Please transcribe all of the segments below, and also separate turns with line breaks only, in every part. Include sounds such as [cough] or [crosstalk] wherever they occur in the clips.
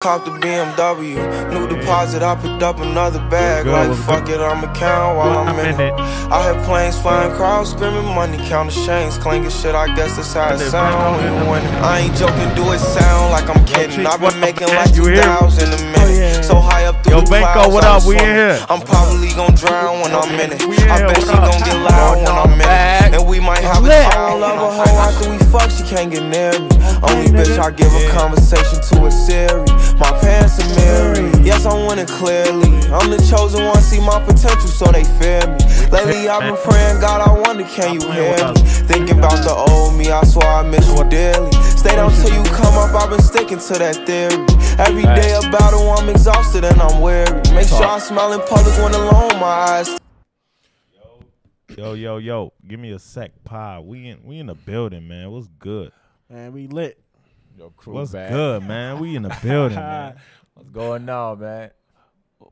Cop the BMW, new deposit, I picked up another bag.
Good,
Like,
what's
fuck it, I'ma count while I'm in it. I had planes flying, crowds screaming, money counting chains, clanking shit. I guess that's how it sound when you win it. I ain't joking, do it sound like I'm kidding. I've been making like
You
two
here?
thousand a minute, so high up through
Yo,
the
Banco,
clouds.
what
I was
up? We in
swimming.
here.
I'm probably gonna drown when I'm in it.
We
I
in,
bet
what
she
up?
gon' get loud when I'm in it, and we might have a
lit.
child. Love a hoe after we fuck, she can't get near me. Only bitch I give a conversation to a Siri. My pants are mirrored. Yes, I want it clearly. I'm the chosen one, see my potential, so they fear me. Lately I've been praying, God, I wonder, can you hear me? Thinking about the old me, I swear I miss you dearly. Stay down till you come up, I've been sticking to that theory. Every day a battle, I'm exhausted and I'm weary. Make sure I smile in public when alone, my eyes.
Yo, yo, yo, give me a sec pie. We in we in the building, man. What's good?
Man, we lit.
Yo, crew
What's
What's back.
good, man? We in the building,
[laughs]
man.
What's going on, man?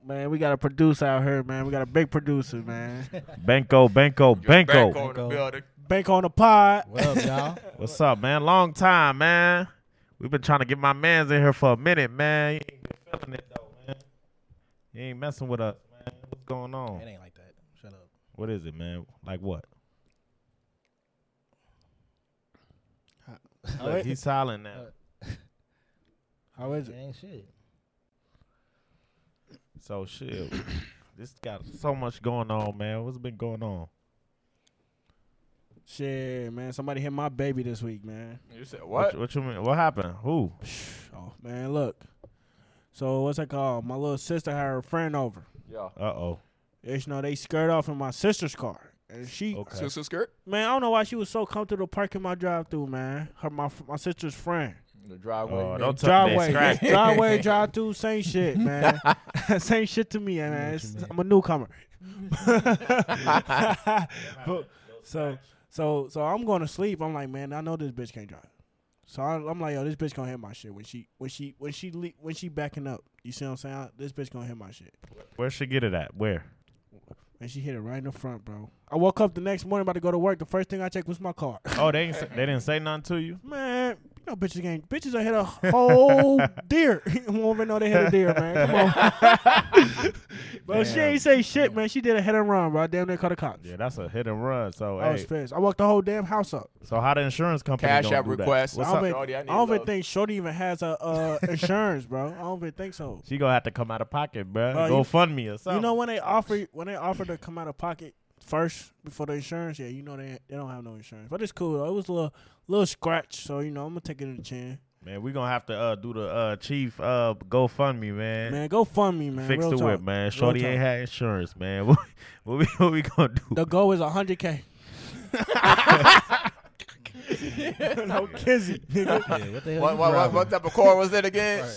Man, we got a producer out here, man. We got a big producer, man. [laughs]
Banco, Banco, Banco.
Bank on the pod.
What
[laughs]
up, y'all?
What's up, man? Long time, man. We've been trying to get my mans in here for a minute, man. You ain't been feeling it though, man. You ain't messing with us, man. What's going on?
it ain't like that. Shut up.
What is it, man? Like what? Look, he's silent now.
How is it?
ain't shit.
So shit, this got so much going on, man. What's been going on?
Shit, man. Somebody hit my baby this week, man.
You said
What?
what?
What, you mean? What happened? Who?
Oh, man, look. So what's that called? My little sister had her friend over.
Yo,
Uh oh.
You know, they skirt off in my sister's car. And she,
Okay. Uh,
sister skirt.
man, I don't know why she was so comfortable parking my drive through, man. Her, my, my sister's friend.
The driveway.
Oh,
man.
don't touch that
driveway, [laughs]
scratch.
driveway, drive through, same shit, man. [laughs] same shit to me, man. It's- I'm a newcomer. But- so, so, so I'm going to sleep. I'm like, man, I know this bitch can't drive. So I, I'm like, yo, this bitch gonna hit my shit when she, when she, when she, le- when she backing up. You see what I'm saying? I- this bitch gonna hit my shit,
Where she get it at? Where?
and she hit it right in the front, bro. I woke up the next morning about to go to work. The first thing I checked was my car.
Oh, they ain't, say- they didn't say nothing to you.
Man, you know bitches ain't bitches. I hit a
[laughs]
whole deer. [laughs] Won't even know they hit a deer, man. Come
[laughs]
on. bro, she ain't say shit, man. She did a hit and run, bro. I damn near called the cops.
Yeah, that's a hit and run. So
I
hey,
was pissed. I walked the whole damn house up.
so how the insurance company
Cash
gonna
app
do that?
request.
What's
I don't,
up?
even,
Shorty, I
I
need
don't even
love.
think Shorty even has a uh,
[laughs]
insurance, bro. I don't even think so.
She gonna have to come out of pocket, bruh.
Bro,
Go
you-
fund me or something.
You know when they offer when they offer to come out of pocket first before the insurance, yeah, you know they they don't have no insurance. But it's cool. though. It was a little little scratch, so you know I'm gonna take it in the chin.
man, we gonna have to uh, do the uh, chief uh, GoFundMe, man.
Man, go fund me, man.
Fix
Real
the
talk.
whip, man. Shorty
talk.
ain't had insurance, man. [laughs] What, what we what we gonna do?
The goal is
[laughs]
100k. no kizzy, nigga.
Yeah, what the hell?
What,
you
what, what, what type of car was that again?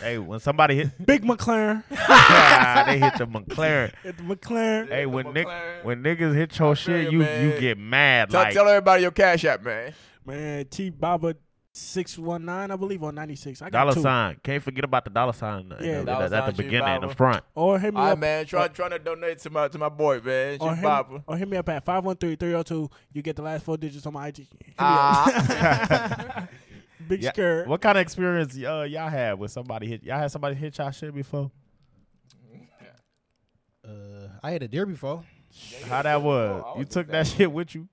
hey, when somebody hit,
Big McLaren.
they hit the McLaren.
At the McLaren.
Hey,
the
when Nick,
McLaren.
when niggas hit your shit,
ya,
you you
man.
get mad.
Tell,
like,
tell everybody your cash app, man.
Man, T Baba 619, I believe, or 96. I got
dollar
two.
sign. Can't forget about the dollar sign. uh,
Yeah,
at-
dollar
at, at
sign,
the
Chief
beginning, in the
Baba.
front.
Or hit me
All right,
up.
man. Try trying to donate to my to my boy, man.
Or
Chief
hit,
Bopper.
or hit me up at 513 302. You get the last four digits on my IG. Hit me
Ah.
up. Big
Yeah.
skirt.
[laughs] What kind of experience uh, y'all had with somebody hit? Y'all had somebody hit y'all shit before?
Uh, I had a deer before.
How that was?
I
you
was
took
just
that shit with you?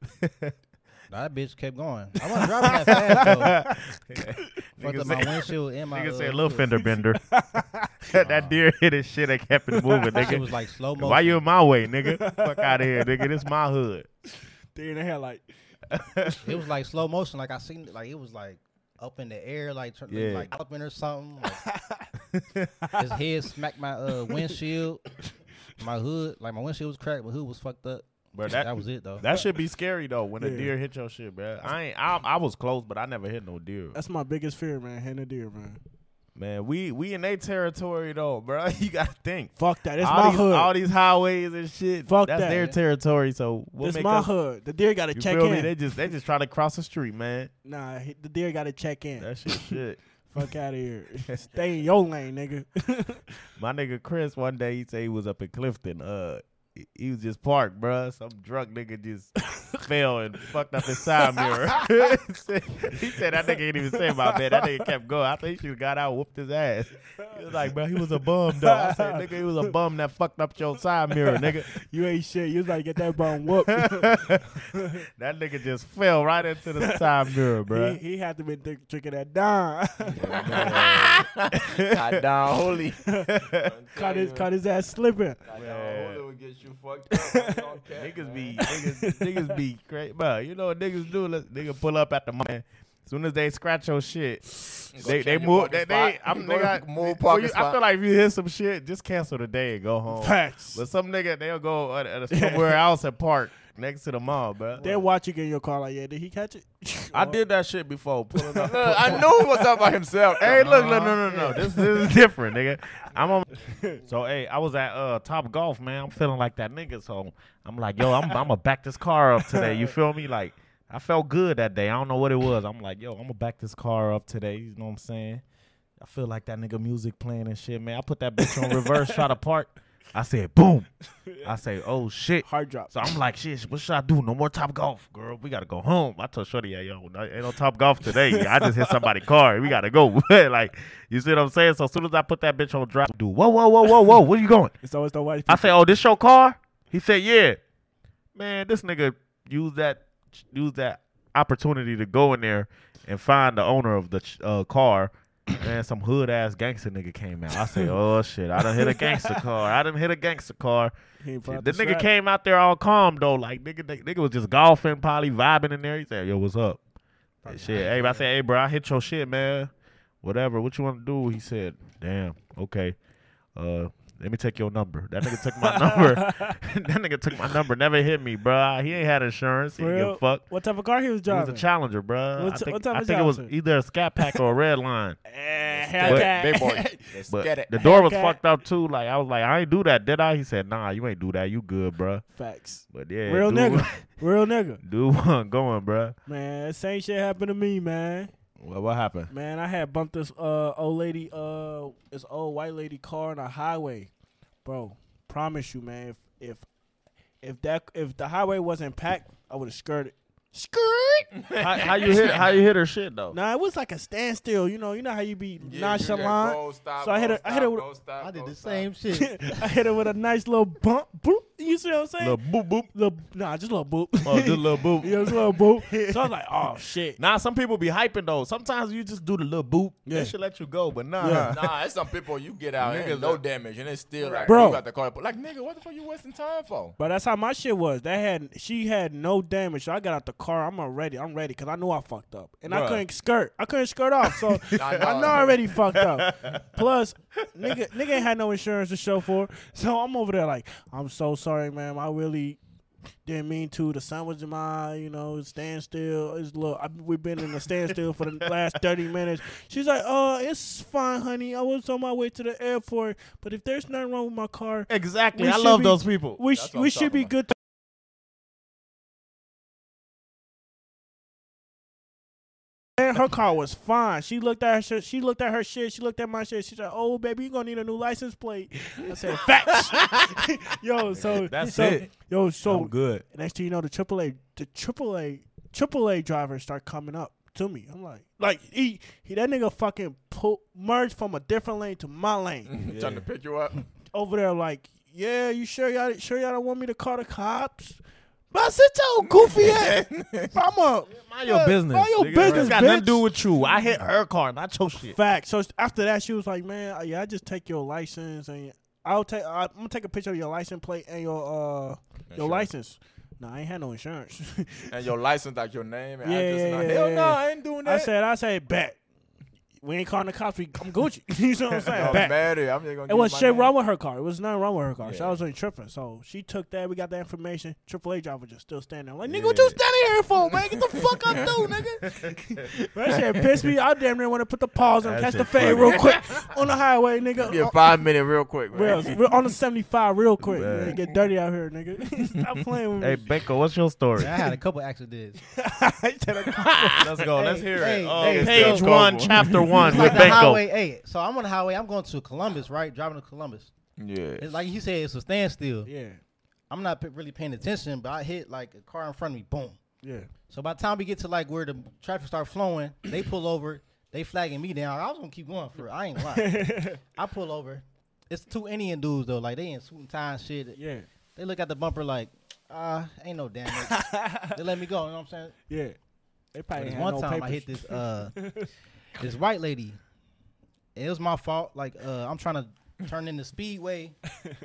That bitch kept going.
[laughs]
I wasn't driving that fast though. Fucked
Nigga
up my
said-
windshield and my.
[laughs] Nigga
uh,
said little
hood.
fender bender. that deer hit his shit and kept it moving,
That shit
nigga.
was like slow motion.
Why you in my way, nigga? Fuck out of here, nigga. This my hood.
Three and a half, like,
It was like slow motion. Like I seen. it, Like it was like up in the air. Like turn,
Yeah.
like up in or something.
[laughs]
Like, his head smacked my uh, windshield. My hood, like my windshield was cracked. My hood was fucked up.
Bro, that-
that, was it though.
That should be scary though when a
Yeah.
deer hit your shit, bro. I ain't. I, I was close, but I never hit no deer.
that's my biggest fear, man. Hitting a deer, man.
Man, we we in their territory though, bro. [laughs] You gotta think.
Fuck that. It's
all
my
these,
hood.
All these highways and shit.
Fuck
that's
that.
their territory. So what
This
make
my
us,
hood. The deer got to
You
check
feel me?
in.
They just they just trying to cross the street, man.
nah, he- the deer got to check in.
That shit,
[laughs]
shit.
Fuck out of here. Stay in your lane, nigga.
My nigga Chris, one day he said he was up in Clifton. Uh, he was just parked, bruh. Some drunk nigga just fell and fucked up his side mirror. [laughs] he said that nigga ain't even say my man. That nigga kept going. I think she got out, whooped his ass. He was like, bro, he was a bum though. I said, nigga, he was a bum that fucked up your side mirror, nigga. [laughs]
You ain't shit. You was about to get that bone [laughs] whooped.
that nigga just fell right into the side mirror,
he,
[laughs]
bruh.
he had to been th- drinking that [laughs] dime.
God
[laughs]
damn, holy.
caught his caught his ass slipping.
Man.
Holy would get you fucked [laughs] up.
Niggas be niggas, niggas
[laughs]
be crazy, bro. You know what niggas do? Let, nigga pull up at the man. soon as they scratch your shit, they
change
they
your
move.
parking
They,
spot.
they I'm
Go
nigga
move
well,
parking
you- I
spot.
feel like if you hit some shit, just cancel the day and go home.
Facts.
But some nigga they'll go at, at
[laughs]
a, somewhere else and park next to the mall, bro.
They watch you get in your car like, yeah, did he catch it?
I did that shit before. Pulling up.
Look, I knew it was up by himself.
Hey, look, look, no, no, no. This, this is different, nigga. I'm on. So, hey, I was at uh, Top Golf, man. I'm feeling like that nigga. So, I'm like, yo, I'm, I'm going to back this car up today. You feel me? Like, I felt good that day. I don't know what it was. I'm like, yo, I'm going to back this car up today. You know what I'm saying? I feel like that nigga music playing and shit, man. I put that bitch on reverse, try to park. I said, boom. I say, oh, shit.
Hard drop.
So I'm like, shit, what should I do? No more top golf, girl. We gotta go home. I told Shorty, yeah, yo, no- ain't no top golf today. I just hit somebody's car. We gotta go. [laughs] like, you see what I'm saying? So as soon as I put that bitch on drive, dude, whoa, whoa, whoa, whoa, whoa, where you going?
It's always the white
I
people.
said, oh, this your car? He said, yeah. Man, this nigga used that used that opportunity to go in there and find the owner of the ch- uh, car. Man, some hood ass gangster nigga came out. I say, oh shit, I done hit a gangster car. I done hit a gangster car.
He ain't
Shit,
brought
the
the
nigga
strap.
came out there all calm though, like nigga, nigga, nigga was just golfing, probably vibing in there. He said, "Yo, what's up?" Hey, shit, hey, I said, "Hey, bro, I hit your shit, man. Whatever, what you want to do?" He said, "Damn, okay. Uh, let me take your number." That nigga
[laughs]
took my number. [laughs] that nigga took my number. Never hit me, bro. He ain't had insurance. He
For
didn't give a
real?
fuck.
What type of car he was
It was a
driving?
challenger, bro.
What
I
t-
think,
what type
I
of
think it was
Challenger?
either a Scat Pack or a Red Line.
[laughs] Eh,
But-
Hellcat.
Big boy. [laughs] Let's
But
get it.
the door was
Hellcat.
fucked up too. Like I was like, "I ain't do that, did I?" He said, "Nah, you ain't do that. You good, bro."
[laughs] Facts.
But yeah,
Real
dude- [laughs]
nigga. Real nigga.
Dude wasn't going, bruh.
Man, same shit happened to me, man.
What, what happened?
Man, I had bumped this uh old lady, uh this old white lady car on a highway. Bro, promise you, man, if if if that if the highway wasn't packed, I would have skirted. Skirt?
[laughs] how, how you hit? How you hit her shit though?
Nah, it was like a standstill. You know, you know how you be nonchalant.
So I hit her. I hit
her with-
her.
I did the
[laughs]
same shit.
[laughs] I hit her with a nice little bump. Boop. You see what I'm saying?
Little boop boop.
Little, nah, just a little boop.
Oh,
[laughs]
just a little boop.
yeah, just a little boop. So I was like, oh shit.
Nah, some people be hyping though. Sometimes you just do the little boop.
Yeah.
They should let you go, but nah.
Yeah.
Nah, it's some people you get out and no damage and it's still like
Bro.
you got the car. Like nigga, what the fuck you wasting time for? [laughs]
But that's how my shit was. That had she had no damage. So I got out the car. I'm already. I'm ready because I knew I fucked up and I
Bruh.
couldn't skirt. I couldn't skirt off. So [laughs] I know I already fucked [laughs] up. Plus, nigga, nigga ain't had no insurance to show for. So I'm over there like, I'm so sorry, ma'am. I really didn't mean to. The sun was in my, eye, you know, standstill. It's look, I, we've been in a standstill for the last thirty minutes. She's like, uh, it's fine, honey. I was on my way to the airport, but if there's nothing wrong with my car,
Exactly.
We
I
should
love
be-
those people.
we sh-
what
we
I'm
should be
talking
good. To- Man, her car was fine. She looked at her. shit- She looked at her shit. She looked at my shit. She said, "Oh, baby, you gonna need a new license plate." I
[laughs]
said, "Facts." yo, so
That's
so,
it.
Yo, [laughs] so
I'm good.
next thing you know, the AAA, the AAA, AAA drivers start coming up to me. I'm like, like he, he that nigga fucking pull, merged from a different lane to my lane
Trying to pick you up.
over there like, yeah, you sure y'all sure y'all don't want me to call the cops? But I said, yo,
[laughs]
goofy ass. I'm a
Mind your business.
Mind your
nigga.
business,
It's got nothing to do
bitch.
with you. I hit her car, not your shit.
fact. So after that, she was like, man, yeah, I just take your license and I'll take I'm gonna take a picture of your license plate and your uh your
Insurance.
license. Nah, I ain't had no insurance. [laughs]
And your license like your name and
Yeah,
address.
yeah,
and all.
yeah,
Hell
yeah,
no,
yeah.
I ain't doing that.
I said, I said, bet. We ain't calling the cops. We, I'm Gucci. [laughs] you know what I'm saying?
no,
Bet.
matter. I'm just gonna.
It was shit wrong with her car. It was nothing wrong with her car. She
Yeah.
was only tripping. So she took that. We got that information. Triple A driver just still standing. there. I'm like, nigga, what you standing here for, man? Get the fuck up, dude, nigga. that shit pissed me. I damn near want to put the pause on,
That
catch the
shit
fade
funny.
real quick on the highway, nigga.
Get five minute real quick,
We're,
[laughs] man.
we're on the 75 real quick.
Man.
Man. Get dirty out here, nigga. [laughs] Stop playing with
Hey,
me.
Baker, what's your story?
I had a couple accidents.
[laughs]
Let's go. Let's
Hey,
hear
hey,
it. Oh,
hey,
page
so-
[laughs]
one, chapter one with
like the
Baker.
highway. Hey, so I'm on the highway. I'm going to Columbus, right? Driving to Columbus.
Yeah.
It's like you said, it's a standstill.
Yeah.
I'm not p- really paying attention, but I hit like a car in front of me, boom.
Yeah.
So by the time we get to like where the traffic
[clears throat]
start flowing, they pull over, they flagging me down. I was gonna keep going for it. I
[laughs]
ain't lying. I pull over. It's two Indian dudes though, like they in suit and tie and shit.
Yeah.
They look at the bumper like, uh, ain't no
[laughs]
damage. they let me go. You know what I'm saying?
Yeah. They probably
There's
ain't had
one
no
time I
papers.
hit this
[laughs]
uh this white lady. It was my fault. Like uh, I'm trying to turn into speedway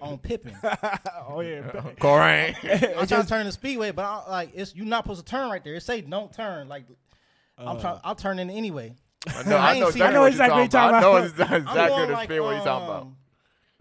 on Pippin.
oh
Uh,
yeah.
Correct.
I'm trying to turn the speedway, but I, like it's you're not supposed to turn right there. It say don't turn. Like I'm
Uh.
trying. I'll turn in anyway.
I know,
I
I
ain't
know,
seen- I
exactly
know
what you're
exactly
talking
what you're
about. I know
talking
exactly
I'm
exactly
going,
the
like,
speed what you're talking about.
um,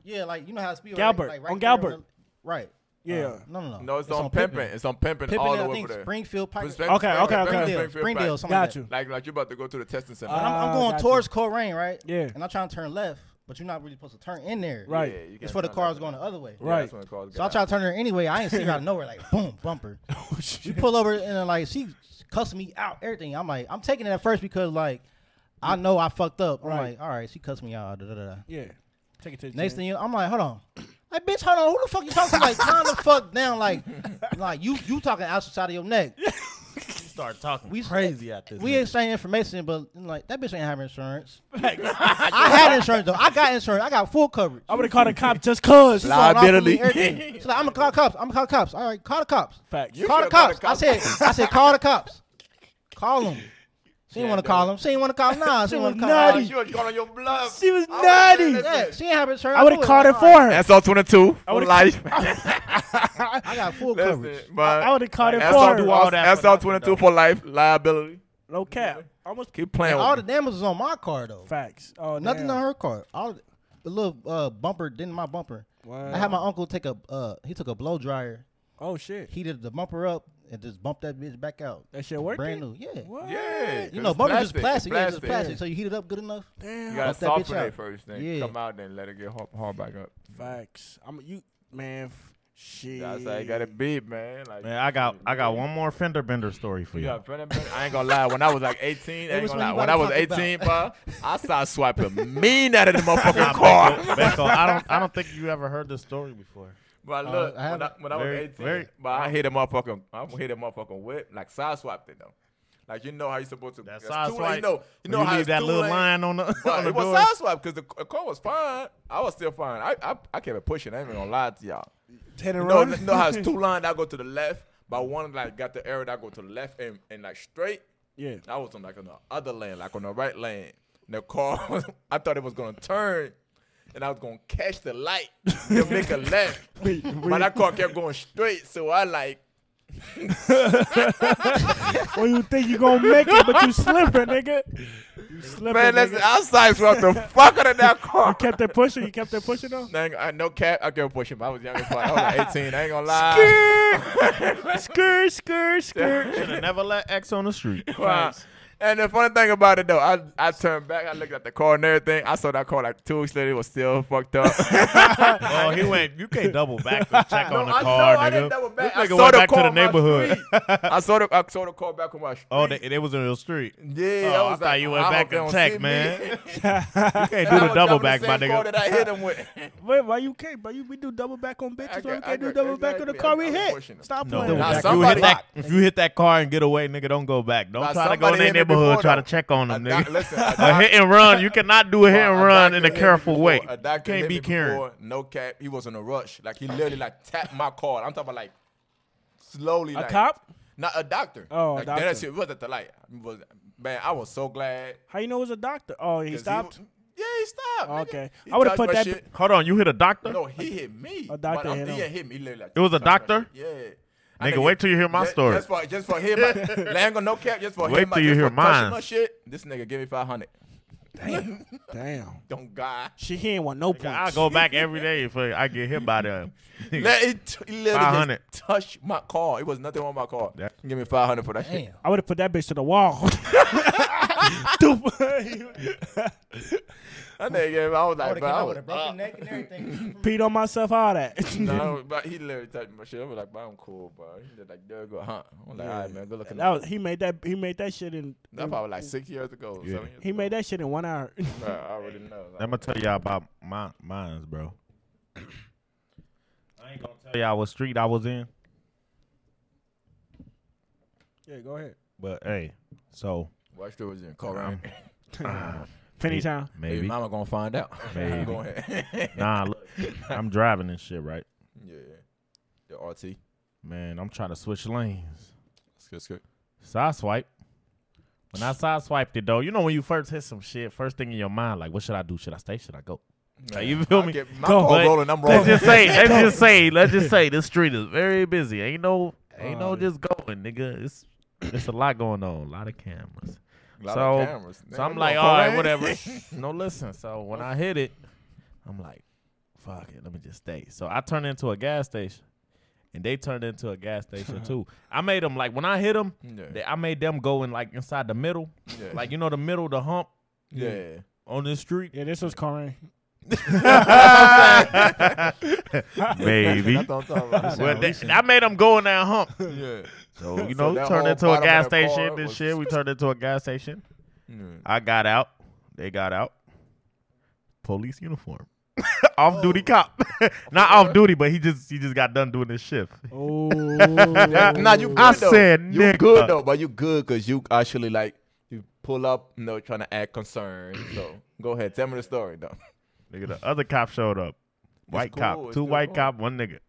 Yeah, like you know how speedway
Galbert,
like,
on
there
Galbert.
the- right?
Yeah.
Uh, no, no, no.
No, it's, on, pimping. It's on pimping
Pippin,
all
I
over
think
there.
Springfield, Pike,
Springfield,
Okay, Oh, okay,
Springfield,
okay.
Springdale,
Springfield,
Springdale,
Pike.
something like
Got
that.
you.
Like, like you're about to go to the testing center.
But I'm, I'm
Ah,
going
gotcha.
towards Colerain, right?
Yeah.
And I'm trying to turn left, but you're not really supposed to turn in there.
Right.
Yeah, you
It's
can't
for the
turn
cars
that
going the
way.
other way.
Yeah,
Right.
that's when the cars
So I
got
try to turn her anyway. I ain't see her out of nowhere. Like boom, bumper. She pull over and then, like she cussing me out. Everything. I'm like, I'm taking it at first because like I know I fucked up. I'm
Right.
like, all right, she cussed me out. Da, da, da, da.
Yeah. Take it to the
Next
gym. [laughs]
thing you know, I'm like, hold on. Like, bitch, hold on. Who the fuck you talking to? Like, calm the fuck down. Like, like you you talking outside of your neck.
You start talking
We-
crazy at this.
We
nigga.
exchange information, but like that bitch ain't have insurance. I had insurance though. I got insurance. I got full coverage.
I would
[laughs]
have called a cop just cause.
She's going off on me,
Liability.
[laughs]
everything. She's like, I'm gonna call the cops. I'm gonna call the cops. All right, call the cops.
Facts.
You
call the
should've called
cops.
the
I
cops.
said, I said, call the cops. Call them. She didn't
Yeah,
want to
dude.
call them. She didn't want to call. Nah, she didn't want to call.
Oh,
Naughty.
Naughty.
you was going on your bluff.
She was
I would've
naughty.
said that
Yeah,
shit.
she ain't have insurance.
I would have called it for her.
That's all 22 on
would've-
life.
I got full
Listen,
coverage.
but
I would have called it
that's all,
for
do
her.
all that
that's
for
all
nothing,
22
though.
for life. Liability.
No cap. Almost
Keep playing
All the
with me.
damage was on my car though.
facts. Oh,
Nothing
damn.
on her car. All the, the little uh, bumper didn't my bumper.
Wow.
I had my uncle take a uh, he took a blow dryer,
Oh shit.
heated the bumper up, and just bumped that bitch back out.
That shit working.
Brand new, yeah.
What?
Yeah. 'cause
You know,
it's
bumper just
plastic.
plastic,
It's
yeah, just plastic. So you heat it up good enough.
Damn.
You gotta
Bump that bitch
soften it
out.
first, then
Yeah.
come out, then let it get hard, hard back up.
Facts. I'm you man. F- shit.
That's how you gotta be, man. Like,
Man, I got I got one more fender bender story for
You
you.
got friend and friend? I ain't gonna lie. When I was like [laughs] 18, I ain't
was
gonna
when
lie.
you
When I
about
was
to talk
18,
[laughs]
bro, I started swiping mean out of the motherfucking
Nah,
car.
Uh,
Becco- Becco, I don't I don't think you ever heard this story before.
But
Uh,
look,
I
when, I,
haven't-
when I was
Very-
18,
very-
but I hit a motherfucking, I hit a motherfucking whip, like side swiped it though. Like you know how you supposed to.
That
it's
side
two lane,
swipe.
You know, you
when
know
you
how
leave
it's
that
two
little
lane.
line on the, on
Right,
the
[laughs] it was
door.
side swipe because the, the car was fine. I was still fine. I I, I kept it pushing. I ain't even gonna lie to y'all.
Ten
You
and
know,
run.
you
[laughs]
know how it's two line. I go to the left, but one like got the area that I go to the left and, and like straight.
Yeah.
I was on like on the other lane, like on the right lane. And the car, [laughs] was- I thought it was gonna turn, and I was gonna catch the light
[laughs]
to make a left. But that car kept going straight, so I like
[laughs] Well, you think you gonna make it, but
[laughs]
you slipping, nigga. You slipping.
man,
nigga.
listen, I
[laughs]
sideswiped the fuck out of that car.
You kept that pushing. You kept that pushing though.
Dang, I, no cap, I kept pushing. But I was young as fuck. I
[laughs]
was like 18. I ain't gonna lie.
Skr, skr, skr.
Should have never let X on the street.
Wow. And the funny thing about it though, I, I turned back, I looked at the car and everything. I saw that car like two weeks later, it was still
[laughs]
fucked up. [laughs]
Oh, he went. You can't double back to check on the
I
car,
know, I
nigga.
didn't double back.
This
I
nigga
saw
went
the
back to
car
the
on my
neighborhood. [laughs]
I saw the I saw the car back on my street.
Oh, they, they was in your street.
Yeah,
Oh,
I
I
was
thought
like,
you went
I
back
hope they
and
don't
checked,
see me.
man.
And [laughs]
You can't
I
do the
was
double
driving
back,
the
my
same
nigga.
car that I hit him with.
Wait, why you can't? But you we do double back on bitches. Why
I
you
got-
can't
I
do
got-
double back on the
exactly,
car
I'm-
we
I'm
hit?
pushing them.
Stop
No,
playing.
Nah,
if you hit
somebody-
that, if you hit that car and get away, nigga, don't go back. Don't
Nah,
try to go in
somebody
their
hit me
neighborhood
before,
try to
though.
check on
A
them,
doc-
nigga.
Listen, a
A
doc-
hit and run. You cannot do a hit
a
and
doc
run in a
hit me
careful
before,
way.
a doc hit
Can't
me
be carrying.
before, No cap. He was in a rush. Like he literally like tapped my car. I'm talking about like slowly.
A
like,
cop?
Not a doctor.
Oh, a
like,
doctor.
That shit was at the light. It was- man, I was so glad.
How you know it was a doctor? Oh, he
'cause he
stopped.
w- yeah, he stopped. nigga.
Okay.
He
I would've
touched
put
my
that
shit.
Hold on, you hit a doctor?
No, he hit me.
[laughs] A doctor
but
hit
I'm- he
him.
ain't hit me. He literally, like,
It was a
touched my
doctor?
shit. Yeah. I
Nigga,
think
wait
it-
till you hear my
just-
story.
Just for, just for
[laughs]
him, Lango, no cap. Just for
Wait
him,
till you
just
hear
for touching
mine.
My shit. This nigga give me five hundred.
Damn. Damn.
Don't God.
She he ain't want no points.
I go back every day if I get hit by them. [laughs]
Let it t- he literally
500.
just touch my car. It was nothing on my car.
That-
Give me five hundred for that shit.
Damn.
I would have put that bitch to the [laughs] wall.
That nigga, gave me- I was
I
like,
would've
bro,
came
I
out with
was,
a broken neck and everything.
[laughs] Peed on myself, all that. [laughs]
[laughs] no, but he literally touched my shit. I was like, bro, I'm cool, bro. He was like, there you go, huh? I'm like, all right, man, good looking.
that was, he made that he made that shit in,
That probably like six years ago.
Yeah.
Seven years
he
ago.
made that shit in one hour. [laughs]
Bruh, I already know.
I'm gonna tell y'all about my mines, bro. I I ain't gonna tell y'all what street I was in,
Yeah, go ahead.
but hey, so
What street was you in? Colorado.
Penny Town.
Maybe
maybe
mama gonna find out. [laughs]
Maybe.
Go ahead. [laughs]
nah. Look, I'm driving this shit right,
yeah. The RT.
man. I'm trying to switch lanes.
That's good. That's good.
Side swipe. When I side swiped it though, you know when you first hit some shit, first thing in your mind like, what should I do? Should I stay? Should I go? Like, you feel
I
me?
Get my
Go.
car
But
rolling. I'm rolling.
Let's just say, let's just say, let's just say, this street is very busy. Ain't no, ain't no
Oh.
just going, nigga. It's it's a lot going on, a lot of cameras.
Lot
so-
of cameras.
So
Nigga,
I'm
you
like,
gonna
all right,
call
whatever.
in?
no, listen. So when I hit it, I'm like, fuck it, let me just stay. So I turned into a gas station, and they turned into a gas station too. I made them like when I hit them,
[laughs] Yeah.
they, I made them go in like inside the middle,
Yeah.
like you know the middle, the hump
yeah.
on this
[laughs]
street.
Yeah, this was Corinne.
Maybe.
That's what I'm talking about.
Well, they, I made them go in that hump.
[laughs] yeah. [laughs]
So you
So
know,
that
turned
whole
into a
bottom of
gas
that car
station. This
was-
shit, we turned into a gas station.
Yeah.
I got out. They got out. Police uniform. [laughs] off
Oh.
duty cop. [laughs] Not off duty,
[laughs]
but he just he just got done doing his shift.
Oh,
Yeah, nah, you good
I
though.
said
you
nigga.
good though, but you good because you actually like you pull up, you know, trying to act concerned. So go ahead, tell me the story though.
Nigga, the other cop showed up. White
cool,
cop,
it's
two
still
white
cool.
cop, one
[laughs]
nigga.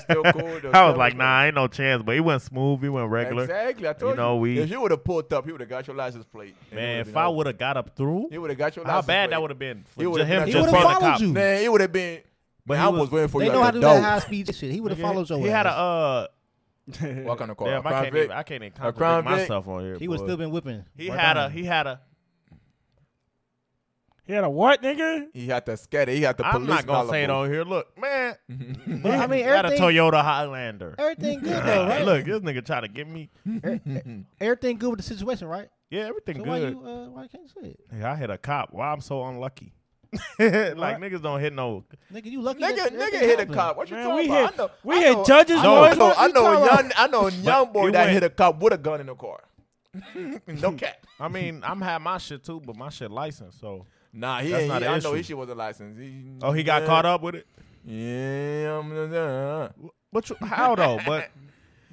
still
[laughs]
cool, though.
I was
Tell
like,
us,
nah, ain't no chance. But he went smooth. He went regular.
Exactly, I told you.
know, we-
if you would have pulled up, he would have got your license plate. and it
Man,
would've
if
been
I
over.
would have got up through,
he would have got your
how
license.
bad
plate.
that would have been for
He would've
him
been-
just front
He would've
the cop.
followed you.
Man, it would have been.
But
But
he
I
was-
was, waiting for
They
you.
know how
at
to
the
do that
door.
high speed shit. He would have followed your
He had a
ass.
uh,
Walk on the car.
damn, I
Crown
can't,
Vic.
even, I can't even
Crown
contradict
Vic.
myself on here.
He would
boy.
still been whipping.
He
right
had a
behind
he
him.
had a.
[laughs] he had a what, nigga?
He had to scatter. He had to
am
police.
not gonna say it
Malibu.
on here. Look, man,
But, I mean,
he had a
everything,
Toyota Highlander. Uh,
everything good though, right?
Look, this nigga try to get me.
everything good with the situation, right?
Yeah, everything
So why
good.
you uh, why you can't say it,
Hey, I hit a cop. Why I'm so unlucky? [laughs] like niggas don't hit no.
nigga? You lucky. that
Nigga, nigga
everything
hit a
happened.
cop. What you
Man,
talking
we
about?
hit-
I know,
we
I
hit
know-
judges
I know,
once.
I
What you
know,
talking
a young,
about?
I know a young boy
it
that
went-
hit a cop with a gun in the car. [laughs]
[laughs]
no cap.
I mean, I'm had my shit too, but my shit licensed. So,
Nah, he,
That's
ain't-
not
he
an
I know
issue.
his shit wasn't licensed. He,
oh, he got caught up with it.
Yeah, I'm, uh,
But you, how
[laughs]
though? But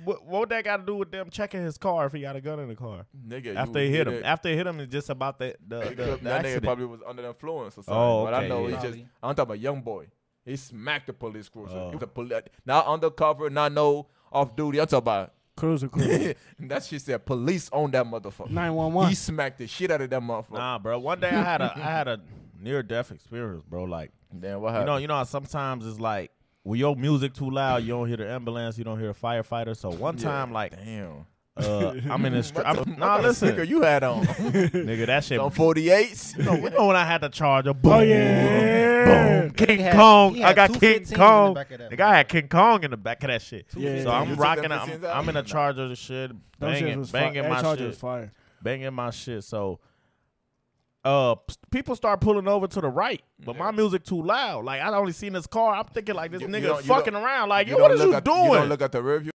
what what that got to do with them checking his car if he got a gun in the car
nigga.
after
you
he hit
did
him?
it.
After he hit him, it's just about the the, the,
He could-
the
that nigga
accident.
probably was under the influence or something.
Oh,
but I
okay, yeah.
know he just.
Probably.
I'm talking about young boy. He smacked the police cruiser.
Oh.
He was a poli- not undercover, not no off duty. I'm talking about. [laughs]
Cruiser, cruiser.
that shit said police on that
[laughs]
motherfucker.
Nine one
He
one.
smacked the shit out of that motherfucker.
Nah, bro. One day I had a I had a near death experience, bro. Like
Damn, what
you
happened?
know, you know how sometimes it's like when your music too loud, you don't hear the ambulance, you don't hear a firefighter. So one time, like,
Damn.
uh, I'm in
[laughs]
this. Stri- I'm,
What
nah,
kind of
listen,
sneaker you had [laughs] on.
nigga, that shit.
on 48s?
No, [laughs] you know when I had to charge a boom,
Oh yeah.
boom, King
He had-
Kong.
he
I
had
got
two
King
15s in the
Kong.
back of that
Nigga, I had King Kong in the back of that shit.
Yeah.
So
You
I'm
took
rocking.
them
i I'm,
15s out?
I'm in a
Nah.
charger of shit,
Them shits
banging,
was fire.
banging
That
my
charger
shit
was fire.
banging my shit. So, uh, p- people start pulling over to the right, but my music too loud. Like I only seen this car. I'm thinking like this
You- you
nigga
don't- you
fucking
don't-
around. Like yo, what
don't
is you
look at-
doing?
You don't look at the rearview.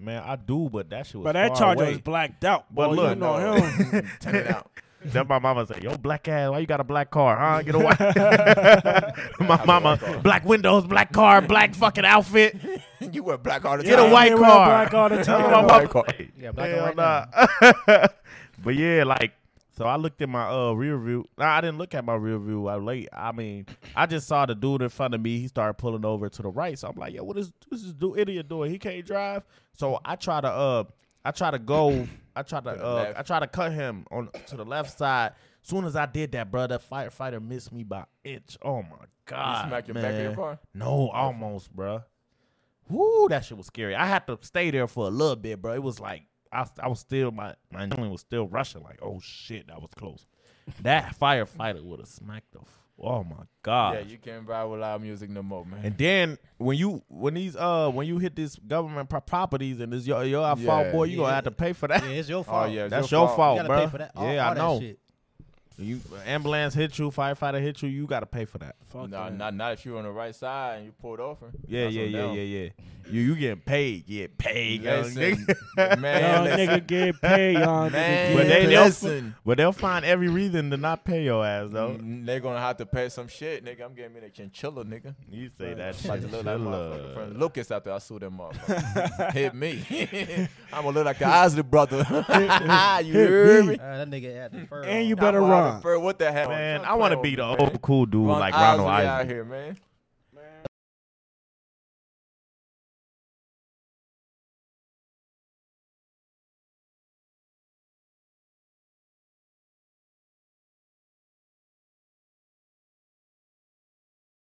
Man, I do, but that shit was.
But that
far
charger
away.
was blacked out.
But
Boy, you
look,
know
no.
[laughs]
him.
[laughs] Turn it out.
Then my mama said, "Yo, black ass, why you got a black car? Huh? Get [laughs] away!" my
a
mama,
black car.
black windows, black car, black fucking outfit. [laughs]
you wear black all the
Get
time.
a white
They
car.
wear black
[laughs]
all the
That's
time.
what
Get
my
a
mama
white car.
say.
Yeah, black
Hell
and white
nah. [laughs] but yeah, like, so I looked at my uh rear view. Nah, I didn't look at my rear view. I late. I mean, I just saw the dude in front of me. He started pulling over to the right. So I'm like, yo, what is this is dude idiot doing? He can't drive. So I try to uh, I try to go. I try to
the
uh,
left.
I try to cut him on to the left side. Soon as I did that, brother, firefighter missed me by inch. Oh my god!
smack your
man.
back of your car?
No, almost, bruh. Woo, that shit was scary. I had to stay there for a little bit, bro. It was like I, I was still my my adrenaline was still rushing. Like, oh shit, that was close. That [laughs] firefighter would have smacked the. f- Oh my god.
Yeah, you can't ride with loud music no more, man.
and then when you when these uh when you hit this government pro- properties and this your your our fault
Yeah.
boy you gonna [laughs]
Yeah.
have to pay for that.
Yeah, it's your
oh
fault.
yeah, it's
That's your
You
fault,
gotta
bro.
pay for that. All,
yeah,
all
I
that
know.
shit.
You ambulance hit you, firefighter hit you. You got to pay for that.
Fuck
No,
that.
not not if you're on the right side and you pulled over.
Yeah,
That's
yeah,
on
yeah,
them.
yeah, yeah. You you getting paid? You Get paid, young
Listen, [laughs]
nigga. [laughs]
man,
Y'all
listen,
nigga get paid, y'all
man,
nigga.
But
Get
they-
paid.
they'll-
listen.
Well, they'll find every reason to not pay your ass though.
Mm, They gonna have to pay some shit, nigga. I'm getting me the chinchilla, nigga.
You say that
I'm
shit.
about to look like
chill
motherfucker
up.
from Lucas out there. I sue them [laughs] motherfucker. Hit me. [laughs] I'm gonna look like the Osley brother. [laughs] you hear me?
Uh, that nigga had the fur.
And
on.
you better
I'm out
run.
of fur. What the hell?
Man,
Stop
I want to
playing
be
with
the
me, man.
old cool dude
Ron
like Ronald
Osley out
Isaac.
here, man.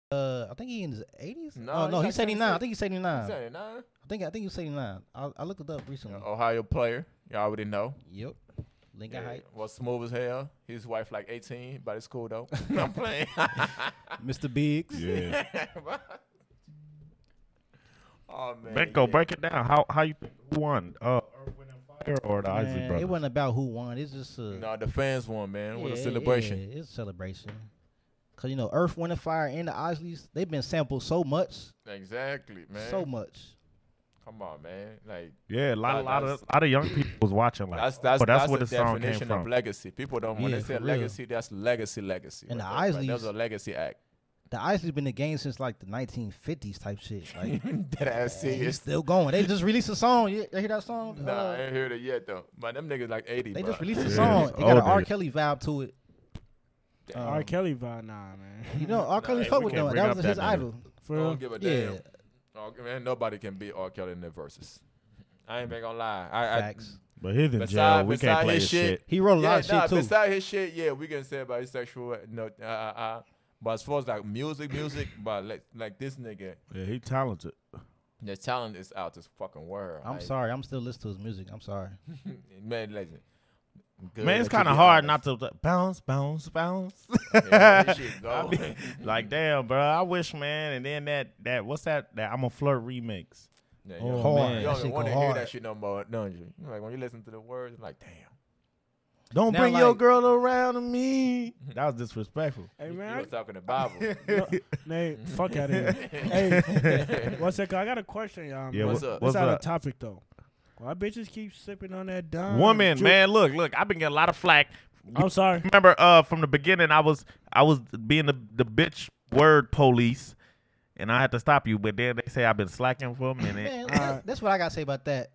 Uh, I think he in his eighties.
No,
No, oh,
he
no,
like
he's eighty nine. I
76.
think he's eighty nine. I
Say, nah.
think I think he's eighty nine. I, I looked it up recently.
Ohio player. Y'all already know.
Yep. Lincoln
Yeah,
Height.
was smooth as hell. His wife like 18, but it's cool [laughs] though. I'm playing.
Mr. Biggs.
Yeah.
[laughs] oh man.
Benko,
yeah.
break it down. How how you who won? Uh, Irwin and Fire or the Isaac
Man, it
brothers?
wasn't about who won. It's just uh,
No, the fans won, man. What a
yeah,
celebration.
yeah, it's a celebration. Cause you know Earth, Wind and Fire and the Isleys, they've been sampled so much,
Exactly, man.
so much.
Come on, man. Like
Yeah, a lot, a
Nah,
lot
that's-
of lot of young people was watching. Like,
that's that's
but that's,
that's,
where the
the
song came
definition
from.
of legacy. People don't want
Yeah,
to say
for real.
legacy. That's legacy, legacy.
And the
right there, right?
Isleys-
That was a legacy act. [laughs]
The Isleys been in the game since like the 1950s type shit.
[laughs]
Like
that ass
it's
serious.
still going. They just released a song. You, you hear that song?
Nah,
Uh,
I ain't heard it yet though. But them niggas like 80.
they
bro.
just released a
Yeah.
song. It got an
Oh,
R.
dude.
Kelly vibe to it. Um,
R. Kelly vibe, nah, man. [laughs]
You know, R. Kelly
hey,
fuck
we
with
can't
them.
bring
That
up
was his
that nigga.
idol.
For
I
real.
don't give a
Yeah.
damn. Oh, man, nobody can beat R. Kelly in the verses. I ain't been gonna lie. I, I
Facts.
But he's in jail.
Beside-
We
beside
can't play
his
his
shit.
shit.
He wrote a
yeah,
lot
nah,
of shit too.
beside his shit, yeah, we can say about his sexual no uh uh. uh but as far as like music, music, but like, like this nigga,
Yeah, he talented.
the talent is out this fucking world.
I'm
like,
sorry. I'm still listening to his music. I'm sorry.
man. Listen, Good
Man, it's
that you
kind of
be
hard not
honest.
to bounce, bounce, bounce.
Yeah,
[laughs]
this shit
I
go.
[laughs] Oh,
mean, like damn, bro. I wish, man. And then that that what's that? That I'm a flirt remix.
Yeah, you
Oh,
don't-
hard.
You
That
don't
shit go
want to hear
hard.
that shit no more, don't you? You Like when you listen to the words, I'm like, damn.
Don't
Now,
bring your
like-
girl around to
[laughs]
me. That was disrespectful.
Hey,
you-
man.
you
I-
was talking to
[laughs]
Bible. [laughs]
[laughs] Nate, fuck out of here. hey, one second. I got a question, y'all.
[laughs] Yeah,
man.
what's
wha-
up?
It's
what's
out
up?
of topic though. Why bitches keep sipping on that dime?
Woman,
Ju-
man, look, look. I've been getting a lot of flack.
Oh.
I'm sorry.
Remember, uh, from the beginning, I was I was being the the bitch word police, and I had to stop you. But then they say I've been slacking for a minute.
Man,
All
that-
right.
that's what I gotta say about that.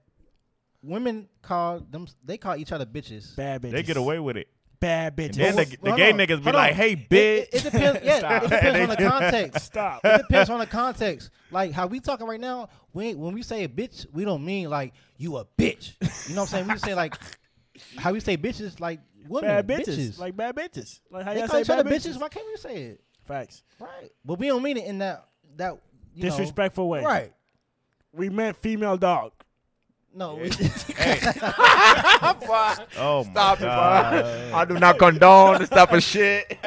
Women call them. They call each other bitches.
Bad bitches.
they get away with it.
Bad
And
bitches.
then the,
Well,
the
hold
gay
on,
niggas be
hold
like,
on.
"Hey,
It- It,
bitch."
it depends. Yeah,
Stop.
it depends on the
They-
[laughs]
context.
Stop.
It depends on the context. Like how we talking right now. We when we say a bitch, we don't mean like you a bitch. You know what I'm saying? We say like how we say bitches, like women,
bad bitches.
bitches.
Like bad bitches. Like how
they
y'all
call
say
each other
bad
bitches.
bitches.
Why can't we say it?
Facts.
Right. But we don't mean it in that that you know-
Disrespectful way.
Right.
We meant female dog.
No. [laughs] we-
oh my
Stop it,
god.
bro. [laughs] I do not condone this type
[laughs]
of shit.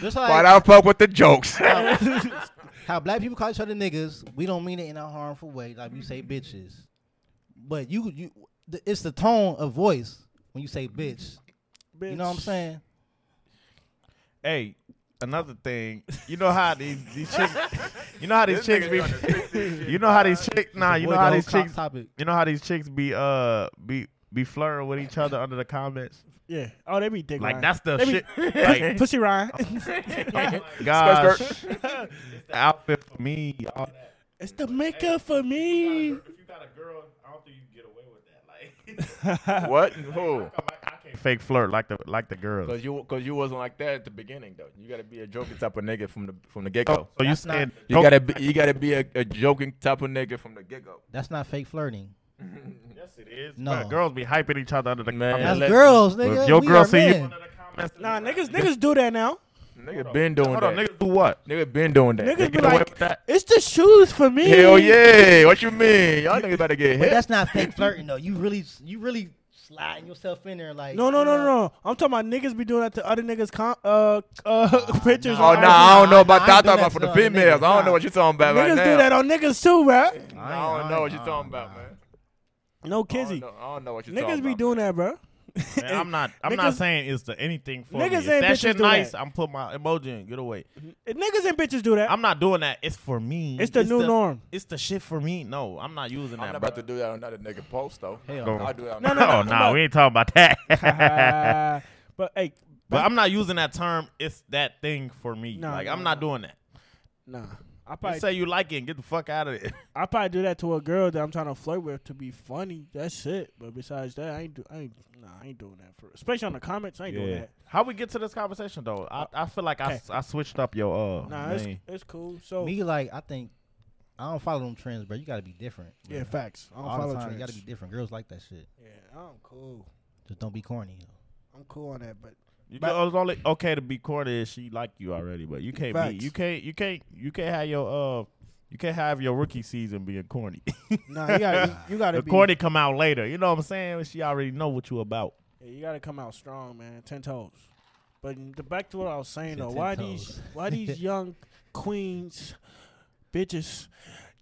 Just
But
like
I fuck with the jokes.
how black people call each other niggas, we don't mean it in a harmful way. Like we say bitches, but you you the, it's the tone of voice when you say bitch.
Bitch.
You know what I'm saying?
Hey, another thing, you know how these these chicks, you know how these chicks be, you know how these chicks, nah, you know
Avoid
how
the
these
whole co-
chicks,
Topic.
you know how these chicks be uh be be flirting with each other under the comments.
Yeah. Oh, they be dick
Like
riding.
that's the
They be-
shit. [laughs] Like
[laughs] Pussy Ryan.
gosh, [laughs] outfit for me. all that.
it's the makeup for me.
If you got a girl, I don't think you can get away with that.
[laughs] what? Who?
[laughs] Like, I can't fake flirt like the like the girls.
Cause you, cause you wasn't like that at the beginning though. You gotta be a joking type of nigga from the from the get go.
Oh, So you saying
You gotta be, you gotta be a, a joking type of nigga from the get go.
That's not fake flirting.
Yes, it is.
No.
Bruh, girls be hyping each other under the
Man.
comments.
That's
let-
girls,
If
nigga.
your
we
girl
are
see you
men.
under the comments,
Nah,
[laughs]
niggas, niggas do that now.
Nigga been doing
Hold
that.
on, niggas do what?
nigga. been doing that.
Niggas
They
be
get away
like-
with that.
It's the shoes for me.
Hell yeah! What you mean? Y'all niggas about to get
But
hit.
that's not fake flirting though. You really you really sliding yourself in there like
No, no,
you
no,
know.
no, no. I'm talking about niggas be doing that to other niggas' com- uh, uh, [laughs] pictures.
Oh
on
nah,
IG.
I don't know
Nah,
about
I
that. I thought
ain't doing
about
that
for the
to other
females. I
niggas.
don't know what you talking about right
Niggas
now.
do that on niggas too, man.
I don't know what you talking about, man.
No
I don't
kizzy.
know- I don't know what you talking
Niggas
about.
be doing that, bro.
[laughs] Man, I'm not. I'm
Niggas-
not saying it's the anything for
Niggas
me. If
ain't
that
bitches
shit
do that.
nice, I'm put my emoji in. Get away.
Eh, Niggas and bitches do that.
I'm not doing that. It's for me.
It's the new norm.
[laughs]
It's the shit for me. No, I'm not using
I'm not
that.
about
bro. [laughs]
to do that on another nigga post though.
Hell
Go. no.
I'll do that. On
No,
no,
no, no.
oh nah, we ain't talking about that.
[laughs] Uh, but hey,
but I'm not using that term. It's that thing for me.
No,
like
no,
I'm not doing that.
nah. I
Just
probably,
say you like it and get the fuck out of it.
I probably do that to a girl that I'm trying to flirt with to be funny. That's it. But besides that, I ain't do. I ain't, nah, I ain't doing that for. Especially on the comments, I ain't [laughs] doing that.
How we get to this conversation though? I, I feel like I,
Okay.
s- I switched up your uh
Nah, it's,
name.
it's cool. So
Me, like, I think I don't follow them trends, bro. You gotta be different. bro.
yeah, facts. I don't
all
follow
the time. You
trends.
gotta be different. Girls like that shit.
yeah, I'm cool.
Just don't be corny.
I'm cool on that. But
You know, it's only okay to be corny if she like you already, but you can't
Facts.
be you can't you can't you can't have your uh you can't have your rookie season being corny. [laughs]
nah, you gotta you, you
[laughs]
gotta
the
be.
corny come out later. You know what I'm saying? She already know what you about.
Yeah, you gotta come out strong, man. Ten toes. But n- the- back to what I was saying
Said
though,
ten
why
toes.
these
[laughs]
why these young queens, bitches,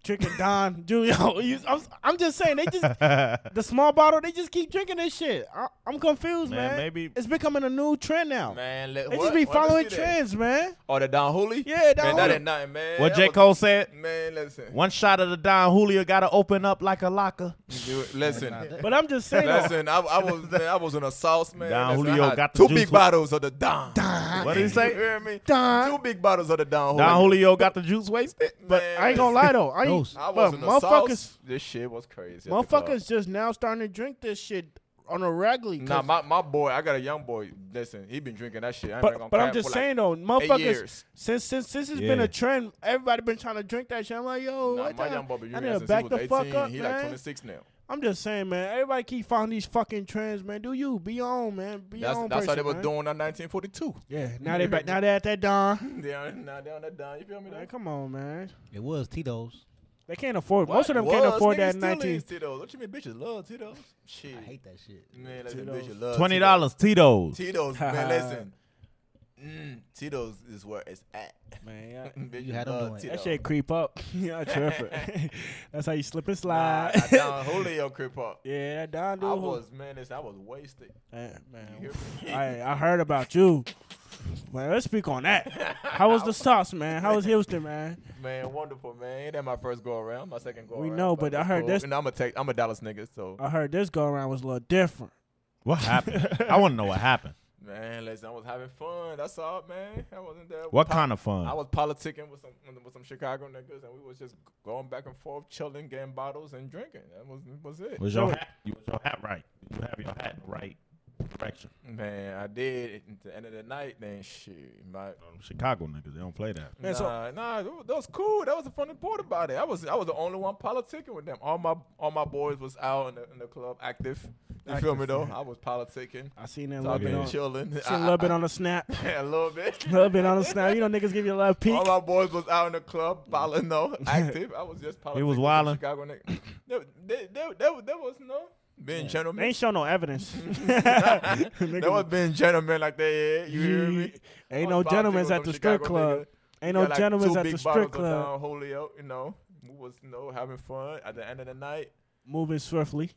drinking Don [laughs] Julio? You, I'm, s- I'm just saying they
[laughs]
just the small bottle. They just keep drinking this shit. I, I'm confused, man.
Man, maybe-
it's becoming a new trend now.
man, let,
they
what?
just be
What? Let's
following
see that.
trends, man.
Oh, the Don Hooley?
Yeah, Don
man, that
Julio.
ain't nothing, man.
What
That
J
was-
Cole said.
Man, listen,
One shot of the Don Julio got to open up like a locker.
You-
[laughs]
listen.
But I'm just saying, though,
Listen, I, I was man, I was in a sauce, man.
Don
Listen, I
Julio
had
got the
two
juice
big
with-
bottles of the Don.
What did he
[laughs] You
say?
hear me?
Don.
Two big bottles of the Don.
Don Julio got the juice wasted.
[laughs] but I ain't gonna lie though, I ain't,
Those.
I
look,
was in the
motherfuckers,
sauce. This shit was crazy. at the club.
motherfuckers just now starting to drink this shit on a regularly. 'cause-
Nah, my, my boy, I got a young boy. Listen, he been drinking that shit. I ain't been
But
gonna
but I'm
cap
just
for like-
saying though, motherfuckers.
years.
Since since this has been
Yeah.
a trend, everybody been trying to drink that shit. I'm like, yo,
Nah,
what
my
the-
young boy been
I
drinking
need to
since
back
he
the
was 18.
fuck up,
he like
man.
26 now.
I'm just saying, man. Everybody keep finding these fucking trends, man. Do you be your own, man? Be
That's,
your own
that's
person,
how they were
man.
doing in [laughs] 1942.
Yeah, now they back. Now they at that don.
Down, now down, that down. You feel me?
Man, come on, man.
It was Tito's.
They can't afford. Most of them can't
Was,
afford
niggas
that. in
still
19.
is Tito's. What you mean, bitches love Tito's? Shit.
I hate that shit.
Man, listen,
Tito's.
bitches love
Twenty dollars Tito's.
Tito's,
[laughs]
man, listen. Mm, Tito's is where it's at.
Man,
[laughs]
yeah.
Bitches
had 'em
love
doing it.
Tito's.
That shit creep up. [laughs]
[laughs]
yeah, I trip it. [laughs] That's how you slip and [laughs]
Nah,
slide.
I down Julio Crip up.
yeah, that don dude.
I was, man, listen, I was wasted.
Man, man.
You hear
[laughs]
me?
I I heard about you. Man, let's speak on that. How was
[laughs]
the sauce, man? How was Houston, man?
Man, wonderful, man. Ain't that my first go around? My second go
We
around.
know, but I
it's
heard Uh, this-
And I'm a tech, I'm a Dallas nigga, so
I heard this go around was a little different.
What happened? I want to know what happened.
man, listen, I was having fun. That's all, man. I wasn't there.
What
Pop-
kind of fun?
I was politicking with some with some Chicago niggas, and we was just going back and forth, chilling, getting bottles, and drinking. That was was it.
was your hat, you was your hat right? Did you have your hat in the right direction?
Man, I did. At the end of the night, then shit, my.
Chicago niggas, they don't play that.
Man,
nah,
so-
nah, it wa- that was cool. That was the funny part about it. I was, I was the only one politicking with them. All my, all my boys was out in the, in the club, active. You feel me though? I was politicking.
I seen that
So
little
I've
bit
been
on, seen
chilling. [laughs]
a little bit on the snap, [laughs] a
a little bit.
little bit on the snap. You know, niggas give you a little peek.
All my boys was out in
[laughs]
the club, balling though, active. I was just politicking.
He was
with
wildin'?
Chicago nigga. There, there, there, there, there was no being
They
gentlemen.
ain't show no
[laughs]
evidence. [laughs]
There was [laughs] being gentlemen like that. You hear me?
[laughs] ain't
I
no
was politicking
gentlemen's
with
at
some
the strip
Chicago
club.
nigga.
Ain't no
Got, like,
gentlemen's
two
at the
big
strip
bottles of
club.
Don Julio, you know, we was you know having fun. At the end of the night,
Moving swiftly.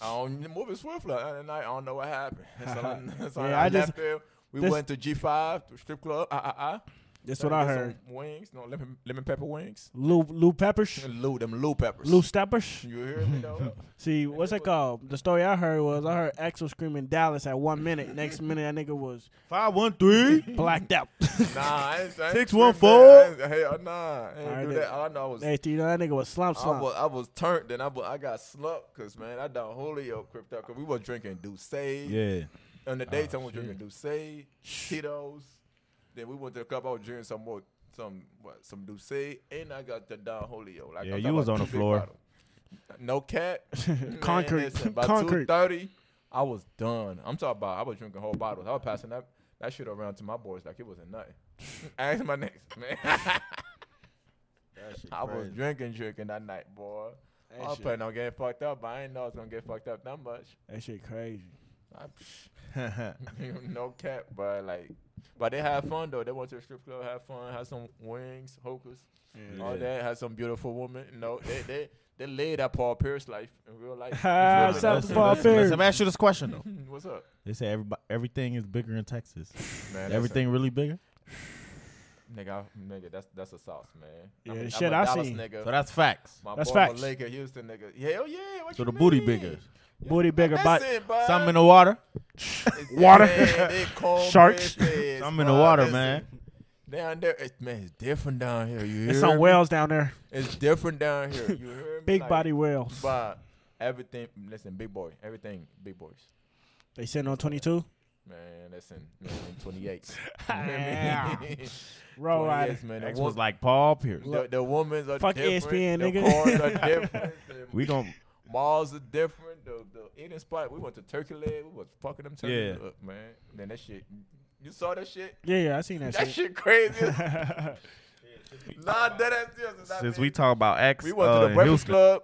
I don't moving swiftly. At the end of the night, I don't know what happened. [laughs]
[laughs]
That's all I, that's all
Yeah,
I,
I just-
left there. We
this-
went to G five to strip club. Ah ah ah.
That's what I heard.
Wings, no lemon, lemon pepper wings.
Lou Lou Peppers,
Lou, them Lou peppers.
Lou Steppers.
You hear
[laughs]
me though?
See, what's that called? The story I heard was I heard Axel screaming Dallas at one minute. Next minute, that nigga was
Five one three.
blacked out. [laughs]
nah, I ain't, I ain't
Six
scream
one
that.
four?
I ain't- Hell nah, I
Alright,
ain't do
then.
that. All I know I was,
Hey, you know that nigga was slump
I
slump.
was, I was turned, then I, was, I got slumped, cause man, I done Julio crypto, cause we was drinking
[laughs]
Douce.
Yeah. Oh,
On the daytime, we was drinking Douce, Tito's. Then we went to the club. I was drinking some more, some what, some Douce, and I got the Don Julio. Like
Yeah,
I'm
you
talking
was
about
on
two
the
big
floor.
bottles.
[laughs]
No cat. Man,
Concrete.
listen, by
Concrete.
two thirty, I was done. I'm talking about. I was drinking whole bottles. I was passing that that shit around to my boys like it wasn't nothing. [laughs] Ask my next [laughs] man. I was drinking, drinking that night, boy. I was planning on getting fucked up, but I didn't know I was gonna get fucked up that much.
That shit crazy.
I- [laughs] no cap, but like, but they have fun though. They went to a strip club, have fun, had some wings, hookers, all that. Had some beautiful women. You know, they they they laid that Paul Pierce life in real
[laughs]
life.
Ah, shout out
Really,
to
that's-
Paul
that's-
Pierce.
Let me ask you this question though.
[laughs] What's up,
They say everybody, everything is bigger in Texas.
man? that's
everything really bigger.
a, nigga, I- nigga, that's that's a sauce, man.
Yeah,
I
the
mean,
shit
I'm a
I
Dallas
seen.
Nigga.
So that's facts.
My
That's
boy, I'm a
facts.
Laker, Houston nigga. Hell yeah. What
So
you
the booty
mean?
bigger.
Booty bigger,
That's
but
it, bud.
Something in the water.
Water.
Man,
[laughs]
they cold
Sharks.
bitches,
Something in the
bud.
water,
Listen,
man.
Down there, it's, man, it's different down here. You hear
it's some
me?
whales down there.
It's different down here. You hear
[laughs]
me?
Big
Like,
body whales.
But everything, listen, big boy. Everything, big boys.
They sitting on 22.
Man, listen, man, 28. [laughs]
Yeah. Roll rider.
28, man. The,
X
wo-
was like Paul Pierce.
the, the women's are
Fuck E
different.
ESPN,
the
nigga. [laughs]
cars are different. the
We gon'
malls are different. The, the eating spot, we went to Turkey Leg. We was fucking them turkey
Yeah.
up, man. Then that shit, you saw that shit?
Yeah, yeah, I seen that,
That
shit. [laughs]
shit crazy. nah, that ass serious. I
since
mean,
we talk about X,
we went
uh,
to the
in
Breakfast
Houston,
Club.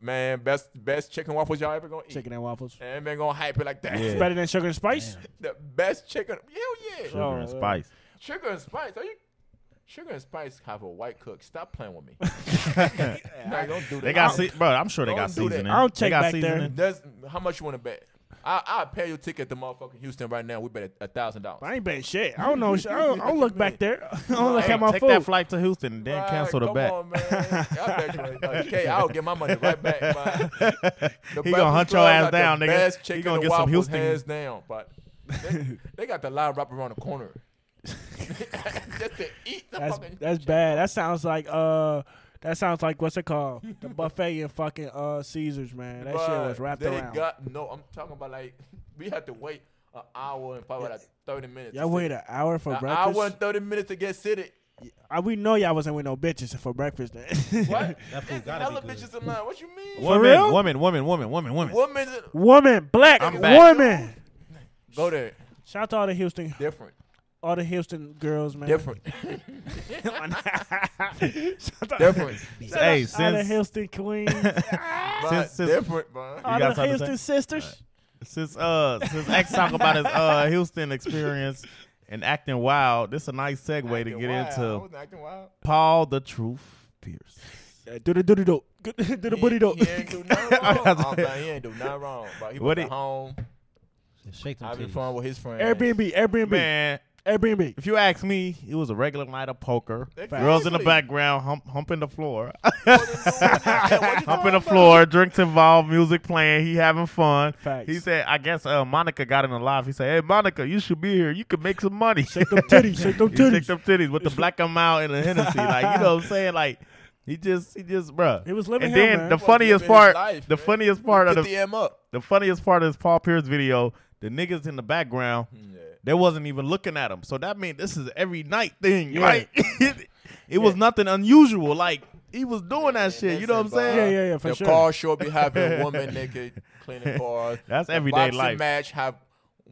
Man, best best chicken waffles y'all ever gonna eat.
Chicken and waffles.
And been gonna hype it like that.
Yeah.
Better than sugar and spice.
the best chicken. Hell yeah.
Sugar and
Oh,
Spice.
Sugar and spice. Are you? Sugar and spice have a white cook. Stop
[laughs]
playing with me. Like, don't do that.
They got,
I'll-
se- bro. I'm sure they
Don't
got
do that.
seasoning.
I'll
they
check
got
back there.
seasoning.
That's how much you want to bet. I I'll pay your ticket to motherfucking Houston right now. We bet a thousand dollars.
I ain't betting shit. I don't know. shit. I don't, I don't
[laughs]
look back there. [laughs] I don't look
Hey,
at my
Take
food.
that flight to Houston and then
Right,
cancel the
come
bet. [laughs]
on, man. I bet you a- a K, I'll get my money right back. man. The
He
Breakfast
gonna hunt your
Club
ass
got the
down, nigga.
Best
He
chicken
gonna
and
get some
waffles,
Houston-
hands down. But
[laughs]
they, they got the live wrap around the corner. Just to eat the
That's
fucking.
that's bad. That sounds like uh, that sounds like what's it called? The buffet in fucking uh Caesars, man. That shit
Bruh,
was wrapped
they
around.
got no. I'm talking about like [laughs] we had to wait an hour and probably like 30 minutes.
Y'all wait an hour for
an
breakfast.
hour and 30 minutes to
[laughs]
get seated.
I, we know y'all wasn't with no bitches for breakfast. Then. [laughs]
What?
That food
There's
gotta
hella
be good.
bitches in line. What you mean?
Woman,
real?
woman, woman, woman, woman, woman.
Women
woman, black
I'm back.
woman.
go there.
Shout out to all the Houston,
Different.
all the Houston girls, man.
Different.
[laughs] Shout out-
Different.
Hey,
all the
since [laughs]
Houston queens,
Bruh,
since-
different, man.
all
got
the
something to
Houston sisters.
Since uh since X talk about his
[laughs]
uh Houston experience and acting wild, this a nice segue to get into Paul the Truth Pierce.
Yeah, Do the do the do, [laughs] do the booty do. [laughs]
He ain't do
[laughs]
nothing
I'm
wrong.
about to
Oh,
say-
man, he ain't do nothing wrong. But he
What
was
it-
at home
Shake them
having
titties.
fun with his friends.
Airbnb, Airbnb,
Man, [laughs]
Airbnb.
if you ask me, it was a regular night of poker.
They're
Girls in the
crazy.
background hump, humping the floor,
Up
[laughs] humping the floor, drinks involved, music playing. He having fun.
Facts.
He said, I guess uh, Monica got in the live. He said, Hey Monica, you should be here. You could make some money.
Shake them titties, shake them
He picked
titties.
up titties
[laughs]
with the black amount and the Hennessy. Like, you know what I'm saying? Like, he just, he just, bruh.
He was living
And
him,
then
man.
the
He was
funniest
living his
part,
life,
the
man.
funniest part of
Put
the,
the M up.
the funniest part of this Paul Pierce video, the niggas in the background, they wasn't even looking at him. So that means this is every night thing,
Yeah.
right? [laughs] it was nothing unusual. Like, he was doing that shit. You know what I'm
Listen,
saying?
bruh,
Yeah, yeah, yeah, for
the
sure.
car show be having
[laughs]
woman naked cleaning cars.
That's
The
everyday
boxing
life.
match have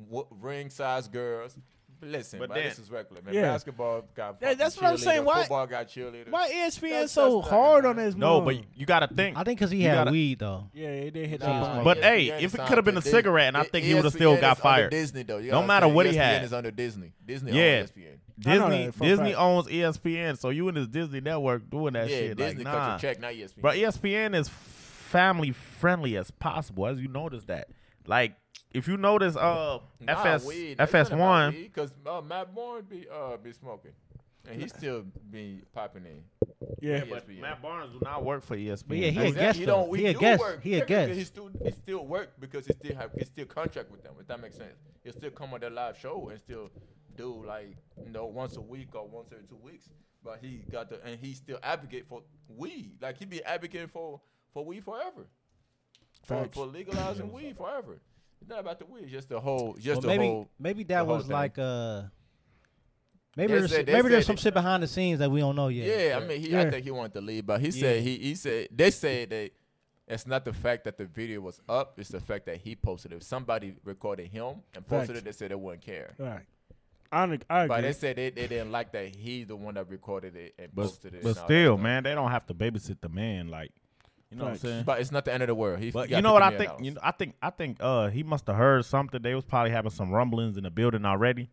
w- ring size girls. Listen,
But
but
then-
this is regular, man.
Yeah.
Basketball got
Yeah, that's
fucking
what I'm saying.
cheerleader,
Why-
football got cheerleaders?
Why ESPN
That's-
so
that's
hard on
nothing,
this?
No,
mom?
but you got to think.
I think because he
You
had
gotta-
weed though.
yeah, it did hit that.
Nah,
button.
But
ESPN
hey,
is E-
if it
signed
could have been
to
a
Dis-
cigarette, and I think he would have
ESPN
still
is
got
under
fired.
Disney though. You
No
gotta E
matter
understand,
what he
ESPN
had.
is under Disney. Disney
Yeah.
owns
I
ESPN.
know
Disney
that for a
Disney
fact.
owns E ESPN, so you in this Disney network doing that
yeah,
shit.
Disney
like,
cut
nah.
your check, not E ESPN.
But E ESPN is family friendly as possible, as you notice that. Like, if you notice, uh,
Nah,
FS
weed. They
FS
shouldn't have
one,
weed, Cause uh, Matt Bourne be uh be smoking, and he still be popping in. E
yeah,
ESPN.
Matt Barnes do not work for E ESPN.
But yeah, he a
Exactly.
guest.
He
though.
don't. We
He a
do
guest.
Work.
He a
Technically,
guest.
He still he still work because he still have he still contract with them. If that makes sense, he still come on their live show and still do like you know once a week or once every two weeks. But he got the and he still advocate for weed. Like he be advocating for for weed forever. For,
Facts.
for legalizing weed forever. It's not about the weed. It's just the whole. Just
Well,
the
maybe
whole.
maybe
the
that
whole
was
thing.
like uh maybe
They
there's,
said- they
maybe there's
said
some
it-
shit behind the scenes that we don't know yet.
Yeah, I mean, he,
Yeah.
I think he wanted to leave, but he said he he said they said that it's not the fact that the video was up; it's the fact that he posted it. If somebody recorded him and posted
Facts.
it, they said they wouldn't care.
All right. I, under- I
But they
agree.
said they, they didn't like that he's the one that recorded it and
but,
posted it.
but
and all that
still,
stuff.
man, they don't have to babysit the man. Like, You know what I'm
Facts.
saying?
But it's not the end of the world. He
But
got
you know what I
50
think?
million
You know,
dollars.
I think I think uh he must have heard something. They was probably having some rumblings in the building already.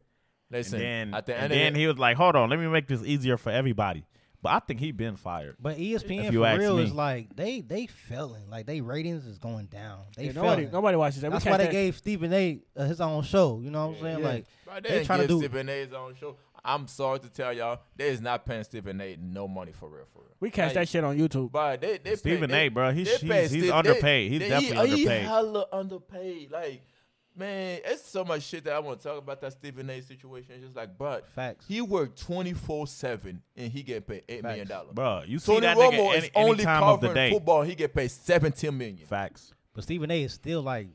Listen,
and then,
at the
and
end
then
of the
he was like, "Hold on, let me make this easier for everybody." But I think he been fired.
But E ESPN
If you
for
ask
real
me.
is like they they failing. Like they ratings is going down. They
Yeah, nobody,
failing.
nobody watches that. We
That's why
can't
they
that-
gave Stephen A. Uh, his own show. You know what I'm saying?
Yeah.
Like
Bro,
they
they
tryna
trying to
do-
do Stephen A's own show. I'm sorry to tell y'all, they is not paying Stephen A. no money for real, for real.
We catch
Like,
that shit on YouTube.
But they, they
Stephen A,
pay,
bro, he's-
they
he's-
pay
he's
Steve- they-
underpaid. He's
they-
definitely
he,
underpaid.
He's hella underpaid. Like, man, it's so much shit that I want to talk about that Stephen A. situation. It's just like, but
facts.
he worked twenty four seven and he get paid eight million dollars.
Bro, you see
Tony
that
Romo
nigga
is
any, any
only
time of the
covering
day.
football. He get paid seventeen million.
Facts.
But Stephen A. is still like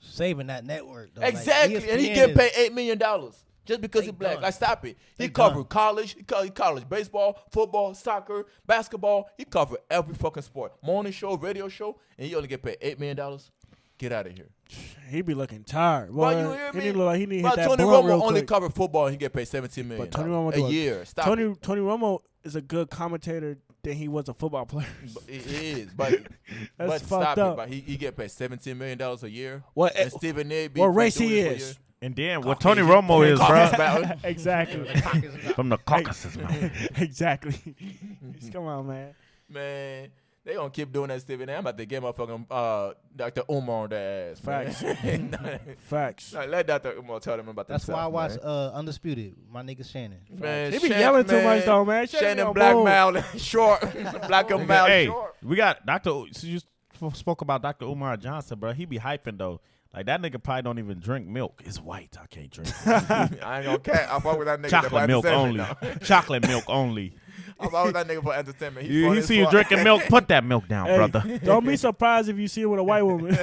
saving that network. Though. Like, E
Exactly, and he
ESPN
get
is-
paid eight million dollars just because
They
he's black.
done.
Like, stop it. He
They
covered
done.
college, he covered college baseball, football, soccer, basketball. He covered every fucking sport. Morning show, radio show, and he only get paid eight million dollars. Get out of here.
He be looking tired. Boy,
Bro, you hear
he
me?
need to look like he need to
Bro,
hit that
Tony
blunt
Romo
real
only
quick.
covered football. and He get paid seventeen million.
But Tony Romo
a
do it.
year. Stop.
Tony
it.
Tony Romo is a good commentator than he was a football
[laughs]
player. [laughs]
But It is, but but
That's
stop
fucked
it.
up.
But he, he get paid seventeen million dollars a year.
What- eh,
and Stephen A. be
what race
doing
he
it for a
is.
year.
And then what Tony
Caucasian. [laughs]
Romo is,
Caucasian
bro,
about-
exactly.
from the Caucasus, man.
[laughs] exactly. [laughs] Just Come on, man.
Man, they gonna keep doing that Stephen A. I'm about to get my fucking uh, Dr. Umar on their ass. man.
Facts.
[laughs] Nah, let Dr. Umar tell them about
That's why I
themselves,
watch uh, Undisputed. with My nigga Shannon.
Man, man
He be
Shan-
yelling too
man,
much though, man. Shut me
Shannon
on
Black
board.
Mile [laughs] short. Black and Mile
hey,
short.
we got Doctor. So you sp- spoke about Doctor Umar Johnson, bro. He be hyping though. Like that nigga probably don't even drink milk. It's white. I can't drink.
I ain't gonna care. I fuck with that nigga. for
Chocolate milk
entertainment
only.
now.
[laughs] Chocolate milk only.
I fuck with that nigga for entertainment. He
You,
funny
you
as
see you
fuck.
drinking milk, put that milk down,
Hey,
brother.
Don't be surprised if you see it with a white
[laughs]
woman. [laughs]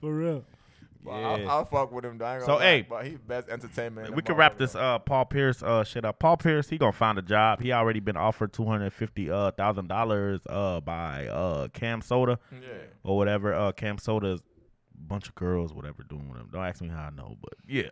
For real.
Well, I'll, I'll fuck with him. Though. I ain't
So,
gonna lie,
hey,
but he best entertainment. in
we
the
can wrap
motherfucker,
this
though.
uh Paul Pierce uh shit up. Paul Pierce, he gonna find a job. He already been offered two hundred fifty uh thousand dollars uh by uh Cam Soda
Yeah.
or whatever. Uh Cam Soda's bunch of girls, whatever, doing whatever. Don't ask me how I know, but
[laughs]
yeah.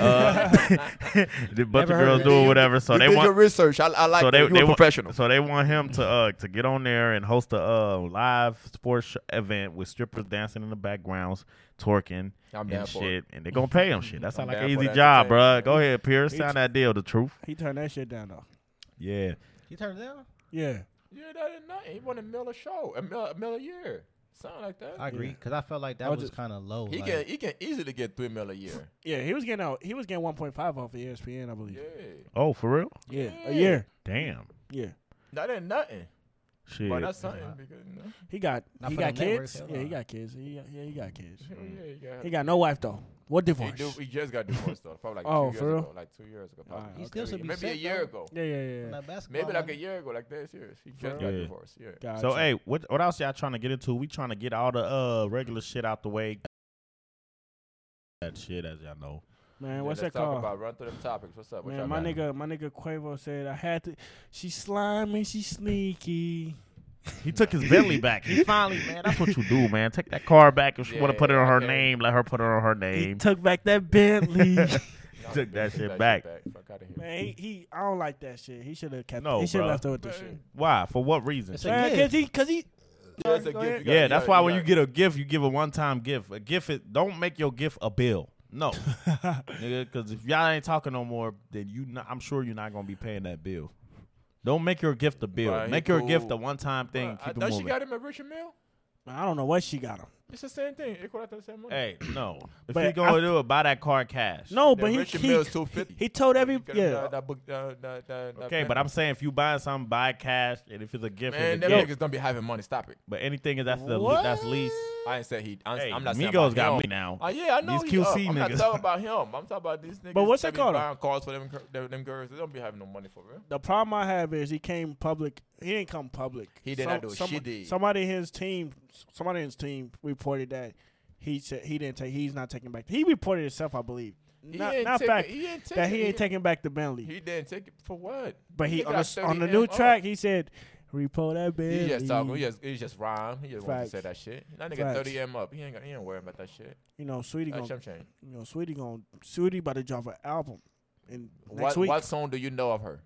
Uh, [laughs] the bunch
Never
of
heard
girls
of
doing
it.
whatever. So
you
they
did your
want
research. I, I like
so
that.
they,
You're
they
a
want,
professional.
So they want him to uh to get on there and host a uh live sports sh- event with strippers dancing in the backgrounds, twerking
I'm down
and
for
shit,
it.
and they gonna pay him shit. That's
I'm
not like
down
an
for
easy
that
job, bro.
entertainment.
Go ahead, Pierce,
Me
sign
too.
that deal. The truth.
He turned that shit down though.
Yeah.
He turned it down.
Yeah.
Yeah, that is nothing. He won a mill a show, a mill, a mill a year, something like that.
I agree because I felt like that
I was
was,
just-
kind of low.
he
like,
can he can easily get three mil a year.
Yeah, he was getting out he was getting one point five off of E ESPN, I believe.
[laughs] Yeah,
Oh, for real?
Yeah. A
Yeah.
year.
Damn.
Yeah.
that ain't nothing.
Shit.
But that's something because you know,
He got
Not
he
for
got
them networks,
kids.
hell
Yeah, he
no.
got kids. He got, yeah, he got kids.
hell yeah, he got.
He got no wife though. What
He,
divorce?
do, he just got divorced though, probably like two
Oh,
years
for real?
ago, like two years ago. Probably.
Alright,
He still
Okay,
should be
maybe a
set,
year
though.
ago,
yeah, yeah,
from
yeah.
that basketball.
maybe like a
money.
year ago, like that. Serious, he
For
just
real?
got
Yeah.
divorced. Yeah.
Gotcha.
So hey, what what else y'all trying to get into? We trying to get all the uh regular shit out the way. That shit, as y'all know.
man,
Yeah,
what's that
let's
called?
Talk about run through them topics. What's up? What
Man,
y'all
my
got?
nigga, my nigga Quavo said I had to. She slimy, she sneaky.
He took his Bentley back.
[laughs]
He finally, man, that's what you do, man. Take that car back. If she want to put it on her
Yeah, okay.
name, let her put it on her name.
took back that
[laughs]
Bentley.
Nah,
took that
take
shit back.
Fuck out of here.
man, he, he, I don't like that shit. He should have kept.
No,
he should
bruh.
have left it with this shit.
Why? For what reason?
It's a
Man,
gift.
cause he, cause he.
Yeah, it's
Go
a
ahead.
gift. You gotta-
Yeah,
you
that's
gotta-
why
you
when you
gotta-
get a gift, you give a one-time gift. A gift, it, don't make your gift a bill.
[laughs]
No, nigga, because if y'all ain't talking no more, then you, not, I'm sure you're not gonna be paying that bill. Don't make your gift a bill.
Bruh, he
make your gift
cool.
a one-time thing.
Bruh, I
keep it
thought
moving.
she got him at Richard Mill.
Man, I don't know what she got him.
It's the same thing. Equal out the same money.
hey, no. If
But
you gonna
I-
do it, buy that car cash.
No,
That
but he,
Richard
he,
Mill's 250.
he told every
You gotta-
yeah.
that- that book- that- that- that- that
Okay,
pen.
but I'm saying if you buying something, buy cash, and if it's a gift,
man,
it's a
them
gift.
niggas don't be having money. Stop it.
But anything that's the
What?
that's lease.
I ain't said he. I'm,
Hey,
I'm not saying
Migos
about
got
him.
me now.
Uh, yeah, I know.
These
he up.
QC
I'm not
niggas.
talking about him. I'm talking about these niggas.
what's
that
it
be
called?
Buying cars for them, gir- them girls. They don't be having no money for real.
the problem I have is he came public. He didn't come public.
He did
Some-
not do it.
some-
She did.
Somebody in his team, somebody in his team reported that he said he didn't take. He's not taking back. He reported himself, I believe.
He
Not,
ain't
not
take
fact
it- he ain't take
that
it.
he ain't taking back the Bentley.
He didn't take it for what?
but he,
He
on
got
the, s- on the
30
new
M up.
track he said, "Repo that Bentley."
He just talking. He just, he just rhyme. He just wanted to say
Facts.
that shit. That nigga
Facts.
30 M up. He ain't, got- he ain't worrying about that shit.
You know, Sweetie
That's
gonna,
chump change.
you know, Sweetie gonna, Sweetie about to drop an album, and next
What,
week
what song do you know of her?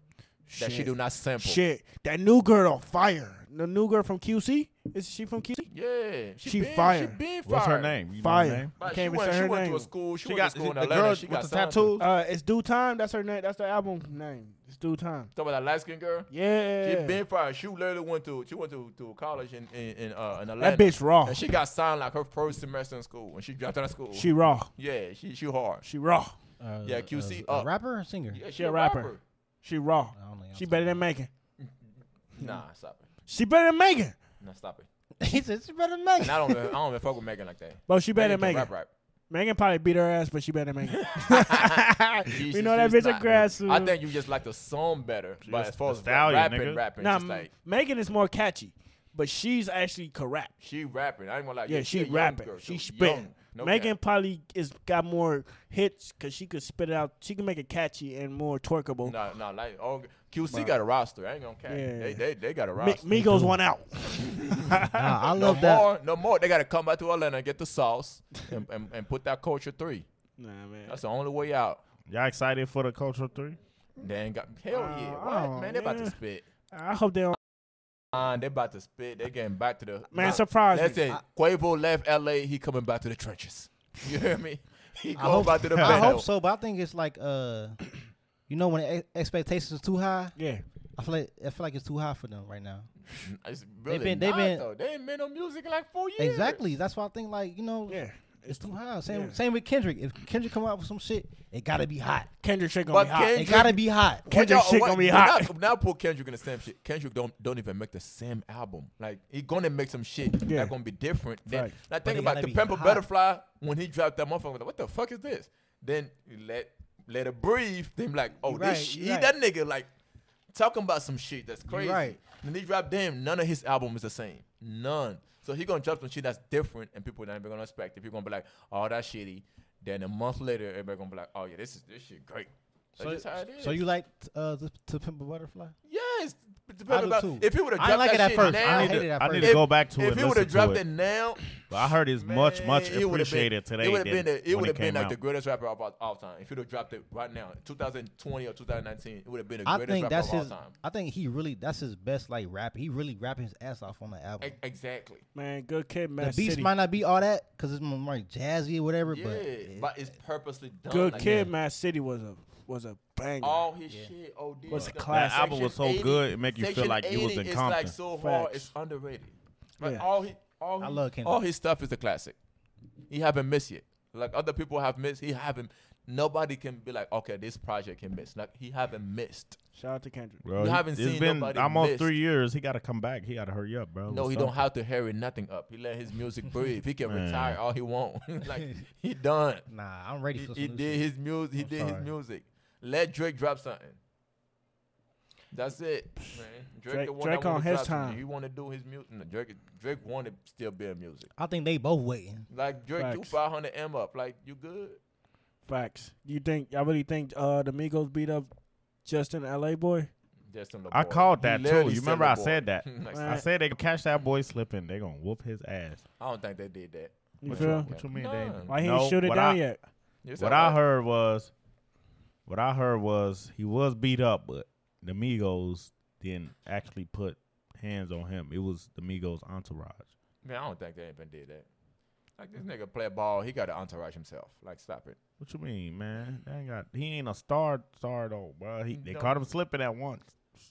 that she
Shit.
do not sample.
Shit, that new girl on fire. The new girl from QC. Is she from QC?
Yeah, she,
She
been,
fire.
She been fire.
What's her name? You know her
Fire.
name?
But
I
she
can't even
went,
say
she
her
went to a
name.
school. She,
She
went to
got
school in
the
Atlanta.
girl
she
with
got
the
signed to-
tattoos.
Uh, it's due time. That's her name. That's the album name. It's due time.
Talk about that light skinned girl.
Yeah.
She been fire. She literally went to she went to, to college in in, in, uh, in Atlanta.
that bitch raw.
And
She,
she got signed like her first semester in school when she dropped out of school.
raw.
yeah, she she hard.
She raw.
Uh,
Yeah, QC
a,
up.
a rapper or singer?
Yeah, she,
a rapper. She raw.
I don't know.
She better than Megan.
Nah, stop it.
She better than Megan.
Nah, stop it.
[laughs] he said she better than Megan.
And I don't even, I don't even fuck with Megan like that.
Bro, she better than
Megan
Megan.
can Rap,
Megan probably beat her ass, but she better than
[laughs]
Megan.
rap. She's-
We know that
she's
bitch a
not-
grass suit.
I think you just like the song better, but
just
as far
a
as
stallion,
rapping,
nigga.
rapping,
Nah,
just like
Megan is more catchy, but she's actually correct.
she rapping. I ain't gonna lie.
Yeah,
a
she
young
rapping.
girl,
She
so
spit.
young. No
Megan
cap.
probably is got more hits because she could spit it out. She can make it catchy and more twerkable.
Nah, nah, like all, QC got a roster. I ain't gonna care.
Yeah.
They, they, they got a
Mi-
roster.
Migos one out.
[laughs]
Nah, I
no
love that.
more, no more. They gotta come back to Atlanta and get the sauce and,
[laughs]
and, and put that culture three.
Nah, man.
That's the only way out.
Y'all excited for the cultural three?
They ain't got hell yeah. What
oh,
man? They about to
man.
spit.
I hope they don't.
Uh, they about to spit. They getting back to the
Man,
Nah,
surprise
That's
me.
it. Quavo left LA. He coming back to the trenches. [laughs] You hear me? He
I
going
hope-
back to the
I
battle.
hope so, but I think it's like uh, [clears throat] you know, when e- expectations too high,
Yeah.
I feel like I feel like it's too high for them right now.
It's really
been- they
they
been-
They ain't been on music in like four years.
Exactly. That's why I think like you know,
Yeah.
it's too high. Same
Yeah.
same with Kendrick. If Kendrick come out with some shit, it gotta be hot.
Kendrick shit gonna
But
be hot.
Ken-
It gotta be hot.
What
Kendrick
y'all-
shit
what-
gonna be
now-
hot.
Now, put Kendrick in the same shit. Kendrick don't don't even make the same album. Like he gonna make some shit
Yeah.
that gonna be different. Then
Facts.
now think
it
about
gotta
the
be
Pimple
hot.
Butterfly when he dropped that motherfucker. Like, what the fuck is this? Then you let let it breathe. Then like oh
You
this
right,
sh-
you
he,
right.
that nigga like talking about some shit that's crazy.
right.
Then he dropped damn none of his album is the same. None. So he gonna drop some shit that's different and people not even gonna expect it. People gonna be like oh that shitty. Then a month later everybody gonna be like oh yeah this is this shit great. That's
So,
just how it is.
so you like uh, the, to pimp a butterfly?
Yes.
I do
Depending about
too.
if he would have
I
dropped
like
that
it at
shit
first.
now,
I hated it at
I need
first.
to go back to it
if
and
he would
listen
have
to
dropped
it.
it now,
But I heard it's
man,
much, much
it would've
appreciated
been,
today.
It would have
than
been, the, it
when
would have been
came
like
out.
the greatest rapper of all, all time. If he'd have dropped it right now, 2020 or 2019, it would have been the
I
greatest
think
rapper
that's
of all
his.
time.
I think he really that's his best like rap. He really rapping his ass off on the album.
E- exactly.
Man, good kid,
the
Mad
beats
City.
might not be all that because it's more like jazzy or whatever.
Yeah,
but
but,
it-
it's purposely done.
good
Oh,
like
kid,
that.
Mad City was a was a banger.
All his shit, OD
Was
done.
a classic.
That album was so
Section
good, it make you feel
Section
like you was
80
in
is like
Compton.
so hard,
Facts.
it's underrated. Like
Yeah.
all he, all
I
he-
love Kendrick.
all his stuff is a classic. He haven't missed yet. Like other people have missed, he haven't. Nobody can be like, okay, this project can miss. Like he haven't missed.
Shout out to Kendrick.
Bro,
You
he-
haven't
it's
seen
been
nobody
almost
missed.
three years. He got to come back. He got to hurry up, bro.
No,
What's
he
up?
don't have to hurry nothing up. He let his music breathe. He can
[laughs] Man.
retire all he want. [laughs]
[laughs]
like he done.
Nah, I'm ready
He,
for some
he
new
did
shit.
his music. He
I'm
did
sorry.
his music. Let Drake drop something. That's it, man. Drake,
Drake-
the one
Drake
that wanna
on his
drop something.
time.
He want to do his music. No, Drake, Drake want to still be in music.
I think they both waiting.
Like Drake, you
Facts.
500 M up. Like you good?
Facts. You think I really think uh the Migos beat up Justin LA boy?
Justin
I
LaBoy.
called
He
that too.
literally
You remember I
LaBoy. [laughs]
said that.
Like,
I said they catch that boy slipping. They gonna whoop his ass.
I don't think they did that.
You
What
feel?
you, what you mean? They,
Nah.
Why he
No,
ain't shoot it
what
down
I-
yet?
You said
What I heard was, what I heard was he was beat up, but the Migos didn't actually put hands on him. It was the Migos entourage.
Man, I don't think they even did that. Like this nigga play ball. He got to entourage himself. Like stop it.
What you mean, man? They ain't got. He ain't a star, star though, bro. He, they
No.
caught him slipping at once,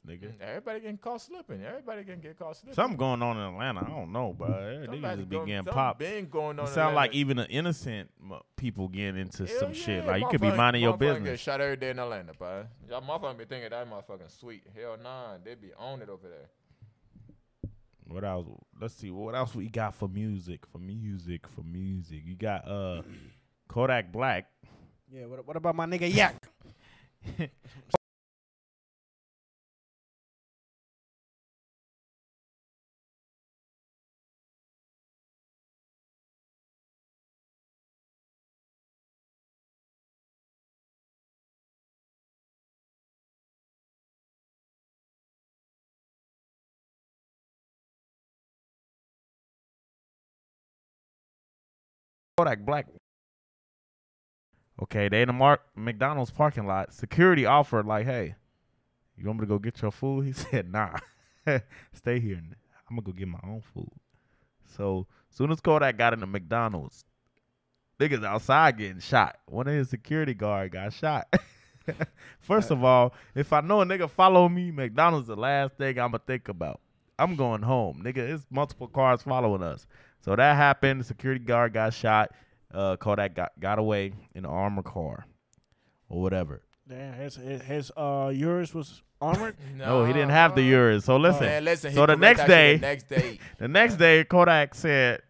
nigga.
Everybody getting caught slipping. Everybody can get caught slipping.
Something going on in Atlanta. I don't know, bro. They
Somebody
just be
going-
getting
something
popped.
Been going on.
It
in
sound like
Atlanta.
even the innocent mo- people getting into
Hell
some
yeah,
shit. Like you could be
motherfucker-
minding your
motherfucker Get
business.
shot every day in Atlanta, bro. Y'all motherfuckers be thinking that motherfucking sweet. Hell nah, they be on it over there.
What else? Let's see. What else we got for music? For music? For music? You got uh Kodak Black.
Yeah, what, what about my nigga Yak?
Kodak Black. Okay, they in the Mark McDonald's parking lot. Security offered like, "Hey, You want me to go get your food? [laughs] He said, Nah, stay here. and I'm gonna go get my own food. So soon as Kodak got into McDonald's, niggas outside getting shot. One of his security guard got shot. [laughs] First of all, if I know a nigga follow me, McDonald's the last thing I'ma think about. I'm going home, nigga. It's multiple cars following us. So that happened. The security guard got shot. Uh, Kodak got got away in an armored car or whatever.
Damn, his his, his uh yours was
[laughs]
armored.
No, he didn't have the urine. So listen.
Oh,
Man, listen. he
so the
correct
next
that
day,
shit the next
[laughs]
day,
the next day, Kodak said,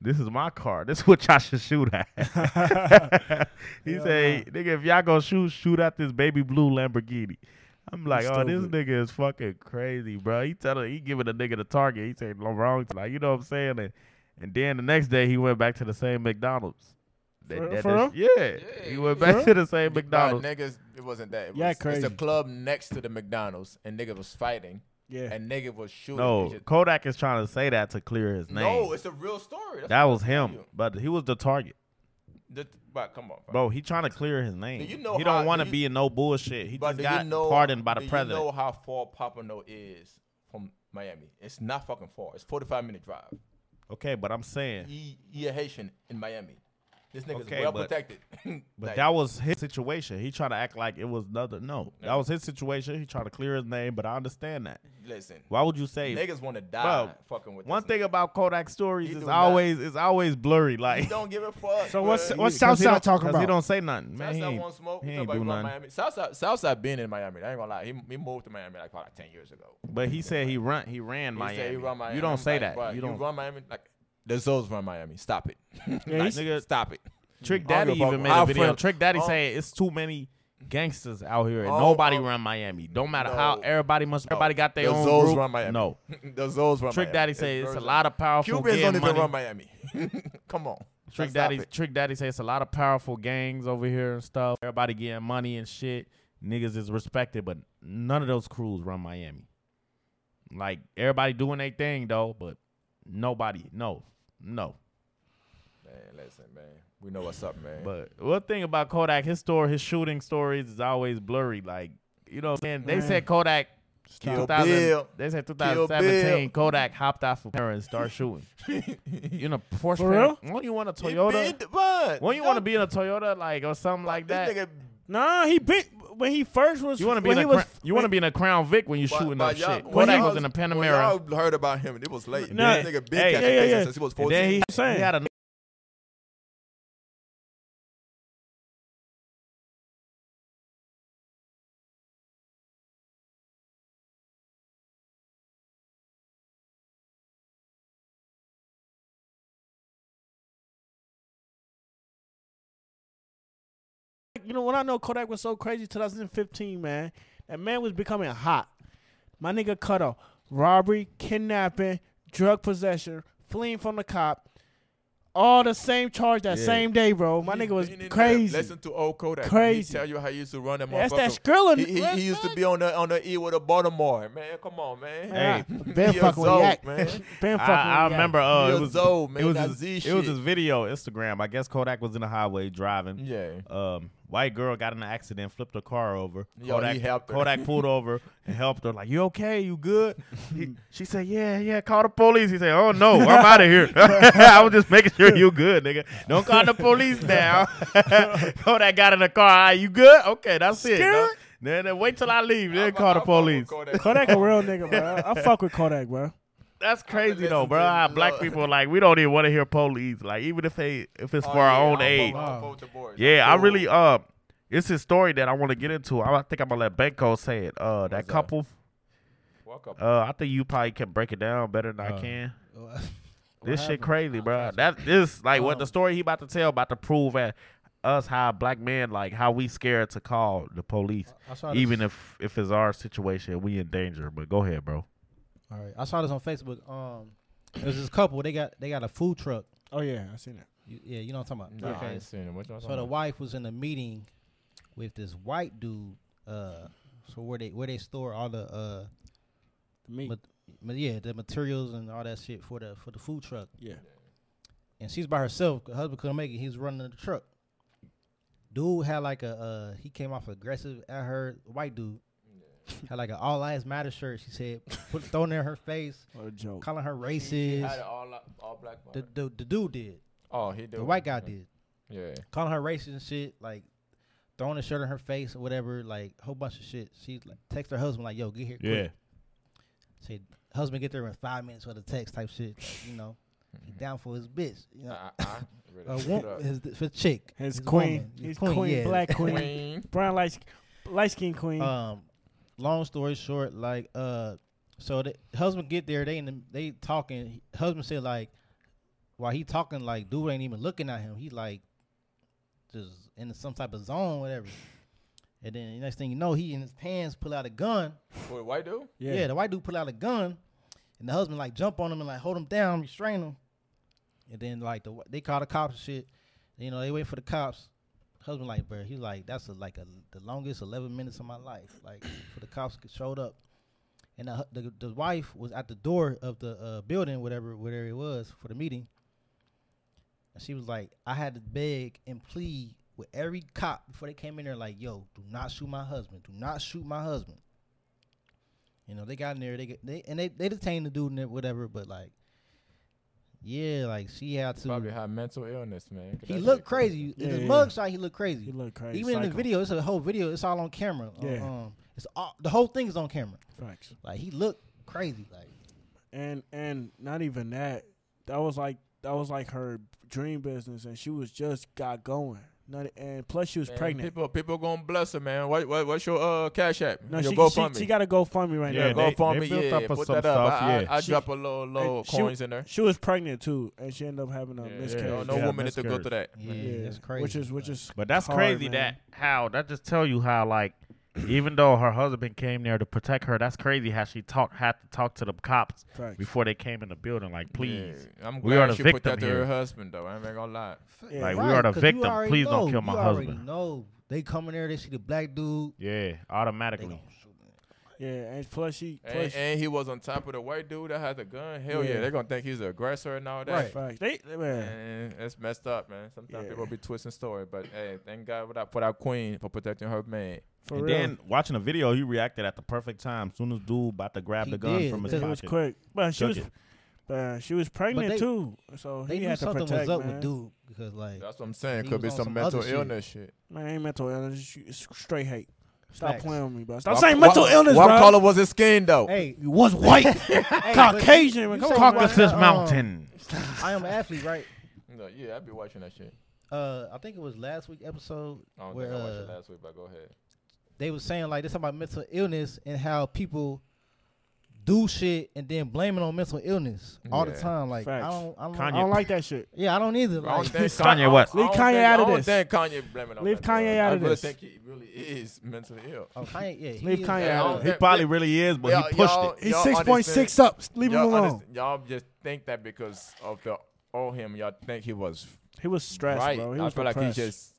"This is my car. This is what y'all should shoot at." [laughs] he said, "Nigga, if y'all gonna shoot, shoot at this baby blue Lamborghini." I'm like,
That's
oh, this
stupid.
nigga is fucking crazy, bro. He telling, he giving the nigga the target. He said no wrong, like you know what I'm saying. And, and then the next day, he went back to the same McDonald's. That-
For-
that-
for
that- yeah, he went back to the same
nah,
McDonald's.
niggas, it wasn't that. It was,
Yeah,
It's
crazy.
a club next to the McDonald's, and niggas was fighting,
yeah.
and niggas was shooting.
No,
It's just-
Kodak is trying to say that to clear his name.
no, it's a real story. That's
That
what
was
I'm
him,
telling
but he was the target,
you. The- but come on, bro.
bro. He trying to clear his name.
Do you know
he don't
how-
want to
do you-
be in no bullshit. He
But
just
do
got
you know,
pardoned by the
do
president.
You know how far Pompano is from Miami? It's not fucking far. It's 45 minute drive.
okay, but I'm saying,
He, he E, a Haitian in Miami. This nigga's
Okay,
well
but-
protected.
but
[laughs] Like,
that was his situation. He trying to act like it was another. No, that was his situation. He trying to clear his name, but I understand that.
listen,
Why would you say?
niggas want to die
bro,
fucking with
one
this
thing about Kodak stories
He
is
do not.
always it's always blurry.
nigga. He
Like,
don't give a fuck.
So what's
bruh.
what's
Because he
Southside
don't-
talking
[laughs] 'cause
about?
He don't say nothing, man. He
Southside
ain't,
won't smoke.
he
He
ain't
about
do
he from
nothing.
Miami. Southside, Southside been in Miami. I ain't gonna lie. He, he moved to Miami like probably like 10 years ago.
But he said he run. He ran
He
Miami.
said he run Miami.
You don't
I'm
say
like,
that.
bruh,
you don't.
run Miami like the Zoes run Miami. Stop it. [laughs]
he's-
Nigga-
stop it.
Trick
I don't
Daddy
give a fuck
even made
about
a
our
video.
friend-
Trick Daddy
Oh.
saying it's too many gangsters out here and
Oh,
nobody
oh.
run Miami. Don't matter how
No.
everybody must everybody got their
the
own
Zoes
group.
run Miami.
No.
[laughs] the Zoes run Miami.
Trick Daddy say it's a
very-
lot of powerful
Cubans
gang
don't even
money.
run Miami. [laughs] Come on.
Trick
Stop
Daddy
it.
Trick Daddy say it's a lot of powerful gangs over here and stuff. Everybody getting money and shit. Niggas is respected, but none of those crews run Miami. Like everybody doing their thing though, but nobody. No. No.
Man, listen, man. We know what's up, man.
But one thing about Kodak, his story, his shooting stories is always blurry. Like, you know, man, they said Kodak.
Kill
2000
Bill.
They said
Kill
2017.
Bill.
Kodak hopped off of Paris and started
[laughs]
shooting. you know, Porsche.
For real?
Pan- When you want a
He
Toyota,
been- but
when you want to be in a Toyota, like or something like
this
that.
nigga,
Nah, he been when he first was.
You want to be
when
in a
he was,
Cra- you want to be in a Crown Vic when you
but-
shooting
but
up
y'all-
shit.
when
Kodak
y'all-
was in a
when
Panamera.
Y'all heard about him. It was late.
No.
This nigga been
Hey,
catching
yeah, yeah,
cases
yeah.
since he was
And
14.
then he,
saying.
he had a
you know when I know Kodak was so crazy 2015, man. That man was becoming hot. My nigga cut off robbery, kidnapping, drug possession, fleeing from the cop. All the same charge that same day, bro. My
He
nigga was
been in there.
crazy.
Listen to old Kodak.
Crazy.
He tell you how he used to run that
That's
motherfucker.
that Skrilla
He, he,
nigga.
he used to be on the on the E with a Baltimore man. Come on, man.
[laughs] Man,
Hey.
I- Ben
He a
fucking with
Zoe,
Yak. [laughs]
[laughs]
man.
Ben fucking with
I, I
Yak.
remember uh,
He
it
a
was
Zoe, man.
it was
That
his,
Z
it was
shit.
his video Instagram. I guess Kodak was in the highway driving.
Yeah.
Um, white girl got in an accident, flipped her car over.
Yo, he
Kodak,
helped her.
Kodak
[laughs]
pulled over and helped her. Like, you okay? You good? He- she said, yeah, yeah. Call the police. He said, oh no, I'm out of here. [laughs] I was just making sure you good, nigga. Don't call the police now. [laughs] Kodak got in the car. "Ah, you good? Okay, that's it. dog.
Scared?
Then, then wait till I leave. Then
I-
call
I
the
fuck with
[laughs]
police.
Kodak a real nigga, bro. I, I fuck with Kodak, bro.
That's crazy
listen
though, bro.
to
How
the
black
Lord.
people like we don't even want to hear police. Like even if they if it's
Oh,
for
yeah,
our
I
own
fuck-
age.
I fuck with the boys.
Yeah, I
Cool.
really uh, it's his story that I want to get into. I, I think I'm gonna let Benko say it. Uh, that
What's that?
couple.
Walk up.
Uh, I think you probably can break it down better than I
Uh,
can.
What
This shit
happened?
crazy, bro. That this like what the
Um,
story he about to tell about to prove at us how black men like how we scared to call the police,
I saw this-
even if if it's our situation we in danger. But go ahead, bro.
All right, [laughs] I saw this on Facebook. Um, it was this couple. They got they got a food truck.
Oh yeah, I seen that.
You, yeah, you know what I'm talking about.
Nah, I ain't seen him. What y'all
So
talking
the
about?
wife was in a meeting with this white dude. Uh, so where they where they store all the uh,
Me.
But- ma- yeah, the materials and all that shit for the for the food truck.
yeah.
And she's by herself. 'cause Her husband couldn't make it. He was running the truck. Dude had like a uh, he came off aggressive at her. White dude. Had like an all lives matter shirt. She said, put thrown in her face,
What a joke.
calling her racist.
all, all black
The, the the dude did.
Oh, he did.
The white guy did.
Yeah.
Calling her racist and shit. Like throwing a shirt in her face or whatever. Like whole bunch of shit. She like text her husband like, "Yo, get here quick."
Yeah.
Said husband get there in five minutes with a text type shit. Like, you know, he down for his bitch. You know,
I,
[laughs]
I Uh, really
a
screwed
wo-
Mm-hmm. up.
his, his chick,
His,
woman,
queen, his queen,
yeah.
black queen,
Queen.
brown light, light skin queen.
Um, long story short, like uh, so the husband get there, they in the, they talking. Husband said like, while he talking, like dude ain't even looking at him. He like, just in some type of zone, whatever. And then the next thing you know, he in his pants pull out a gun.
Wait, white dude?
Yeah. the white dude pull out a gun, and the husband like jump on him and like hold him down, restrain him, and then like the wh- they call the cops and shit. You know they wait for the cops. Husband like, bro, he like that's a, like a, the longest eleven minutes of my life. Like for the cops get showed up, and the, hu- the the wife was at the door of the uh, building, whatever whatever it was for the meeting. And she was like, I had to beg and plead with every cop before they came in there, like, yo, do not shoot my husband, do not shoot my husband. You know, they got in there, they get, they and they, they detained the dude and it- whatever, but like, yeah, like she had to.
Probably had mental illness, man. 'cause
he
that
looked
shit
crazy.
Yeah,
in his
yeah.
mugshot, he looked crazy.
he look crazy.
Even in the
Psycho.
video, it's a whole video. It's all on camera.
Yeah.
Um, it's all, the whole thing is on camera.
Facts.
Like he looked crazy. Like
and and not even that. That was like that was like her dream business, and she was just got going. Not, and plus she was
Man,
pregnant.
People, people gonna bless her, man. What, what, what's your uh cash app?
no, she,
your
she,
GoFundMe.
she got a GoFundMe right
Yeah,
yeah,
now.
they-
GoFundMe.
they built
yeah,
up for
put
some
that up.
stuff,
I, I,
yeah.
I
She-
drop a little, little
she-
coins in there.
She was pregnant too, and she ended up having a
Yeah,
miscarriage.
No, no
Yeah,
woman is to go
miscarriage.
through that.
yeah, that's crazy.
Which is which is.
But that's
hard,
crazy
man.
that how that just tell you how like even though her husband came there to protect her, that's crazy how she talk had to talk to the cops
Facts.
before they came in the building. Like, please,
Yeah, I'm
we are
glad
the
she put that
victim
to
here.
her husband though. I ain't gonna lie.
Yeah.
like, we
Right,
are the
'cause you
victim.
already
Please don't
know.
kill my
you already
husband.
know. they come in there, they see the black dude.
yeah,
They
automatically.
gonna shoot him.
yeah, and plus she
And,
plus
and he was on top of the white dude that had the gun. Hell yeah,
Yeah.
they're gonna think he's the aggressor and all that.
facts.
Right.
They man,
And it's messed up, man. Sometimes
Yeah.
people be twisting story, but hey, thank God for that for that queen for protecting her man.
for
and
real.
then watching the video, he reacted at the perfect time. Soon as dude about to grab
He
the gun
did,
from his
because
it
pocket,
was quick, but she
Took
was,
it.
but she was pregnant
they-
too. So
They
he
knew
had to
something
protect
was up
man.
with dude because like
That's what I'm saying.
He
Could be
was on
some,
some
mental
other shit.
illness shit.
Man, ain't mental illness. It's Straight hate. Stop
Facts.
playing with me, bro. Stop
Why-
saying
why-
mental illness,
Why
bro.
color was his skin though?
hey,
You was
[laughs]
white, [laughs]
hey,
Caucasian. man.
you
Come
say
on, man.
Caucasus.
Caucasus
um,
Mountain.
but I am an athlete, right?
No, yeah, I'd be watching that shit.
Uh, I think it was last week episode
I don't
where
think I watched it
uh,
last week, but go ahead.
they was saying like this about mental illness and how people do shit and then blame it on mental illness all the
Yeah.
time. Like I
Facts.
don't, I don't,
I
Kanye.
don't like that shit.
yeah, I don't either.
I don't
Like,
think
Kanye
Con-
West.
I don't
Leave
think-
Kanye out of
I don't
this.
think Kanye blaming on
Leave
mental
Kanye
illness.
out of
I really
this.
think he really is mentally ill.
[laughs] oh, Kanye, yeah, he
Leave
is-
Kanye
Yeah,
out of
I don't
it.
He
think-
probably really is, but
Y'all-
he pushed
y'all-
it.
He's
y'all
six point six
understand-
up. Leave him
y'all
alone.
understand- Y'all just think that because of the owe him, y'all think he was
He was stressed,
right.
bro. He
I
was
feel
depressed.
like he just